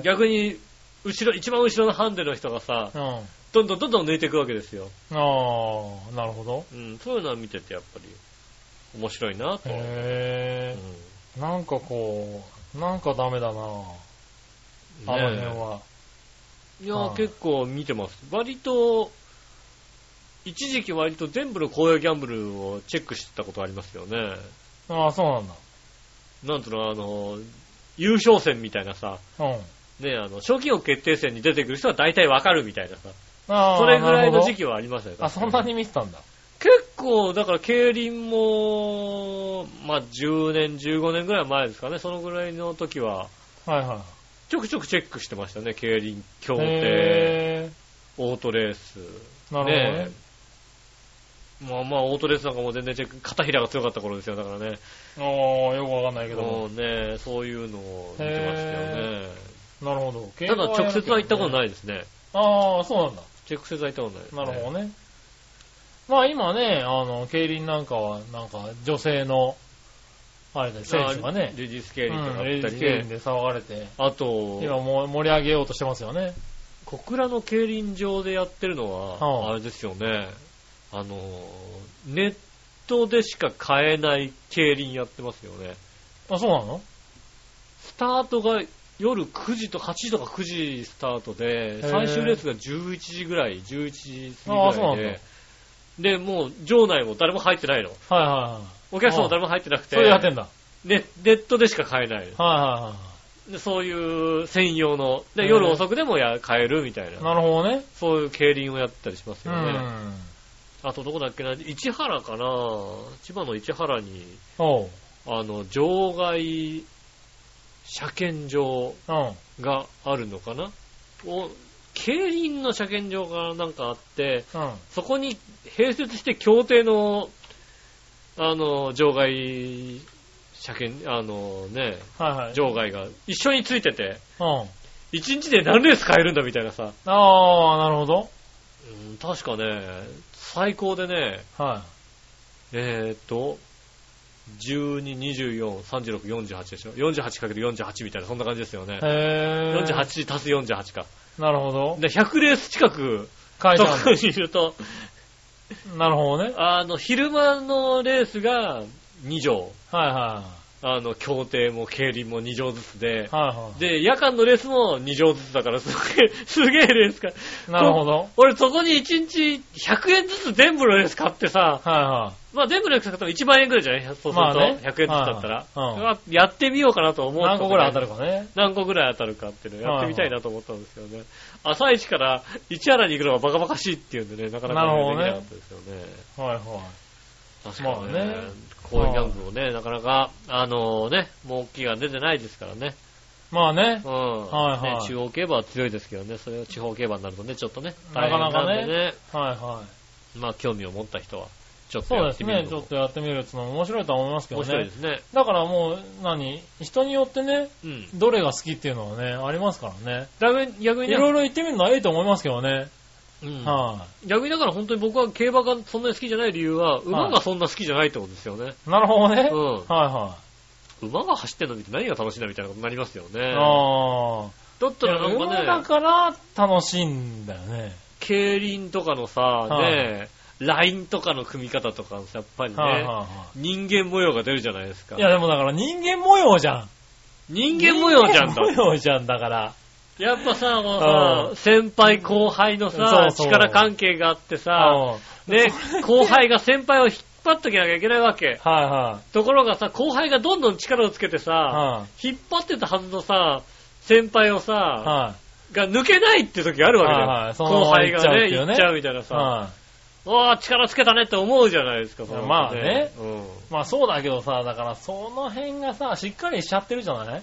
え。逆に、後ろ、一番後ろのハンデの人がさ、うん。あどんどんどんどん抜いていくわけですよ。あ、なるほど。うん、そういうのは見ててやっぱり、面白いなと。へうえ。なんかこう、なんかダメだな。あのん辺ねえは。いや、はい結構見てます。割と、一時期割と全部の公営ギャンブルをチェックしてたことありますよね。ああ、そうなんだ。なんとなくあの、優勝戦みたいなさ、うん。ね、あの、賞金王決定戦に出てくる人は大体わかるみたいなさ、ああ、それぐらいの時期。期はありましたよ。あ、そんなに見てたんだ。結構、だから、競輪も、まあ、10年、15年ぐらい前ですかね、そのぐらいの時は、はいはちょくちょくチェックしてましたね、競輪、競い。艇、へオートレース。え。なるほどね。まあまあ、オートレースなんかも全然チェック、片平が強かった頃ですよ、だからね。ああ、よくわかんないけども。もうね、そういうのを見てましたなるほど。。よね。ただ、直接は行ったことないいですね。ああ、そうなんだ。直接は行ったことないです、なるほどね。まあ今ね、あの、競輪なんかは、なんか女性の、あれだよ、選手がねあ、レディース競輪とかうんあレっデたィースり競輪ね。で騒がれて、あ今と、もう盛り上げようとしてますよね。小倉の競輪場でやってるのはは、ああれですよね。あの、ネットでしか買えない競輪やってますよね。あ、そうなのスタートが夜9時と8時とか9時スタートで、ー最終レースが11時ぐらい、11時あ過あぎそぐうならいんでだ、で、もう場内も誰も入ってないの。はいはいはい。お客さんも誰も入ってなくて、それやってんだ。ネネットでしか買えない。はいはでそういう専用の、でへー夜遅くでもや買えるみたいいはい。な、なるほどね。そういう競輪をやったりしますうよね。ん。あとどこだっけな、市原かな千葉の市原に、おう。あの、場外車検場うん。があるのかなお競輪の車検場がなんかあって、うん。そこに併設して協定の、あの、場外車検、あのね、はいはい。場外が一緒についてて、うん。一日で何レース買えるんだみたいなさ、ああ、なるほど。うん確かね、最高でね、はえー、っと、12、24、36、48でしょ ?48×48 みたいな、そんな感じですよねい。。へえ。 48足す48か。なるほど。で、100レース近く、書いてとあこるにいると、の。なるほどね。あの、昼間のレースが2畳。はいはあの、競艇も競輪も2畳ずつでい。、はいはい。で、夜間のレースも2畳ずつだから、すげえ、 すげえレースか。なるほど。俺そこに1日100円ずつ全部のレース買ってさ、はいはまあ全部のレース買ったら1万円ぐらいじゃないそうすると、まあね100円ずつだったら。はいはいうんうわやってみようかなと思い。う。何個ぐらい当たるかね。何個ぐらい当たるかっていうのをやってみたいなと思ったんですけどね。朝一から市原に行くのがバカバカしいっていうんでね、なかなかなるねほできどねなかったですよね。はいは確かにまあねね。こういうギャンブルをね、なかなか、あのね、儲けが出てないですからね。い。まあねう。ん。はいはいね中央競馬は強いですけどね、それを地方競馬になるとね、ちょっとね、なかなかね大変んでねはいはい。まあ興味を持った人は、ちょっとそうやでってすみるね。のちょもっとやってみるってのも面白いとは思いますけど面白いでね。すね。だからもう、何人によってね、うん。どれが好きっていうのはね、ありますからね。だめ、逆にいね、ろいろ言ってみるのはいいと思いますけどね。うんは逆にだから本当に僕は競馬がそんなに好きじゃない理由は、馬がそんな好きじゃないってことですよね。い。なるほどね。うん。はいは馬が走ってるの見て何が楽しいんだみたいなことになりますよい。ね。ああ。だったらなんいや馬かだね、から楽しいんだよね。競輪とかのさ、ね、ラインとかの組み方とかさ、やっぱりはいはいね、は人間模様が出るじゃないですかい。い。やでもだから人間模様じゃん。人間模様じゃん人だ間。模様じゃんだから。やっぱさ、もううさ、先輩後輩のそさう、そう力関係があってさ、うんね、後輩が先輩を引っ張っときなきゃいけないわけ。はいはところがさ、後輩がどんどん力をつけてい。さ、は引っ張ってたはずのさ、先輩をさ、い。はが抜けないって時があるわけだよ。はいはいそのまま後輩がね、行行っちゃうっていうね。っちゃうみたいないさ、はわあ、力つけたねって思うじゃないですか、そのまあねうい。まあそうだけどさ、だからその辺がさ、しっかりしちゃってるじゃないん。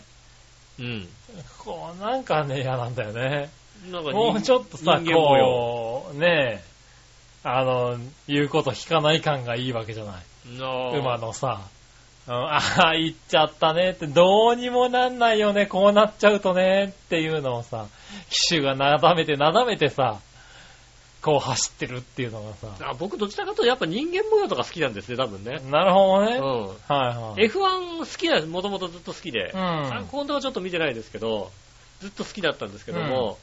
うん。こう、なんかね、嫌なんだよね。なんか人もうちょっとさ、人間模様。こう、ねえ、あの、言うこと聞かない感がいいわけじゃない。なあ馬のさ、うんああ、行っちゃったねって、どうにもなんないよね、こうなっちゃうとねっていうのをさ、騎手がなだめてなだめてさ、こう走ってるっていうのがさ、あ僕どちらかというとやっぱ人間模様とか好きなんですね、多分ね。なるほうどね。はいん。はい。 F1 好きなんです、もともとずっと好きで。うんあ今度はちょっと見てないですけど、ずっと好きだったんですけども、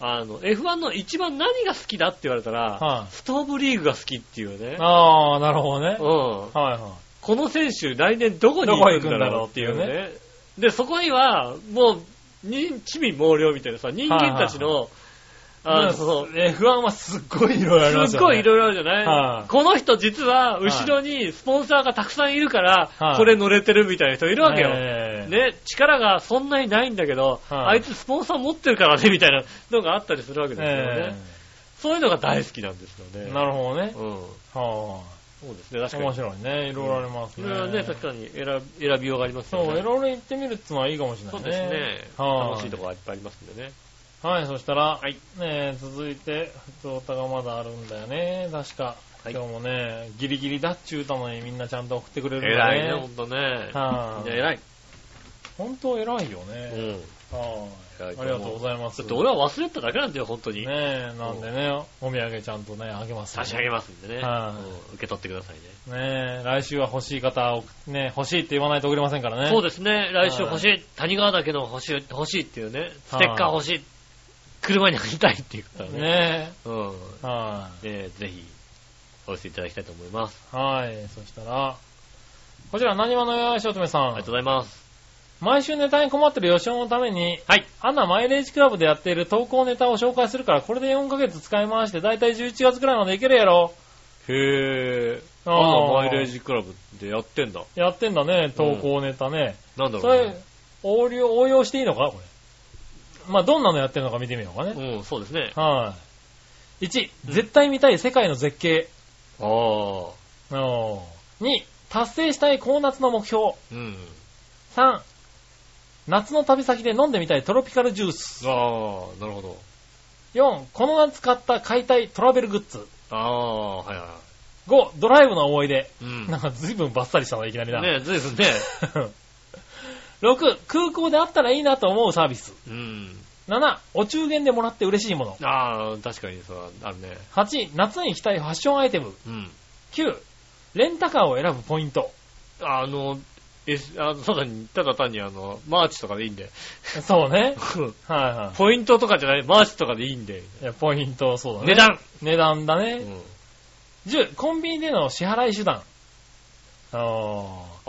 あの、F1 の一番何が好きだって言われたら、はいストーブリーグが好きっていうね。ああ、なるほどね。うはん。いはこの選手来年どこに行くんだろうっていうどこ行くんだね。で、そこには、もう、人、地味猛量みたいなさ、人間たちの、い。あでの、そう F1 はすっごいいろいろありますすっよごね。いいろいろあるじゃなはいいこの人実は、後ろにスポンサーがたくさんいるからは、いこれ乗れてるみたいな人いるわけよ。ええね、力がそんなにないんだけど、はあいいつスポンサー持ってるからね、みたいなのがあったりするわけですよねえ。そういうのが大好きなんですよえね。なるるほどね。うん。はそうですね、確い。かに面。白いね。いろいろありますそね。れはね、確かに選び選びようがありますよそね。う、いろいろ行ってみるってのはいいかもしれなそういね。ですね。はい楽しいところはいっぱいありますんでね。はい、そしたら、はいねえ続いて、普通歌がまだあるんだよね、確か。はい今日もね、ギリギリだっちゅうたのにみんなちゃんと送ってくれるん偉だね。いね、ほんとね。はいみんな偉い。本当偉いようん。ね。はい偉あいりと思うがとうございます。ちょっと俺は忘れてただけなんだよ、本当に。ねえ、なんでね、お土産ちゃんとね、あげます、差し上げますんでね。はういん受け取ってくださいね。ねえ、来週は欲しい方を、ね、欲しいって言わないと送れませんからね。そうでですね、来週はい欲しい。谷川岳の欲しい、欲しいっていうね。スはいテッカー欲しい。車に貼りたいっていう方はね。ねうん。え。はい。で、ぜひ、お寄せいただきたいと思います。はい。そしたら、こちら、何話のよやしおとめさありがんとう。ございます。毎週ネタに困ってる吉尾のために、はい。アナマイレージクラブでやっている投稿ネタを紹介するから、これで4ヶ月使い回して、だいたい11月くらいまでいけるやろ。へえ。ああーマイレージクラブでやってんだ。やってんだね、投稿ネタね。なんだそろうれね。応用、応用していいのかこれ。まあ、どんなのやってるのか見てみようかね。うん、そうですね。はい。1、絶対見たい世界の絶景。ああ。 2、達成したい高夏の目標。うん。 3、夏の旅先で飲んでみたいトロピカルジュース。ああ、なるほど。 4、この夏買った解体トラベルグッズ。ああ、はいは5、ドライブの思い出。い。うん。なんか随分バッサリしたの、いきなりな。 ねえ、ずいぶんね。 6、空港であったらいいなと思うサービス。 うん。 7、お中元でもらって嬉しいもの。ああ、確かにそう、あるね。 8、夏に行きたいファッションアイテム。うん。 9、レンタカーを選ぶポイント。あの、え、あの、ただに、ただ単にあの、マーチとかでいいんで。 そうね。はいはい。ポイントとかじゃない、マーチとかでいいんで。いや、ポイント、そうだね。値段値段だうね。ん。 10、コンビニでの支払い手段。あああ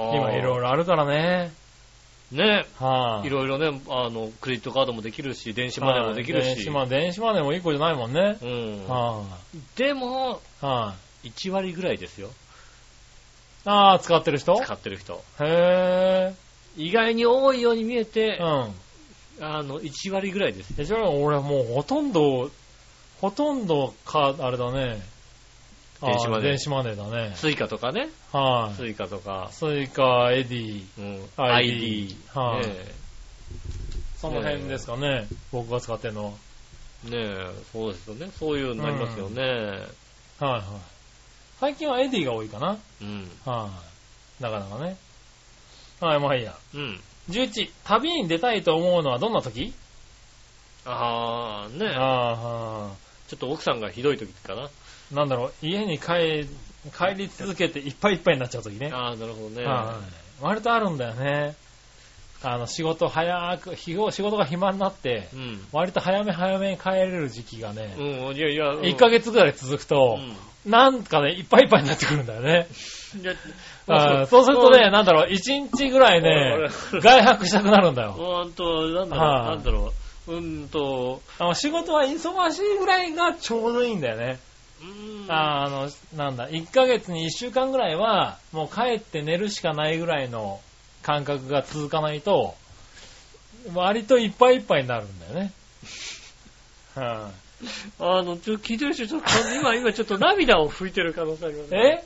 ー今いろいろあるからね。ねはい、いろいろね、あの、クレジットカードもできるし、電子マネーもできるはいし。電子マ電子マネーも1個じゃないもんね。うん。はでも、い、はい、 1割ぐらいですよ。ああ、使ってる人使ってる人。へ意外に多いように見ええ。てう、ん。あの、1割ぐらいですよ。え、じゃあ俺もうほとんど、ほとんどか、あれだね。あー電子マネー電子マネーだね。スイカとかね。はい、スイカとか、スイカ、エディ、うん、ID ID。はいねその辺ですかね。僕が使ってるのは。え、ねえそうですよね。そういうのになりますよね。はいはい。最近はエディが多いかな。はい、うん。なかなかね。はい、まあいいや。うん。 11、旅に出たいと思うのはどんな時ああ、ねえ。ああ、ちょっと奥さんがひどい時かな。なんだろう、家に帰、帰り続けていっぱいいっぱいになっちゃう時ね。ああ、なるほどね。はい割とあるんだよね。あの、仕事早く、日を仕事が暇になって、うん。割と早め早めに帰れる時期がね、うん、いやいや、うん1ヶ月ぐらい続くうと、ん。なんかね、いっぱいいっぱいになってくるんだ よね。いやあーそうするとね、、なんだろう、1日ぐら いうんね、外泊したくなるんだよ。うーんと、なんだろう、はいなんだろう、うーんと、あの仕事は忙しいぐらいがちょうどいいんだよね。うーん、あーあの、なんだ、1ヶ月に1週間ぐらいは、もう帰って寝るしかないぐらいの感覚が続かないと、割といっぱいいっぱいになるんだよね。はあの、ちょっと聞いてる人、ちょっと今、今ちょっと涙を拭いてる可能性ありますい。ね。え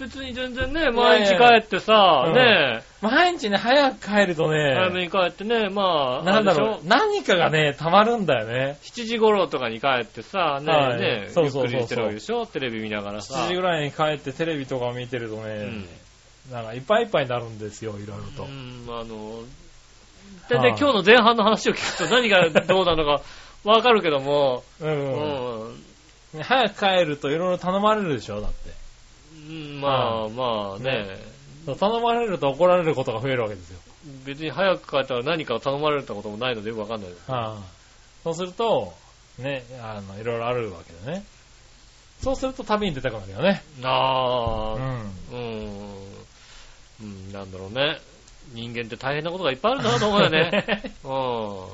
別に全然ね、い毎日帰ってさ、うんね、毎日ね、早く帰ると早めね、に帰ってね、まあ、なんだあれろでしう、何かがね、溜まるんだよね。ょ、7時頃とかに帰ってさ、ね、はいね、そゆうっそうそうそうくりしてるわけでしょ、テレビ見ながらさ。 7時ぐらいに帰ってテレビとか見てるとね、なんかいっぱいいっぱいになるんですよ、いろいろうと。ん、うんあの、だいたいはい今日の前半の話を聞くと何がどうなのかわかるけども、ううんん、ね早く帰るといろいろ頼まれるでしょ、だって。うんまあまあね、そう頼まれると怒られることが増えるわけですよ。別に早く帰ったら何かを頼まれたこともないのでよくわかんないです。はいそうすると、ね、あの、いろいろあるわけだね。そうすると旅に出たくなるよね。うああ、ん。うん、うん、なんだろうね。人間って大変なことがいっぱいあるんだなと思うよ ね。うん。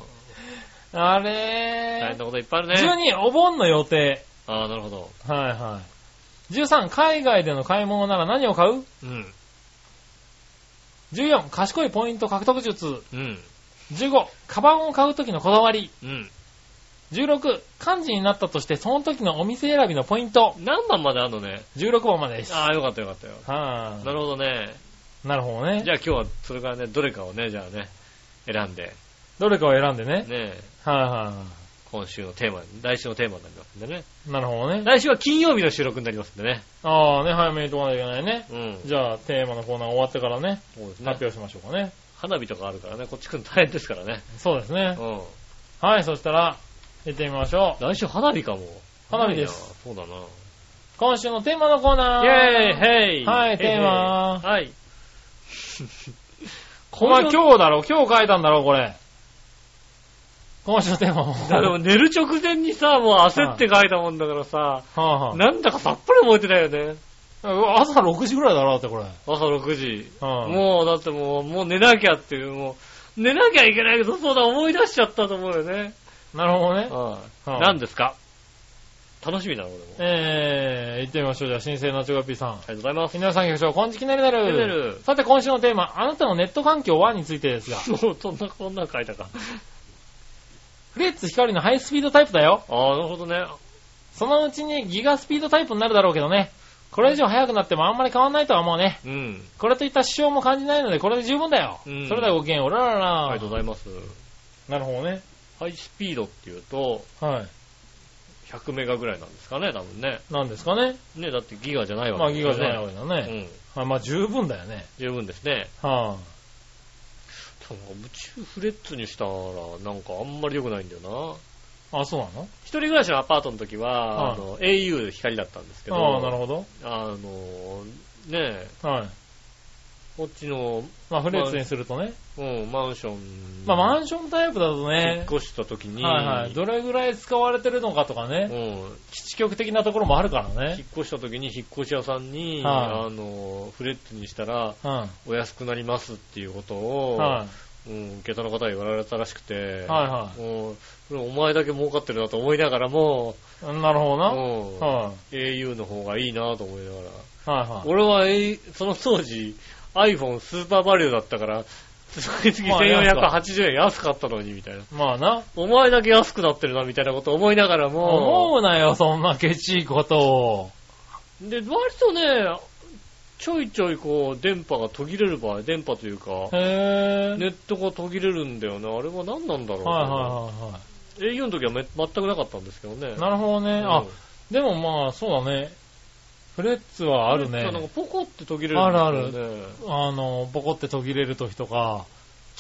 あ大変れなこといっぱいあるー、ね。 12、お盆の予定。ああ、なるほど。はいはい。13、海外での買い物なら何を買ううん。 ?14、賢いポイント獲得術。うん。 15、カバンを買う時のこだわり。うん。 16、漢字になったとしてその時のお店選びのポイント。何番まであるのね。 16番までです。ああ、よかったよかったよ。はなるほどね。い。なるほどね。じゃあ今日はそれからね、どれかをね、じゃあね、選んで、どれかを選んでね。ね、はいは今週のテーマ、来週のテーマになりますんでね。い。なるほどね。来週は金曜日の収録になりますんでね。ああね、早めに言っとかなきゃいけないね。うん。じゃあ、テーマのコーナー終わってからね、そうです発ね。表しましょうかね。花火とかあるからね、こっち来るの大変ですからね。そうですね。うん。はい、そしたら、行ってみましょう。来週花火かも。花火です早いな。そう今週のテーマのコーナだー。な。イェーイヘイはいテーマヘイはい。お前今日だろ今日書いたんだろこれ。今週のテーマも。だでも寝る直前にさ、もう焦って書いたもんだからさ、はなんだかさっぱり覚えてないよね。あはあ、朝6時ぐらいだろだってこれ。朝6時。うんもう、だってもう、もう寝なきゃっていう、もう、寝なきゃいけないけど、そうだ、思い出しちゃったと思うよね。なるほどね。はいはい何ですか楽しみだな、俺も。ありえー、行ってみましょう。じゃあ、新生ナチョガピーさん。がとうございます。皆さん、局長、こんちきなりなる。ねるねるさて、今週のテーマ、あなたのネット環境はについてですが、もう、そんな、こんなん書いたか。フレッツ光のハイスピードタイプだよ。 ああ、なるほどね。そのうちにギガスピードタイプになるだろうけどね。これ以上速くなってもあんまり変わんないとは思うね。うん。これといった支障も感じないので、これで十分だよ。うんそれではごきげんよう、おららら。ありがとうございます。なるほどね。ハイスピードっていうと、は100メガぐらいなんですかね、多分ね。い。なんですかね。ね、だってギガじゃないわまあ、ギガじゃないわわけだね。うん。はいまあ、十分だよね。十分ですね。は多分、宇宙フレッツにしたら、なんかあんまり良くないんだよな。あ。あ、そうなの一人暮らしのアパートの時は、はいあの、au 光だったんですけど、ああ、なるほど。あの、ねえ、はい。こっちの、まあ、フレッツにするとね。うん、マンション、まあ、マンションタイプだと引っね。越した時に、はいはい。どれぐらい使われてるのかとかうん、ね。基地局的なところもあるから引っね。越した時に引っ越し屋さんに、はいあの、フレッツにしたら、うん。はい。お安くなりますっていうことを、はいうん、下駄の方に言われたらしくて、はうんそれお前だけ儲かってるなと思いながらも、い。なるほどうな。はい。ん、au の方がいいなと思いながら。はいはい。俺は、えいその当時、iPhone スーパーバリューだったから、月々まあ1480円安かったのに、みたいな。まあな。お前だけ安くなってるな、みたいなこと思いながらも、思うなよ、 そんなケチいことを。で、割とね、ちょいちょいこう、電波が途切れる場合、電波というか、へぇー。ネットが途切れるんだよね。あれは何なんだろう、はいはいはいは営業の時はめ全くなかったんですけどね。い。なるほどね。あ、でもまあ、そうだね。フレッツはあるなんかね。ポコって途切れるんですよね。あの、ボコって途切れる時とか、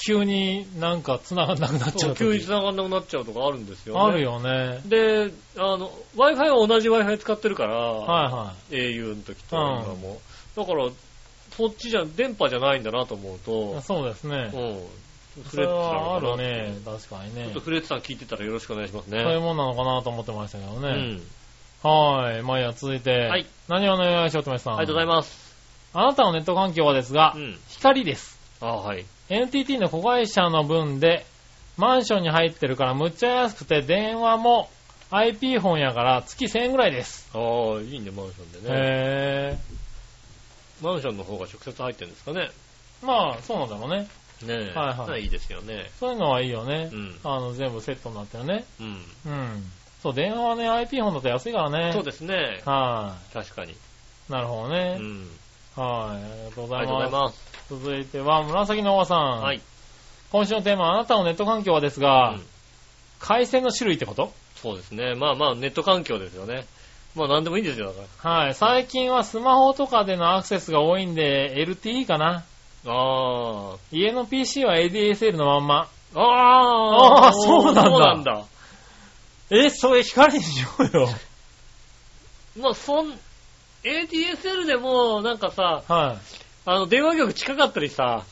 急になんか繋がんなくなっちゃそうう急に時。繋がんなくなっちゃうとかあるんですよ、ね。あるよね。で、あの、Wi-Fi は同じ Wi-Fi 使ってるから、はいは au の時と今も。だから、そっちじゃ、電波じゃないんだなと思うい。と、そうですね。うん。それはあのかなるね。確かにちょねっと。フレッツさん聞いてたらよろしくお願いしますそういうね。もんなのかなと思ってましたけどうね。ん。はーい。まあいいや、続いて。はい。何をお願いしようとめさん。ありがとうございまます。す。あなたのネット環境はですがう、ん。光です。あはい。 NTT の子会社の分で、マンションに入ってるからむっちゃ安くて電話も IP 本やから月1000円ぐらいです。ああ、いいね、マンションでね。へマンションの方が直接入ってるんですかね。ー。まあ、そうなんだろうね。ねえ。はいはいそれいいですよね。そういうのはいいよねう。ん。あの、全部セットになってるね。うん。うん。そう、電話はね、IP 本だと安いからね。そうでですね。は確かに。い。なるほどうね。ん。はい。ありがとうごありざいがとうござまいす。ます。続いては、紫のおばさん。はい。今週のテーマ、あなたのネット環境はですが、うん回線の種類ってことそうですね。まあまあ、ネット環境ですよね。まあ、なんでもいいんですよ、だから。はい。最近はスマホとかでのアクセスが多いんで、LTE かな。あ家の PC は ADSL のまんま。あ。ああーそうなんだそうなんだ。え、それ光にしようよ。まあ、そん、ADSL でも、なんかさ、はあの、電話局近かったりさ、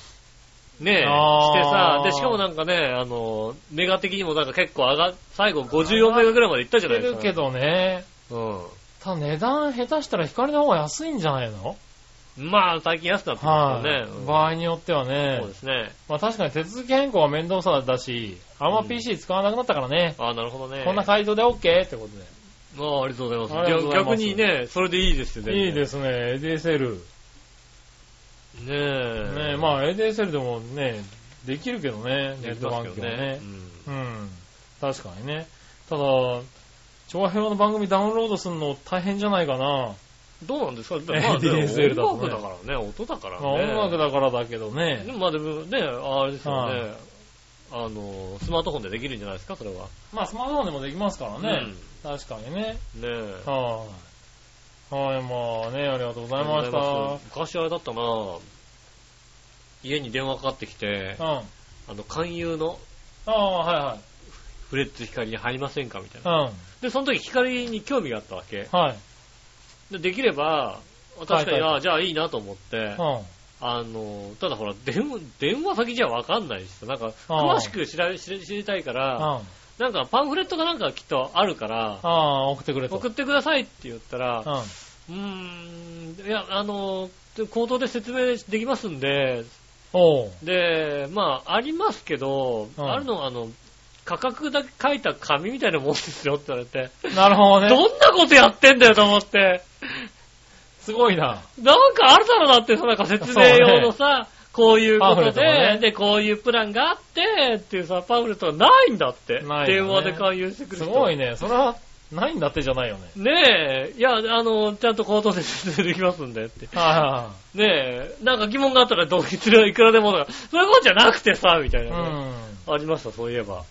ねえ、してあさー、で、しかもなんかね、あの、メガ的にもなんか結構上が、最後54メガぐらいまで行ったい。じしゃないてでするか。けどね。ど。ただ値段下手したら光の方が安いんじゃないのうん。まあ、最近安くなってまはすよね。い。うん場合によってはねそう。ですね。まあ確かに手続き変更は面倒さだったし、あんま PC 使わなくなったからね。ああ、なるほどね。こんな回答で OK ってことああ、ありがとうございあます。りがいとうやございます逆にね、それでいいですよで。ね。いいですね、ADSL。ねえ。ねまあ ADSL でもね、できるけどね、ネット環境ね。うん。確かにね。ただ、調和平和の番組ダウンロードするの大変じゃないかな。どうなん ですかま ADSL だと音ね楽だからね、音だからね。まあ音楽だからだけどでね。もまあでもね、あれですよはね。あの、スマートフォンでできるんじゃないですか、それは。まあスマートフォンでもできますからね。確かにね。うん。ねえ。はい。はい、まあね、ありがとうございました。昔あれだったな家に電話かかってきて、うん。あの、勧誘のああ、はフレッツ光に入りませんかみたいいな。はい。で、その時光に興味があったわけ。うん。はい。で、できれば、確かはに、いはいあじゃあいいなと思って、うん。あの、ただほら、電話、電話先じゃわかんないしさ、なんか、ああ詳しく知ら、知り知りたいかうん。ら、あなんかパンフレットがなんかきっとあるから、あ、送ってくれと。送ってくださいって言ったら、うん。うーん、いや、あの、口頭で説明できますんで、おう。で、まあ、ありますけど、うんあるのは、あの、価格だけ書いた紙みたいなもんですよって言われて、なるほどね。どんなことやってんだよと思って、すごいな。なんかあるだろうなって、そのなんか説明用のさ、こういうこパンフとレットで、もねで、こういうプランがあって、っていうさ、パンフレットがないんだって。ないよ電話でね勧誘してくるす人。ごいね。それは、ないんだってじゃないよね。ねえ、いや、あの、ちゃんと口頭で説明できますんでって。はねえ、なんか疑問があったら、どういつらいくらでもだから、そういうことじゃなくてさ、みたいいなはね、いはい。うん。ありました、そういえば。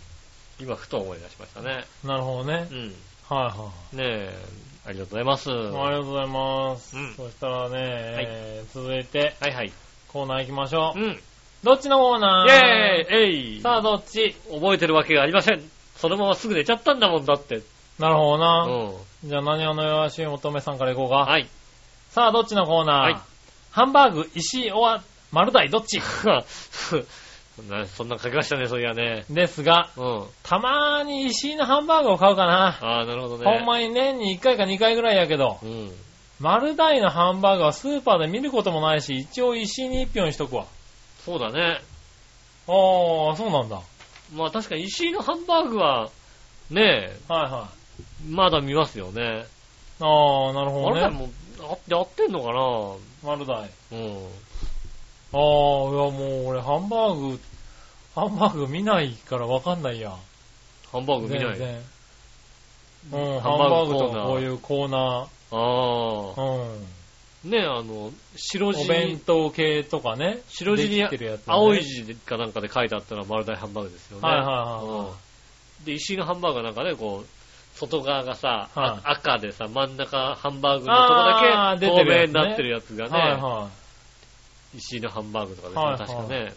今、ふと思い出しましたね。なるほどねう。ん。ねはいはえ、ありがとうございます。い。ありはがとうございます。うんそしたらね、えー続いていはい。コーナー行きましょうう。ん。イどっちのコーナェーーイえいさあどっち覚えてるわけがありません。そのまますぐ寝ちゃったんだもんだって。なるほどうな。ん。じゃあ何をのよし乙女さんから行こうか。はい。さあどっちのコーナー、はい ハンバーグ、石、おわ、丸大どっちなそんな書きましたね、そういやね。ですが、うん。たまーに石井のハンバーグを買うかな。ああ、なるほどね。ほんまに年に1回か2回ぐらいやけど、うん。丸大のハンバーグはスーパーで見ることもないし、一応石井に1票にしとくわ。そうだね。ああ、そうなんだ。はいまあ確かに石井のハンバーグは、ねえ、はい。まだ見ますよね。ああ、なるほあどれね。もあやってんのかな丸大。ああ、いうん。やもう俺ハンバーグ、ハンバーグ見ないからわかんないや。ハンバーグ見な全い。然。うん、ハハンンバーバーググコーナーとかこういうコーナああ。ー、うん。ねえ、あの、白お弁地、当系とかね。白地できにてるやつね青い字かなんかで書いてあったのは丸大ハンバーグですよね。はいはいはいはうんで、石井のハンバーグはなんかね、こう、外側がさ、はあ赤でさ、真ん中ハンバーグのとこだけあ透ー出てる明やつねになってるやつがね、い。はいは石井のハンバーグとかですね、はいはい確かね。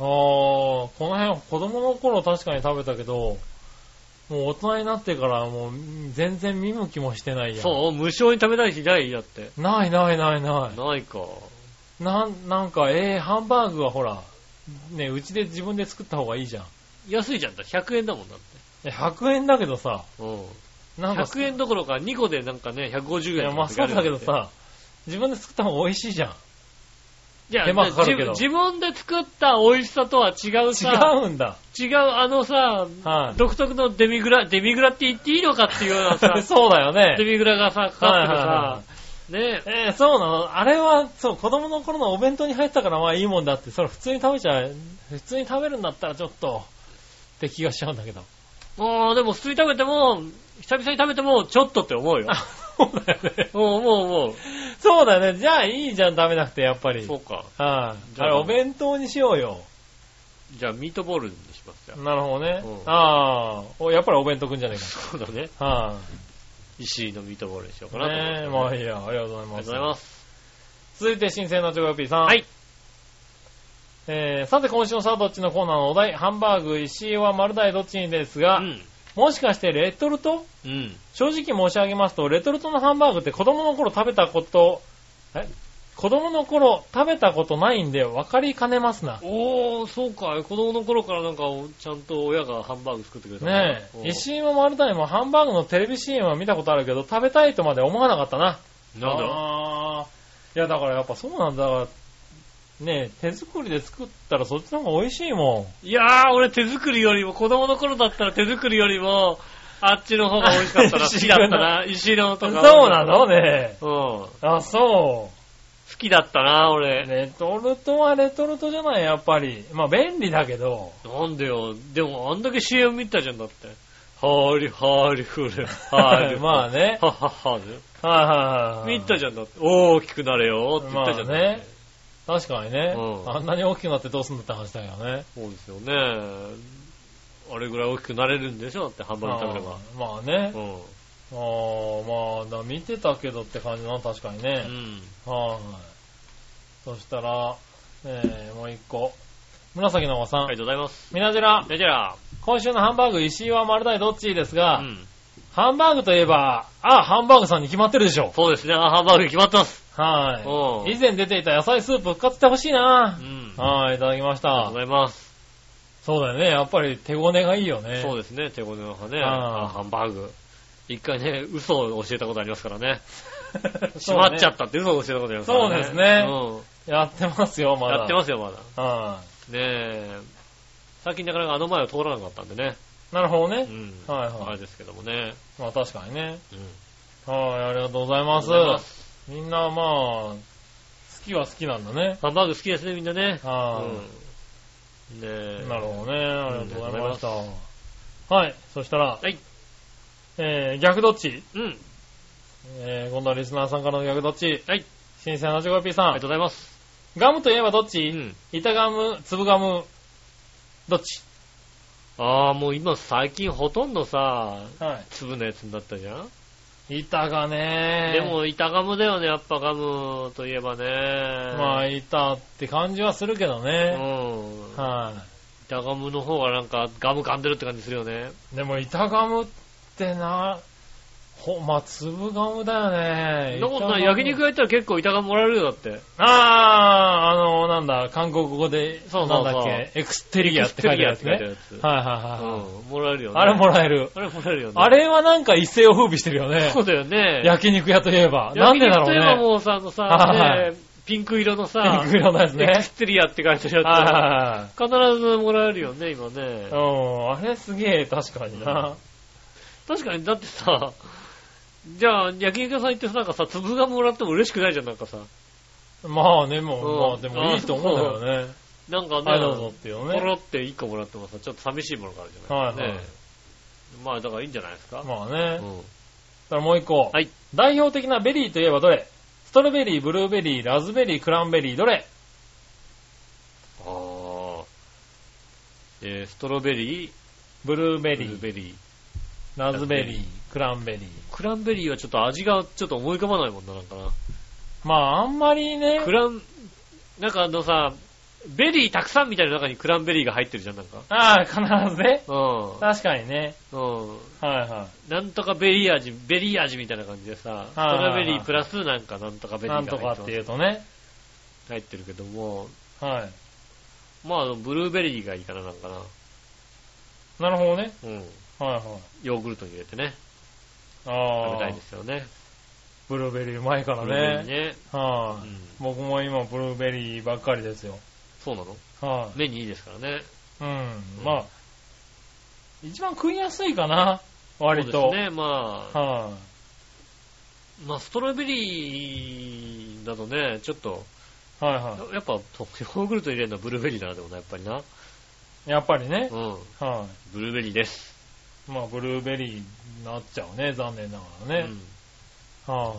あー、この辺は子供の頃確かに食べたけど、もう大人になってからもう全然見向きもしてないやん。そう、無償に食べたい日ないだって。う。ないないないなないか。い。なん、なんか、えー、ハンバーグはほら、ね、うちで自分で作った方がいいじゃん。安いじゃんだ。100円だもんだって。え100円だけどさ、うん。なんか、 100円どころか2個でなんかね、150円いや、まあそうだけど。さ、自分で作った方が美味しいじゃん。じゃあ、手間かかるけど自自分で作った美味しさとは違うさ、違うんだ。違うあのさ、はい、、独特のデミグラ、デミグラって言っていいのかっていうようなさ そうだ よデね。ミグラがさ、かかってるさ、ねえ、えーそうなのあれは、そう、子供の頃のお弁当に入ってたからまあいいもんだって、それ普通に食べちゃう、普通に食べるんだったらちょっと、って気がしちゃうんだけど。もうでも普通に食べても、久々に食べても、ちょっとって思 うよ。そうだよね。もう、もう、もそうだよね。じゃあいいじゃん、食べなくて、やっぱり。う。はそ、いうか。あ。じゃあれ、お弁当にしようよ。じゃあ、ミートボールにしますじゃあなるほどねうん。ああお、やっぱりお弁当くんじゃねえそうだね。か。はい、石井のミートボールにしようかなと思いますねえ、まあいいや、ありがとうござあいりがまとうす。ございます。続いて、新鮮なチョコヨッピーさん。はい。えー、さて今週のさあどっちのコーナーのお題、ハンバーグ、石井は丸大どっちにですが、うん。もしかしてレトルトうん。正直申し上げますと、レトルトのハンバーグって子供の頃食べたこと、え子供の頃食べたことないんで分かりかねますな。おー、そうか。子供の頃からなんか、ちゃんと親がハンバーグ作ってくれたからねおえ、ー石井も丸大もハンバーグのテレビ CM は見たことあるけど、食べたいとまで思わなかったな。なんだろあーいや、だからやっぱそうなんだ。だからねえ、手作りで作ったらそっちの方が美味しいもん。ういやー、俺手作りよりも、子供の頃だったら手作りよりも、あっちの方が美味しかったな。 好石井きのだったな。石井のとそうか。なのねうん。好あ、そう。きだったな、俺。レトルトはレトルトじゃない、やっぱり。まあ、便利だけど。なんでよ。でも、あんだけ CM 見たじゃんだって。はーりはーりふれ。はーり。 まあね。はははで。はいはいはい。見たじゃゃんだって。大きくなれよって言まったあじゃん。ね。。確かにね、うんあんなに大きくなってどうすんだって話だよね。そうですよね。あれぐらい大きくなれるんでしょだって、ハンバーグ食べれば。あーまあね。うん。あーまあ、だ見てたけどって感じなの、確かにね。うん。はい。そしたら、えー、もう一個。紫のおばさん。ありがとうございます。みなじら、じゃあじゃあ、今週のハンバーグ、石井は丸大どっちですが、うん。ハンバーグといえば、あ、ハンバーグさんに決まってるでしょ。そうですね。あハンバーグ決まってます。はうい。ん以前出ていた野菜スープ復活してほしいなう、ん。あはい、いただきましりがとたうご。ざいます。そうだよね。やっぱり手ごねがいいよね。 そうですね。手ごねの派ね。あーあハンバーグ。一回ね、嘘を教えたことありますからね。そ閉うまねっちゃったって嘘を教えたことありますからね。そうですねうん。やってますよ、まだ。。やってますすよ、まだ。ねはえ。最近なかなかあの前を通らなかったんでね。い。なるほどうね。ん。はいはいあれですけどもね。まあ確かにね。うん。はい、ありがとうございま。ありがとうございますみんなまあ、好きは好きなんだね。ハンバーグ好きですね、みんなね。はうん。ねえい。。なるほどね。ありがとうございました。はい。そしたら、はい。えー、逆どっちうん。えー、今度はリスナーさんからの逆どっちはい。新鮮なジョコピーあさりがんと。うございます。ガムといえばどうっちん。板ガム、粒ガム、どっちああ、もう今最近ほとんどさ、は粒のやつになったじゃん、い。板がねで、も板ガムだよね、やっぱガムといえばね。まあ、板って感じはするけどうね。ん。は板ガムの方がなんかガム噛んでるって感じするよね。い。でも、板ガムってな、ほ、まあ、粒ガムだよそね。んなことない。板ガム焼肉やったら結構板ガムもらえるよ、だって。あー、あの、なんだ、韓国語で、そうそうそうなんだっけ、エクステリアって書いてあるやつね。エクステリアはっいて書いてあるやはいはいはい。つ。うん。もらえるよね。あれもらえる。あれもらえるよね。あれはなんか一世を風靡してるよねそ。うだよね。焼肉屋といえば。なんでだろ焼肉といえばうね。もうさ、あのはいさは、ねピンク色のさ、肉色のやつね。エクステリアって書いてあるはいはいやはいはい。つ。必ずもらえるよね、今ね。うん、あれすげえ、確かにな。確かに、だってさ、じゃあ、焼肉屋さん行ってさ、なんかさ、粒がもらっても嬉しくないじゃん、なんかさ。まあね、もう、うんまあでもいいと思うんだよね。なんかね、はい、どうぞっていうポね。ロって1個もらってもさ、ちょっと寂しいものがあるじゃないですか。はいはいねまあ、だからいいんじゃないですか。まあね。うんただもう一個。はい代表的なベリーといえばどれストロベリー、ブルーベリー、ラズベリー、クランベリー、どれあーえーストロベリー、ブルーベブリルーー、ベリー。ラズベリー、クランベリー。クランベリーはちょっと味がちょっと思い浮かばないもんな、なんかな。まあ、あんまりねク。ラン、なんかあのさ、ベリーたくさんみたいな中にクランベリーが入ってるじゃん、なんか。ああ、必ずね。う確かにね。ん。うん。はいはなんとかベリー味、ベリー味みたいな感じでさ、ストはいはいロはいベリープラスなんかなんとかい。ベリなーんとがか入っってていうとね。入ってるけども、はまあ、ブルーベリーがいいかな、なんかな。い。なるほどね。うん。はいはい。ヨーグルトに入れてね、食べあたあいで、すよね。ブルーベリーうまいかブらルーベリーね。ね。はうい。ん。僕も今ブルーベリーばっかりですよ。そうなのは目にいいですからね。い。うん。まあ、一番食いやすいかな。割そうと。ですね、まあ、はまあ、ストロベリーだとね、ちょっと、い。はいはやっぱ、ヨーグルト入れるのはブルーベリーならでもな、やっぱりな。い。やっぱりねう。ん。はブルーベリーです。い。まあ、ブルーベリーになっちゃうね。残念ながらね。は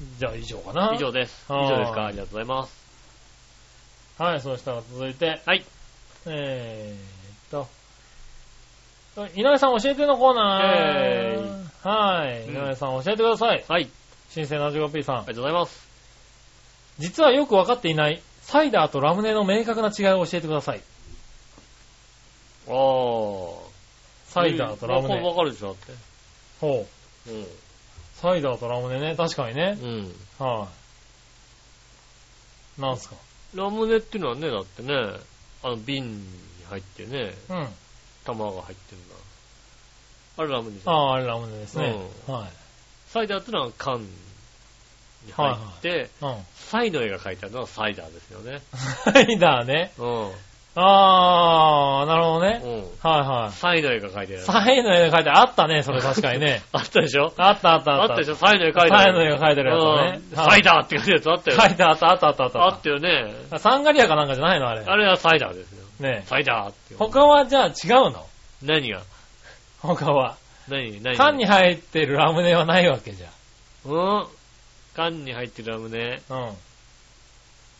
い。じゃあ以上かうな。ん。以上です。以あー上ですか。ありがとうございます。はい、そしたら続いて、はい。えーっと、井上さん教えてのコーナー。えはい、うん井上さん教えてください。はい。新生なじごピーさんあ。りがとうございます。実はよくわかっていない、サイダーとラムネの明確な違いを教えてください。あー。サイダーとラムわかネ。わかるでしょ、だっほう。て。うん。サイダーとラムネね、確かにね。うん。はい、なんすか。ラムネっていうのはね、だってね、あの、瓶に入ってね、うん。玉が入ってるんだ。あれラムネじゃん。ああ、あれラムネですね。はい。サイダーってのは缶に入って、うん。 サイの絵が書いてあるのはサイダーですよね。サイダーね。うん。ああ、なるほどね。うん。はいはい。サイの絵が書いてある。サイの絵が書いてあったね、それ確かに ね。あったでしょあったあったああっった。たでしょサイの絵書いてサあイのる。絵が書いてるやうつんね。はサいイダーって書いてあるやつあったよね。書いてあったあったあったあった。あったよね。サンガリアかなんかじゃないのあれ。あれはサイダーですよ。ねえサイダーって。他はじゃあ違うの何が他は。何何缶に入ってるラムネはないわけじうん缶に入ってるラムネ、ゃん。うん。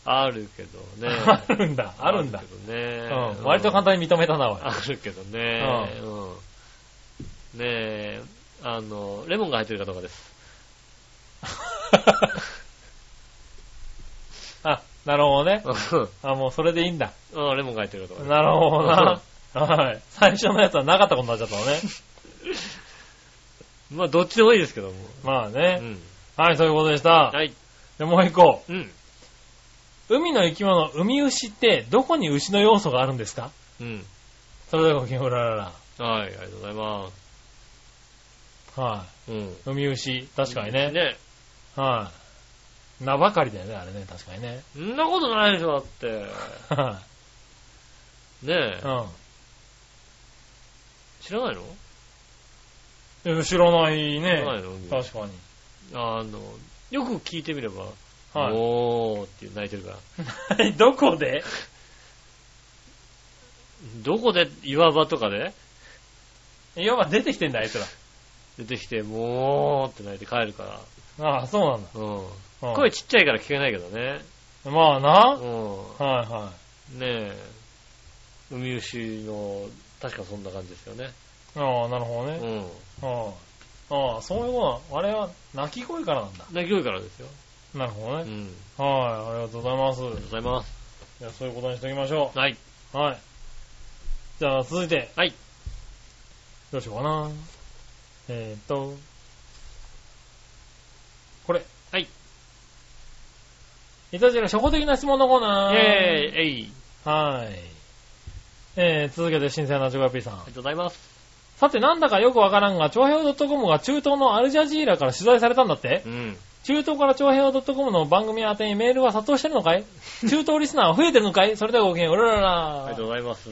あるけどね。あるんだ、あるんだけ。どね。うん。割と簡単に認めたな、おい。あるけどね。うん。ねえ、あの、レモンが入ってるかどうかです。 あ、なるほどね。うんあ、もうそれでいいんだ。うん、レモンが入ってるかどうかです。なるほどな。はい。最初のやつはなかったことになっちゃったのね。まあ、どっちでもいいですけども。まあうね。ん。はい、そういうことでした。はい。で、もう一個。うん。海の生き物、海牛って、どこに牛の要素があるんですかうん。それではごきげんうららら。はい、ありがとうございます。はうん。い。海牛、確かにね。ね。はい。名ばかりだよね、あれね、確かにね。そんなことないでしょ、だって。はねいえ。知らないのうんえ。知らない知らないね。の確かに。あの、よく聞いてみれば、はおーって泣いてるから。い。 どこでどこで岩場とかで要は出てきてんだ、あいつら。出てきて、もーって泣いて帰るから。ああ、そうなんだ。うん。うん声ちっちゃいから聞けないけどね。まあな。うはいはん。ねえ。海牛の、確かそんな感じですよね。い。ああ、なるほうどね。ん。ああああ、そういうことなのあれは、鳴き声からなんだ。泣き声からですよ。なるほどうね。ん。はい、ありがとうございます。ありがとうございます。じゃあ、そういうことにしておきましょはい。う。はい。じゃあ、続いて。はい。どうしようかな。えーっと。これ。はい。いただきの初歩的な質問のコーナえー。ー、えい。はい。えー、続けて、新鮮なジョガピーさんあり。がとうございます。さて、なんだかよくわからんが、長平 .com が中東のアルジャジーラから取材されたんだってうん。中東から長平 .com の番組宛てにメールが殺到してるのか い中東リスナーは増えてるのかいそれではごきげんよう、うららありがらとうございます。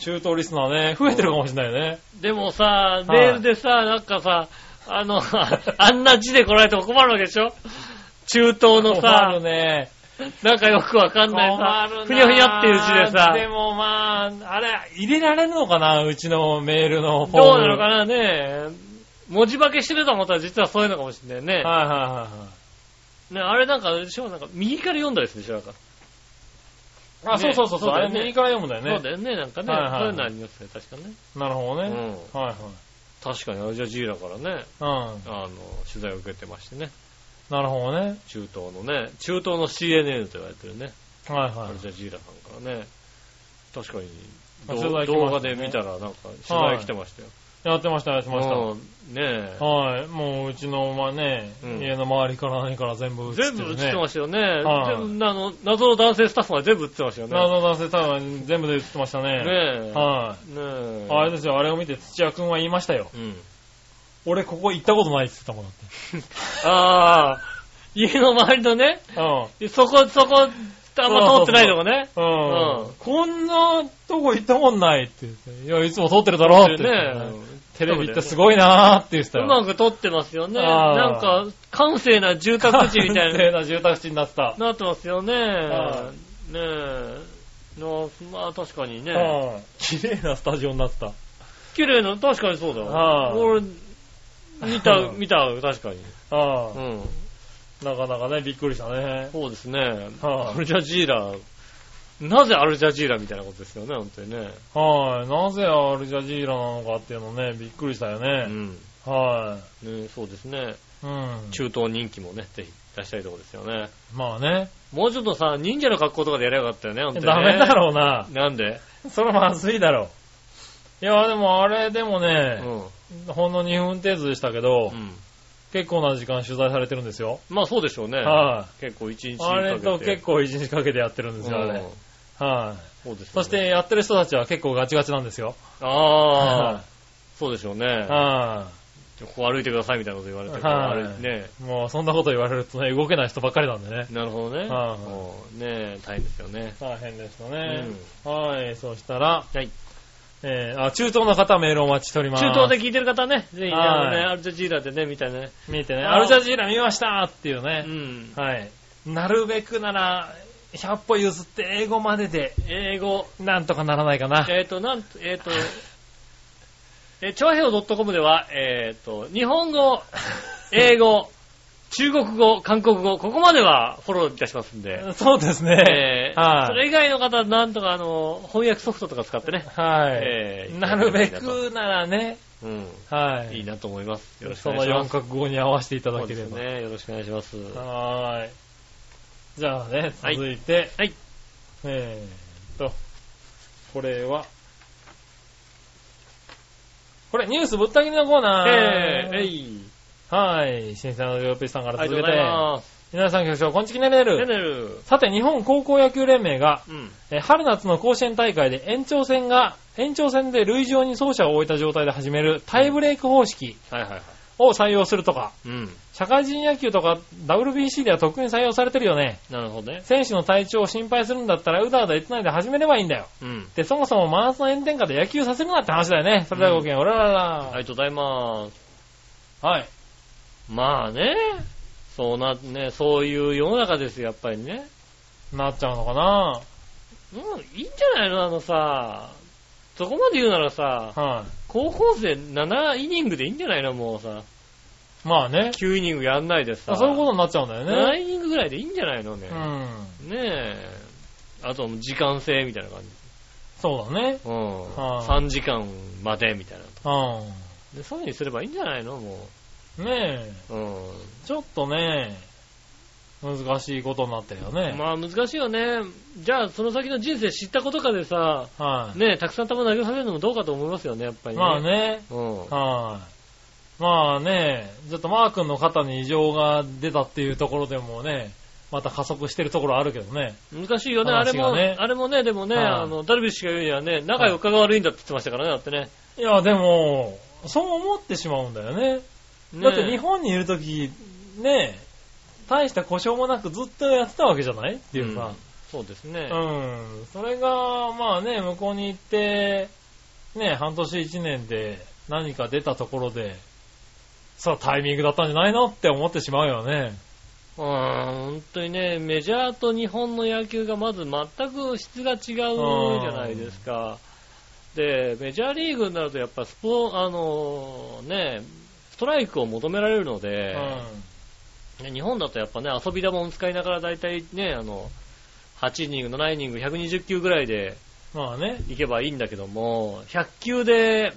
中東リスナーね、増えてるかもしれないよね。でもさ、いメールでさ、なんかさ、あの、 あんな字で来られても困るわけでしょ中東の困さる、ね。なんかよくわかんないさ困る、なふにゃふにゃっていう字でさ、でもまあ、あれ、入れられるのかなうちのメールのフォーム。どうなのかなね文字化けしてると思ったら実はそういうのかもしれないね。はいはいはいはい。ねあれなんかあれでしょなんか右から読んだりするでしょなんか、あ、そうそうそうそねう、あれ右から読むんだよね。そうだよね。なんかね、はいはいはいそういうのありますね。確かね。なるほどね。うはい確かにアルジャジーラからね、はい。うん。あの、取材を受けてましてね。なるほどね。中東のね、中東の CNN と言われてるね。はいはアいル。ジャジーラさんからね。確かに、あど取材来ましたね動画で見たらなんか取材来てましたよ。やってました、やってました。うんねえ。はい。もううちの、まあね、うん家の周りから何から全部映ってる、全ね。部映ってましたよね。はい全部あの謎の男性スタッフが全部映ってましたよね。謎の男性多分全部で映ってましたね。ねえ。はねえい。。あれですよ、あれを見て土屋くんは言いましたよ。うん。俺ここ行ったことないって言ってたもんだっああ、家の周りのね、て。うん。そこ、そこ、あんま通ってないとこね。うんうんこんなとこ行ったもんないって言って。いや、いつも撮ってるだろうって言ってたねね。テレビってすごいなーって言ってたうよ。 まく撮ってますよね。あーなんか、閑静な住宅地みたい完な、全な住宅地になった。なってますよね。はねえ。のまあ確かにうね。ん。綺麗なスタジオになった。綺麗な、確かにそうだはよ。い俺、見た、うん見た、確かに。あうあん。なかなかね、びっくりしたね。そうですね。はアいルジャジーラ、なぜアルジャジーラみたいなことですよね、本当にね。はい。なぜアルジャジーラなのかっていうのね、びっくりしたようね。ん。はねそうですね。い。うん。中東人気もね、ぜひ出したいところですよね。まあね。もうちょっとさ、忍者の格好とかでやればよかったよね、本当にダねメだろうな。なんでそれまずいだろう。いや、でもあれでもうね、ん。ほんの2分程度でしたけどう、ん。結構な時間取材されてるんですよ。まあそうでしょうね。は結構一日い。あれと結構構一日かけてやってるんですよ、あれ。はい。そうですよねそして、やってる人たちは結構ガチガチなんですよ。あはあ、そうでしょういね。はここ歩いてくださいみたいなこと言われてこうはい歩いてね。い。もうそんなこと言われるとね、動けない人ばっかりなんでね。なるほどね。はいうんねえ、大変ですよね。大変でしたね。はい。そしたら、はい。えー、あ、中東の方メールお待ちしております。中東で聞いてる方ね、ぜひね、はいあのね、アルジャジーラでね、見たね。見てね、あーアルジャジーラ見ましたっていううね。ん。はい。なるべくなら、100歩譲って英語までで、英語、なんとかならないかな。えっ、と、なん、えっ、と、え、長平洋 .com では、えっ、と、日本語、英 語、中国語、韓国語、ここまではフォローいたしますんで、そうですえね。ーはそれい。以外の方はなんとかあの、翻訳ソフトとか使ってね、はえい。ーなるべくならね、うん、はい。いいなと思います。よろしくそお願いのしま4す。カ国語に合わせていたそだうけでれすば。ね、よろしくお願いします。はーい。じゃあね、はい続いて、はい。えーっと、これは、これニュースぶった切りのコーナー。えー、えい、はい。新鮮なヨーピーさんかあらりがとう続けごてざい、ます。皆さん局長、こんちきねねねる。ねる、さて、日本高校野球連盟が、うん、えー春夏の甲子園大会で延長戦が、延長戦で類上に走者を置いた状態で始めるタイブレイク方式はいはいはい。を採用するとか、うん、社会人野球とか WBC では特に採用されてるよね。なるほどね。選手の体調を心配するんだったら、うだうだ言ってないで始めればいいんだよ。うん、で、そもそもマースの炎天下で野球させるなって話だよね。それではごきげん、おららら。ありがとうございます。はい。まあね、そうな、ね、そういう世の中ですよ、やっぱりね。なっちゃうのかなうん、いいんじゃないのあのさ、そこまで言うならさ、は高校生7イニングでいいんじゃないのもうさ、い。まあね。 9イニングやんないでさ、あそういうことになっちゃうんだよね。 7イニングぐらいでいいんじゃないのねう。ん。ねえ。あとはもう時間制みたいな感じ。そうだね。うん。はい3時間までみたいな。うで、そういう風にすればいいんじゃないのもん。ねえ。う。うん。ちょっとね、難しいことになってるよね。まあ難しいよね。じゃあその先の人生知ったことかでさ、はい、ねえ、たくさん球投げさせるのもどうかと思いますよね、やっぱりね。まあ。ね、うん。はい、まあね、ちょっとマー君の肩に異常が出たっていうところでもね、また加速してるところあるけどね。難しいよね、あれ話がも、ねあれもね、でもね、はいあの、ダルビッシュが言うにはね、仲良かが悪いんだって言ってましたからね、だってね。いや、でも、そう思ってしまうんだよね。ねだって日本にいるとき、ね、大した故障もなくずっとやってたわけじゃないっていうさ。そうですね。うん。それが、まあね、向こうに行って、ね、半年一年で何か出たところで、さあタイミングだったんじゃないのって思ってしまうよね。うん、本当にね、メジャーと日本の野球がまず全く質が違うじゃないですか。で、メジャーリーグになるとやっぱスポ、あの、ね、ストライクを求められるので、ね日本だとやっぱね、遊び玉も使いながら大体ね、あの、8イニング、7イニング、120球ぐらいでうん。まあね。いけばいいんだけども、100球で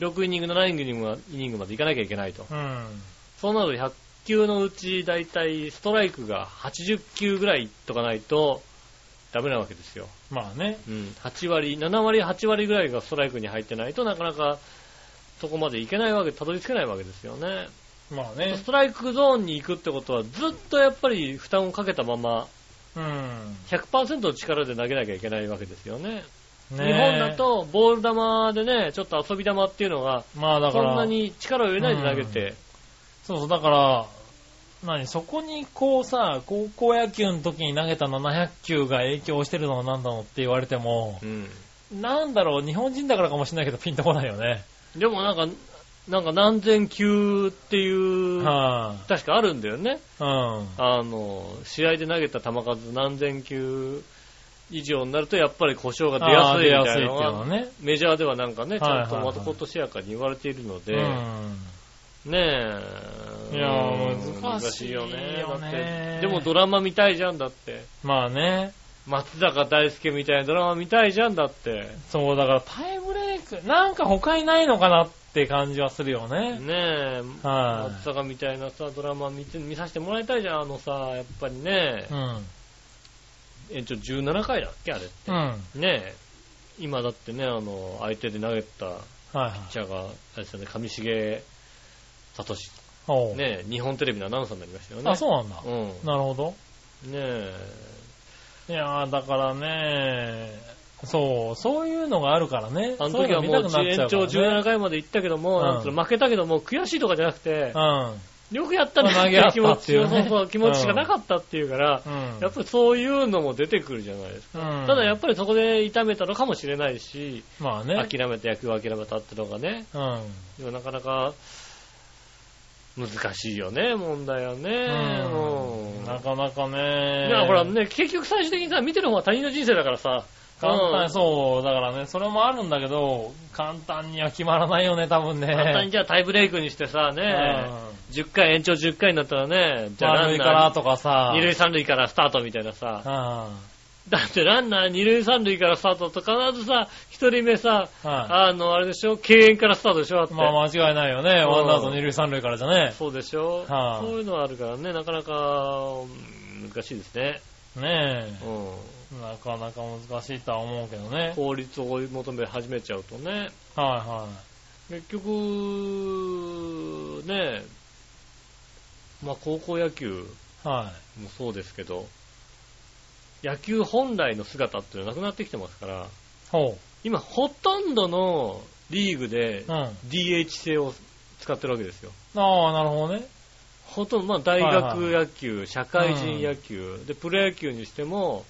6イニング、7イニングはイニングまでいかなきゃいけないと。うん。そうなると100球のうち大体ストライクが80球ぐらいいっとかないと、ダメなわけですよ。まあね。うん。8割、7割、8割ぐらいがストライクに入ってないとなかなかそこまでいけないわけ、たどり着けないわけですよね。まあねス。トライクゾーンに行くってことはずっとやっぱり負担をかけたままうん。 100%の力で投げなきゃいけないわけですよね。ね日本だ、とボール球でね、ちょっと遊び球っていうのがまあだかそんなら、に力を入れないで投げて、そうそう、だから、何、そこにこうさ、高校野球の時に投げた700球が影響してるのは何なのって言われても、なんだろう、日本人だからかもしれないけどピンとこないよね。でもなんか、なんか何千球っていう、は確かあるんだよね。い、うん。あの、試合で投げた球数何千球以上になるとやっぱり故障が出やすいみたいなのあー出やすいっていうのが、はね。メジャーではなんかね、ちゃんとはいはいはまいたことしやかに言われているので、うねえ。いやーうん難しいよね難しいよだってでもドラマ見たいじゃんだって。ん。まあね。松坂大輔みたいなドラマ見たいじゃんだって。そう、だからタイブレーク、なんか他にないのかなって感じはするよね。ねえ。は松坂みたいなさ、ドラマ見て見させてもらいたいじゃん。あのさ、やっぱりねい。う、ん。延長17回だっけあれ。うん。はいねえ。今だってね、あの、相手で投げたはい。ピッチャーが、あれですよね、上重聡。おうねえ、日本テレビのアナウンサーになりましたよね。あ、そうなんだ。うん。なるほど。ねえ。いやー、だからね、そう、そういうのがあるからね。あの時はもうそういの延見たくなっち長ゃうから17回まで行ったけども、うんなんつうの負けたけども、悔しいとかじゃなくて、ね。よくやったなって投げ合いうっ気持たっち、ていうそねうそう気持ちしかなかったっていうから、うん。うん。やっぱりそういうのも出てくるじゃないですか。うんただやっぱりそこで痛めたのかもしれないし、まあね。諦めて野球を諦めたってのがね、うん。でもなかなか難しいよね、問題はね。うん。なかなかうんね。いや、ほらね、結局最終的にさ、見てる方は他人の人生だからさ、簡単うに、んそう、だからね、それもあるんだけど、簡単には決まらないよね、多分ね。簡単にじゃあタイブレイクにしてさ、ね、うん10回、延長10回になったらね、じゃあラ丸ンいからナー、とかさ。二塁三塁からスタートみたいなさ、うだってランナー二塁三塁からスタートと必ずさ、一人目さ、ん。はい。あの、あれでしょ、敬遠からスタートでしょ、だって。まあ間違いないよね。うんワンアウト二塁三塁からじゃね。そうでしょ、はいそういうのはあるからね、なかなか、うん難しいですね。ねうん。え。なかなか難しいとは思うけどね。効率を追い求め始めちゃうとね、はいはい。結局、ね、まあ高校野球、はもそうですけど、野球本来の姿っていうのはなくなってきてますから、い。ほ今ほとんどのリーグでう。うん。あ DH 制を使ってるわけですよ。あ、なるほどね。ほとんど、まあ大学野球、社会人野球、で、プロ野球にしても、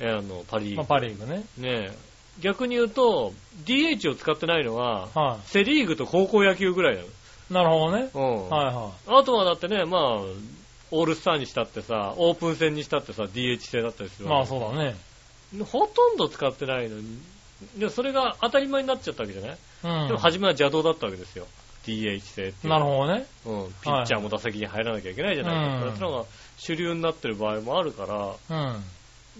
えーあの、パリーグ。まあパリーグね。ねえ逆に言うと、DH を使ってないのは、はセリーグと高校野球ぐらいない。なるほどね。の。うん。はいはあとはだってね、まあ、オールスターにしたってさ、オープン戦にしたってさ、DH 制だったりすい。るわけまあそうだね。ほとんど使ってないのに、でそれが当たり前になっちゃったわけじゃない、うん。でも初めは邪道だったわけですよ。DH 制っていう。なるほどね。うん、ピッチャーも打席に入らなきゃいけないじゃないですか。うんそれが主流になってる場合もあるから、うん。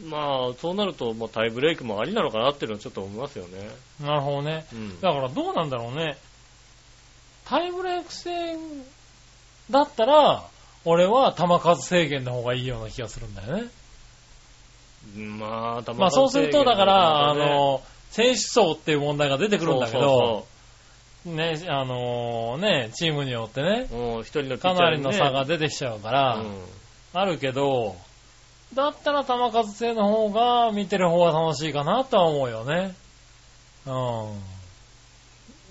まあ、そうなると、まあ、タイブレイクもありなのかなっていうのはちょっと思いますよね。なるほどね。うん。だからどうなんだろうね。タイブレーク戦だったら、俺は球数制限の方がいいような気がするんだよね。まあ、まあそうすると、だから、あねの、選手層っていう問題が出てくるんだけど、そね、あのね、チームによってねう、そうそううん一人のピッチャかーなりの差がね出てきちゃうかうら、んあるけど、だったら球数制の方が見てる方が楽しいかなとは思うよね。う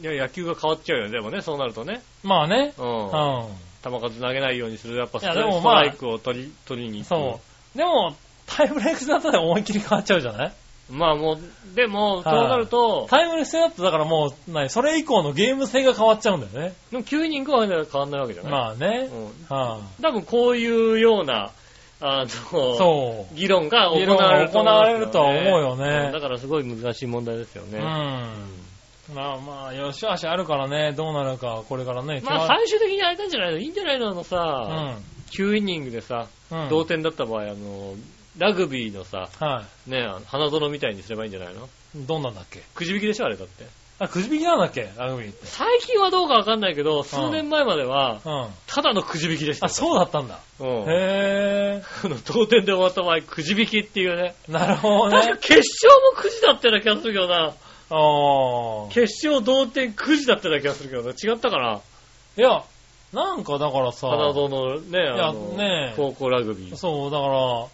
いや、野球が変わっちゃうよね、でもね、そうなるとね。ん。まあね、う。うんん。球数投げないようにする、やっぱストいやでライもストまあライクを取り、取りに行く。そう。でも、タイブレーク制だったら思いっきり変わっちゃうじゃないまあもう、でも、そうなると、タイブレーク制だったらだからもう、何それ以降のゲーム性が変わっちゃうんだよね。でも9人ぐらいでは変わんないわけじゃない、まあねう。ん、は多分こういうような、あの、い。そう。議論が行議論われがると行思わいまれするとは思うよねんだからすごい難しい問題ですよね。うん。まあまあ、よしあしあるからね、どうなるか、これからね、まあ決最終的にあれなんじゃないのいいんじゃないのあのまさ、9イニングでさ、うん。うん。同点だった場合、あの、ラグビーのさ、はね、あの花園みたいにすればいいんじゃないのい。どんなんだっけくじ引きでしょあれだって。あ、くじ引きなんだっけラグビーって。最近はどうかわかんないけど、数年前までは、うん。ただのくじ引きでした。あ、そうだったんだ。うん。へ あの同点で終わった場合、くじ引きっていうね。ぇー。なるほど 確かね。決勝もくじだったような気がするけどな。あー。決勝同点くじだったような気がするけどな。違ったかないや、なんかだからさ、花園のね、あの、いやね高校ラグビー。そう、だから、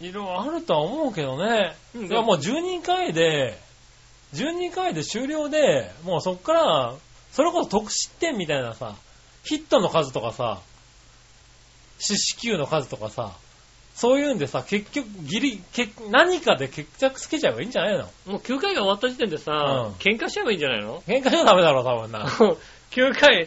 いろいろあるとは思うけどね。うんいや、もう12回で、12回で終了で、もうそっから、それこそ得失点みたいなさ、ヒットの数とかさ、四死球の数とかさ、そういうんでさ、結局、ギリ、結何かで決着つけちゃえばいいんじゃないのもう9回が終わった時点でさ、うん喧嘩しちゃえばいいんじゃないの 喧嘩じゃダメだろ、多分な。 9回、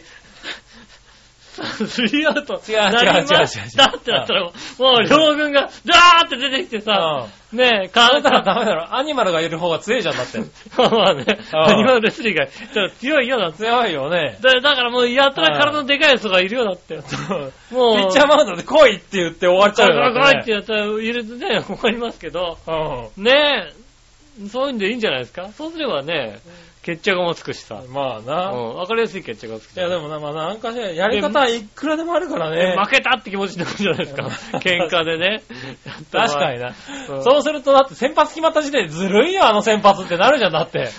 スリーアウ ト。違う違う違う違うなりましたってなったら、もう両軍が、ダーって出てきてさ、ねえ、あカウなンたらタダメだろ。アニマルがいる方が強いじゃん、だって。ー。まあね、うんアニマルレスリーが、ちょっと強いよだって。強いよね。だだからもう、やたら体のでかいやつがいるよだって。もう、ピッチャーマウンドで来いって言って終わっちゃうよだ怖いねってやったら、いるとね、困りますけど、うんねえ、そういうんでいいんじゃないですかそうすればね、決着もつくしさ、まあうな。ん、わかりやすい決着がつくしいやでもな、まあなんかしら、やり方はいくらでもあるからね。負けたって気持ちになるじゃないですか。喧嘩でね。確かにな。な。うんそうすると、だって先発決まった時点でずるいよ、あの先発ってなるじゃん、だって。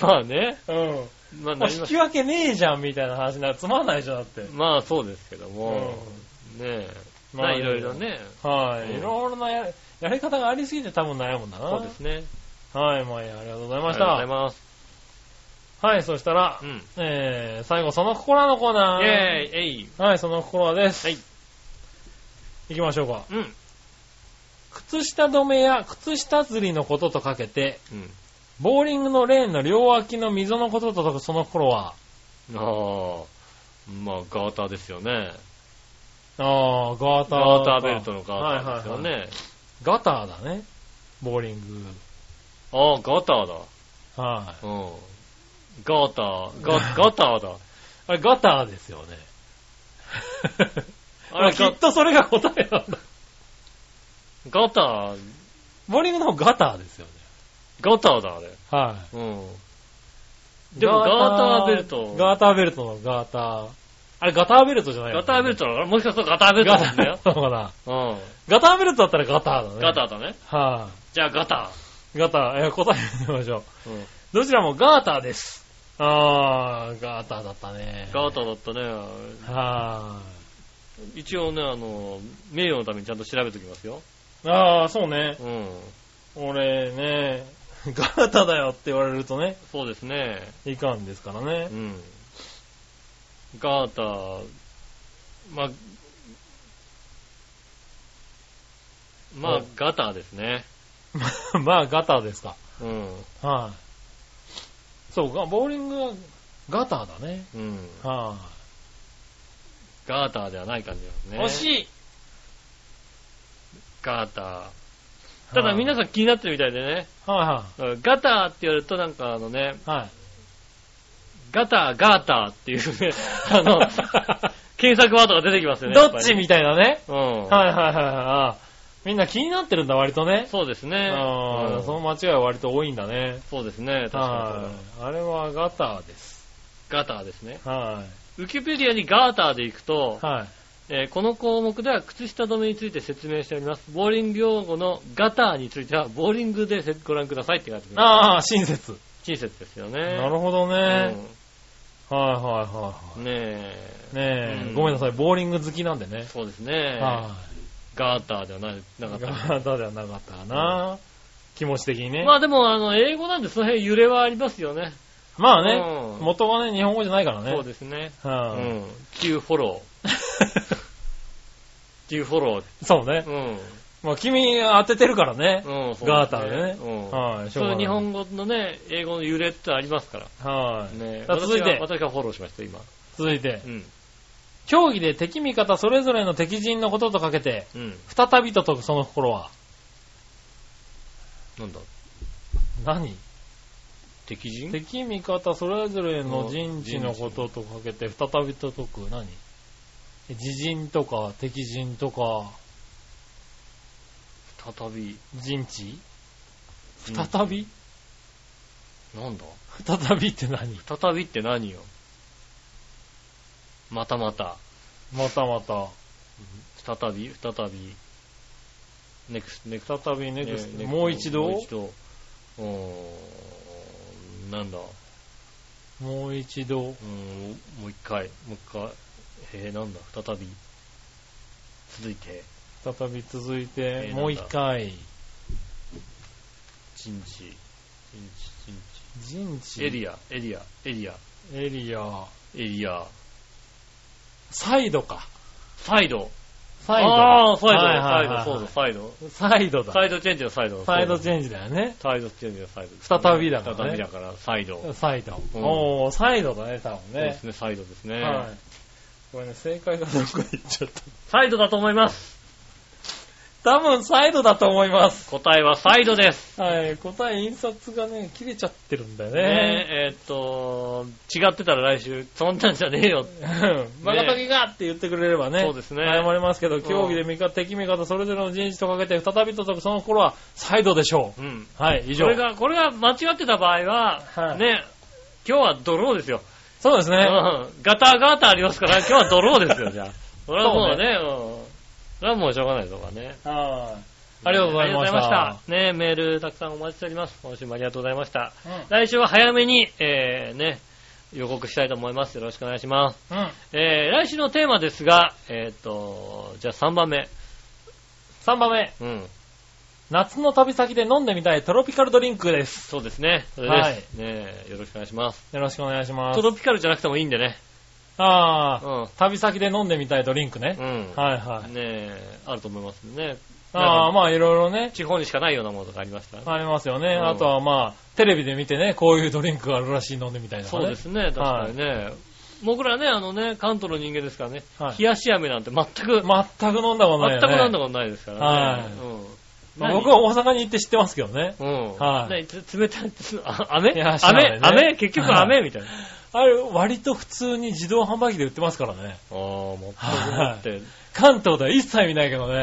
まあね。うん。もまあうなり引ますき分けねえじゃん、みたいな話になる。つまんないじゃん、だって。まあそうですけども。ねえ。まあまあいろいろね。はい。うんいろいろなややり方がありすぎて多分悩むんだな。そうですね。はい、まあいいやありがとうございあまりしがとうござたい。ます。はい、そしたらう、ん。えー、最後、その心のコーナイェーイー。えいはい、その心です。はい。行きましょうか。うん。靴下止めや靴下釣りのこととかけて、うん。ボーリングのレーンの両脇の溝のこととその頃は、ああ。まあガーターですよね。ああ、ガーター。ガーターベルトのはいガーターですよはいはい。ね。ガターだね。ボーリンああ、ガーターだ。グ。はい。うん。ガーター。ガガターだ。あれ、ガターですよね。 あれ きっとそれが答えなんだ。ガター、ボーリングの方ガターですよね。ガターだ、あれ。はうん。い。でもガーターベルトガーターベルトのガーター。あれ、ガターベルトじゃないガターベルト。トなのもしかするとガターベルトガタなんーだベよル。トかな。うガターベルトだったらガターだね。ん。ガターだね。ー。はじゃあガタい。ガター、え、答え見ましょう。ー。うん。どちらもガーターです。あー、ガーターだったね。ガーーターだったね。は一応ね、あの、名誉のためにちゃんと調べておきますよ。ーい。あー、そうね。うん。俺ね、ガーターだよって言われるとね、そうですね。いかんですからねう。ん。ガーター、まあ、まうあん、ガターですね。 まあ、ガターですか。うん。はい。そうか、ボーリングはガターだね。うん。はガーターではない感じですい。ね。惜しいガーター。ただ皆ささん気になってるみたいでね。ん、はガターって言われるとなんかあのね、いはい。はい。ガター、ガーターっていう ね、あの、検索ワードが出てきますよね。どっちみみたいなね。うん。ははいはいはいはいあー。みんな気になってるんだ、割とね。そうですね。あうーんその間違いは割と多いんだね。そうですね。確かにそうだはい。あれはガターです。ガターですね。はウィキペディアにガーターで行くとい。、はい。えーこの項目では靴下止めについて説明しております。ボーリング用語のガターについては、ボーリングでご覧くださいって書いてある。ああ、親切。親切ですよね。なるほどね。はいはいはうんねえ。いはい。ねえ、うんごめんなさい、ボーリング好きなんでね。そうですね。は。ガーターではないないかガったです。ーターではなかったかな。気持ち的にね。まあでも、あの、英語なんでその辺揺れはありますよね。まあね、うん元はね、日本語じゃないからね。そうですね。うはいん。急フォロー。急フォロー。 そうね。うん。まあ君当ててるからね。うん、そうですねガーターでねうん。はい、しょそうういうがない日本語のね、英語の揺れってありますから。はい。ねさあ続いて私が私がフォローしました、今。続いてう、ん。競技で敵味方それぞれの敵陣のこととかけて、うん。再びと解くその心は、なんだ何敵陣敵味方それぞれの陣地のこととかけて再びと解く何自陣とか敵陣とか再び。陣地うん再びなんだ再びって何再びって何よまたまた。またまた。再び再び。ネクスト、ネクスト。再びネクスねネクト、ストもう一度もうも一度。うーん、なんだ。う一度うーん、もう一回、もう一回。えー、なんだ、再び。続いて、再び続いて、えーもう一回陣地、陣地、陣陣地。地エリア、エリア、エリア、アエリアエリア。サイドかサイド。サイドああ、サイド、はいサはいイはド、いそうだ、サイド。サイドだサイドチェンジのサイド。サイドンチジ。ェンジだよねサイドチェンジのサイド。再びだからね再びだから、サイド。そうサイド、うんおーサイドだね多分でねすね、サイドですね。はいこれね正解がどこか行っちゃっサイドだと思います。た多分サイドだと思います答えはサイドです。はい答え印刷がね切れちゃってるんだよねねえ、えーっと、違ってたら来週、そんなんじゃねえよ。うんマガタギがって言ってくれればね。そうですね謝れますけど、競技で味方、敵味方、それぞれの陣地とかけて、再びと解く、その頃は、サイドでしょうん。う。はい、以こ上。れが、これが間違ってた場合は、はいね、 今日はドローですよ。そうですうね。ん。ガタガタありますから、今日はドローですよ、じゃあ。それはもう そね、うん。それはもうしょうがないとかね。はい。ありがとうございありがとうましたご。ざいましたね、メールたくさんお待ちしております。今週もありがとうございました。う来週は早めに、えー、ね、予告したいと思います。よろしくお願いします。ん。うん。えー、来週のテーマですが、えっ、と、じゃあ3番目。 3番目、うん。夏の旅先で飲んでみたいトロピカルドリンクです。そうですね。それです。ねえよろしくお願いします。よろしくお願いしまトす。ロピカルじゃなくてもいいんでね。あうあ、ん。旅先で飲んでみたいドリンクねう。ん。はいはねい。えあると思いますんでね。ああ、まあいろいろね、地方にしかないようなものとかありましたら、ありますよね。うんあとはまあ、テレビで見てね、こういうドリンクがあるらしい飲んでみたいな、ね。そうですね、確かにね。僕らね、あのね、関東の人間ですからね、はい冷やし飴なんて全く、全く飲んだことない全よね。くなんだことないですからね。はいうんまあ僕は大阪に行って知ってますけどね。うん。はいねつ冷たい、つあ飴 いや知らない飴ね飴結局飴みたいな。あれ、割と普通に自動販売機で売ってますからね。ああ、もって持って。関東では一切見ないけどね。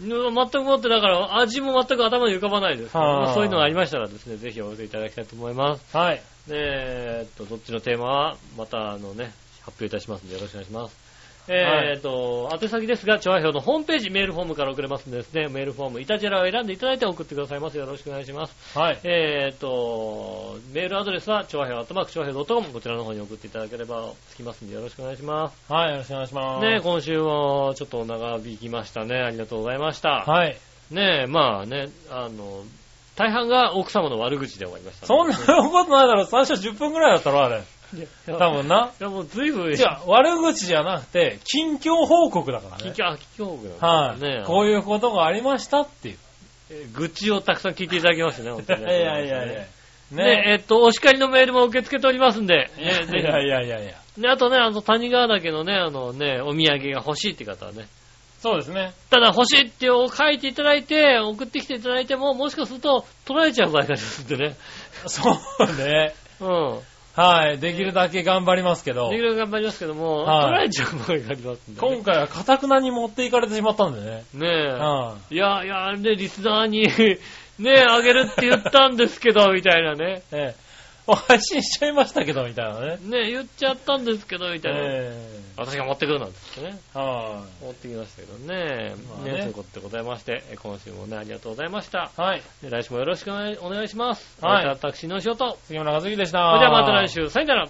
うん全く持って、だから味も全く頭に浮かばないです。はあそういうのがありましたらですね、ぜひお寄せいただきたいと思います。はい。ねええっと、どっちのテーマは、また、あのね、発表いたしますんで、よろしくお願いします。はえいーっと、宛先ですが、調和表のホームページ、メールフォームから送れますんでですね、メールフォーム、イタジェラを選んでいただいて送ってくださいます。よろしくお願いします。はい。えーっと、メールアドレスは、調和表、アットマーク、調和表 .com、こちらの方に送っていただければ、つきますんで、よろしくお願いします。はい、よろしくお願いします。ねえ今週は、ちょっと長引きましたね。ありがとうございました。はい。ねえ、まあね、あの、大半が奥様の悪口で終わりましたね、そんなことないだろ。最初10分くらいだったろ、あれ。いや、多多分。。分ないや、もう随分、じゃあ、悪口じゃなくて、近況報告だから近ね。況、あ、近況部はい、ねこういうことがありましたっていう。え愚痴をたくさん聞いていただきましたね、本い当やに いね。やいやいや。ねえねっと、お叱りのメールも受け付けておりますんで、ね、ぜひ。 いやいやいやいや。ねあとね、あの、谷川岳のね、あのね、お土産が欲しいって方はね、そうですね。ただ欲しいって書いていただいて、送ってきていただいても、もしかすると、取られちゃう場合がありますんでね。 そうね。うん。はい。できるだけ頑張りますけど。できるだけ頑張りますけども、はい取られちゃう場合がありますんでね、今回はカタクナに持っていかれてしまったんでね。ねえ。うん。いや、いや、ね、リスナーに、ね、あげるって言ったんですけど、みたいなね。ええ。お配信しちゃいましたけど、みたいなね。ね、言っちゃったんですけど、みたいな。え私が持ってくるなんて言ってね。え。は持ってきましたけどね。まあねねということでございまして、え今週もね、ありがとうございました。い。はい。で来週もよろしくお願いお願いします。はいお相手私の仕事。杉村和樹でした。それではまた来週、さよなら。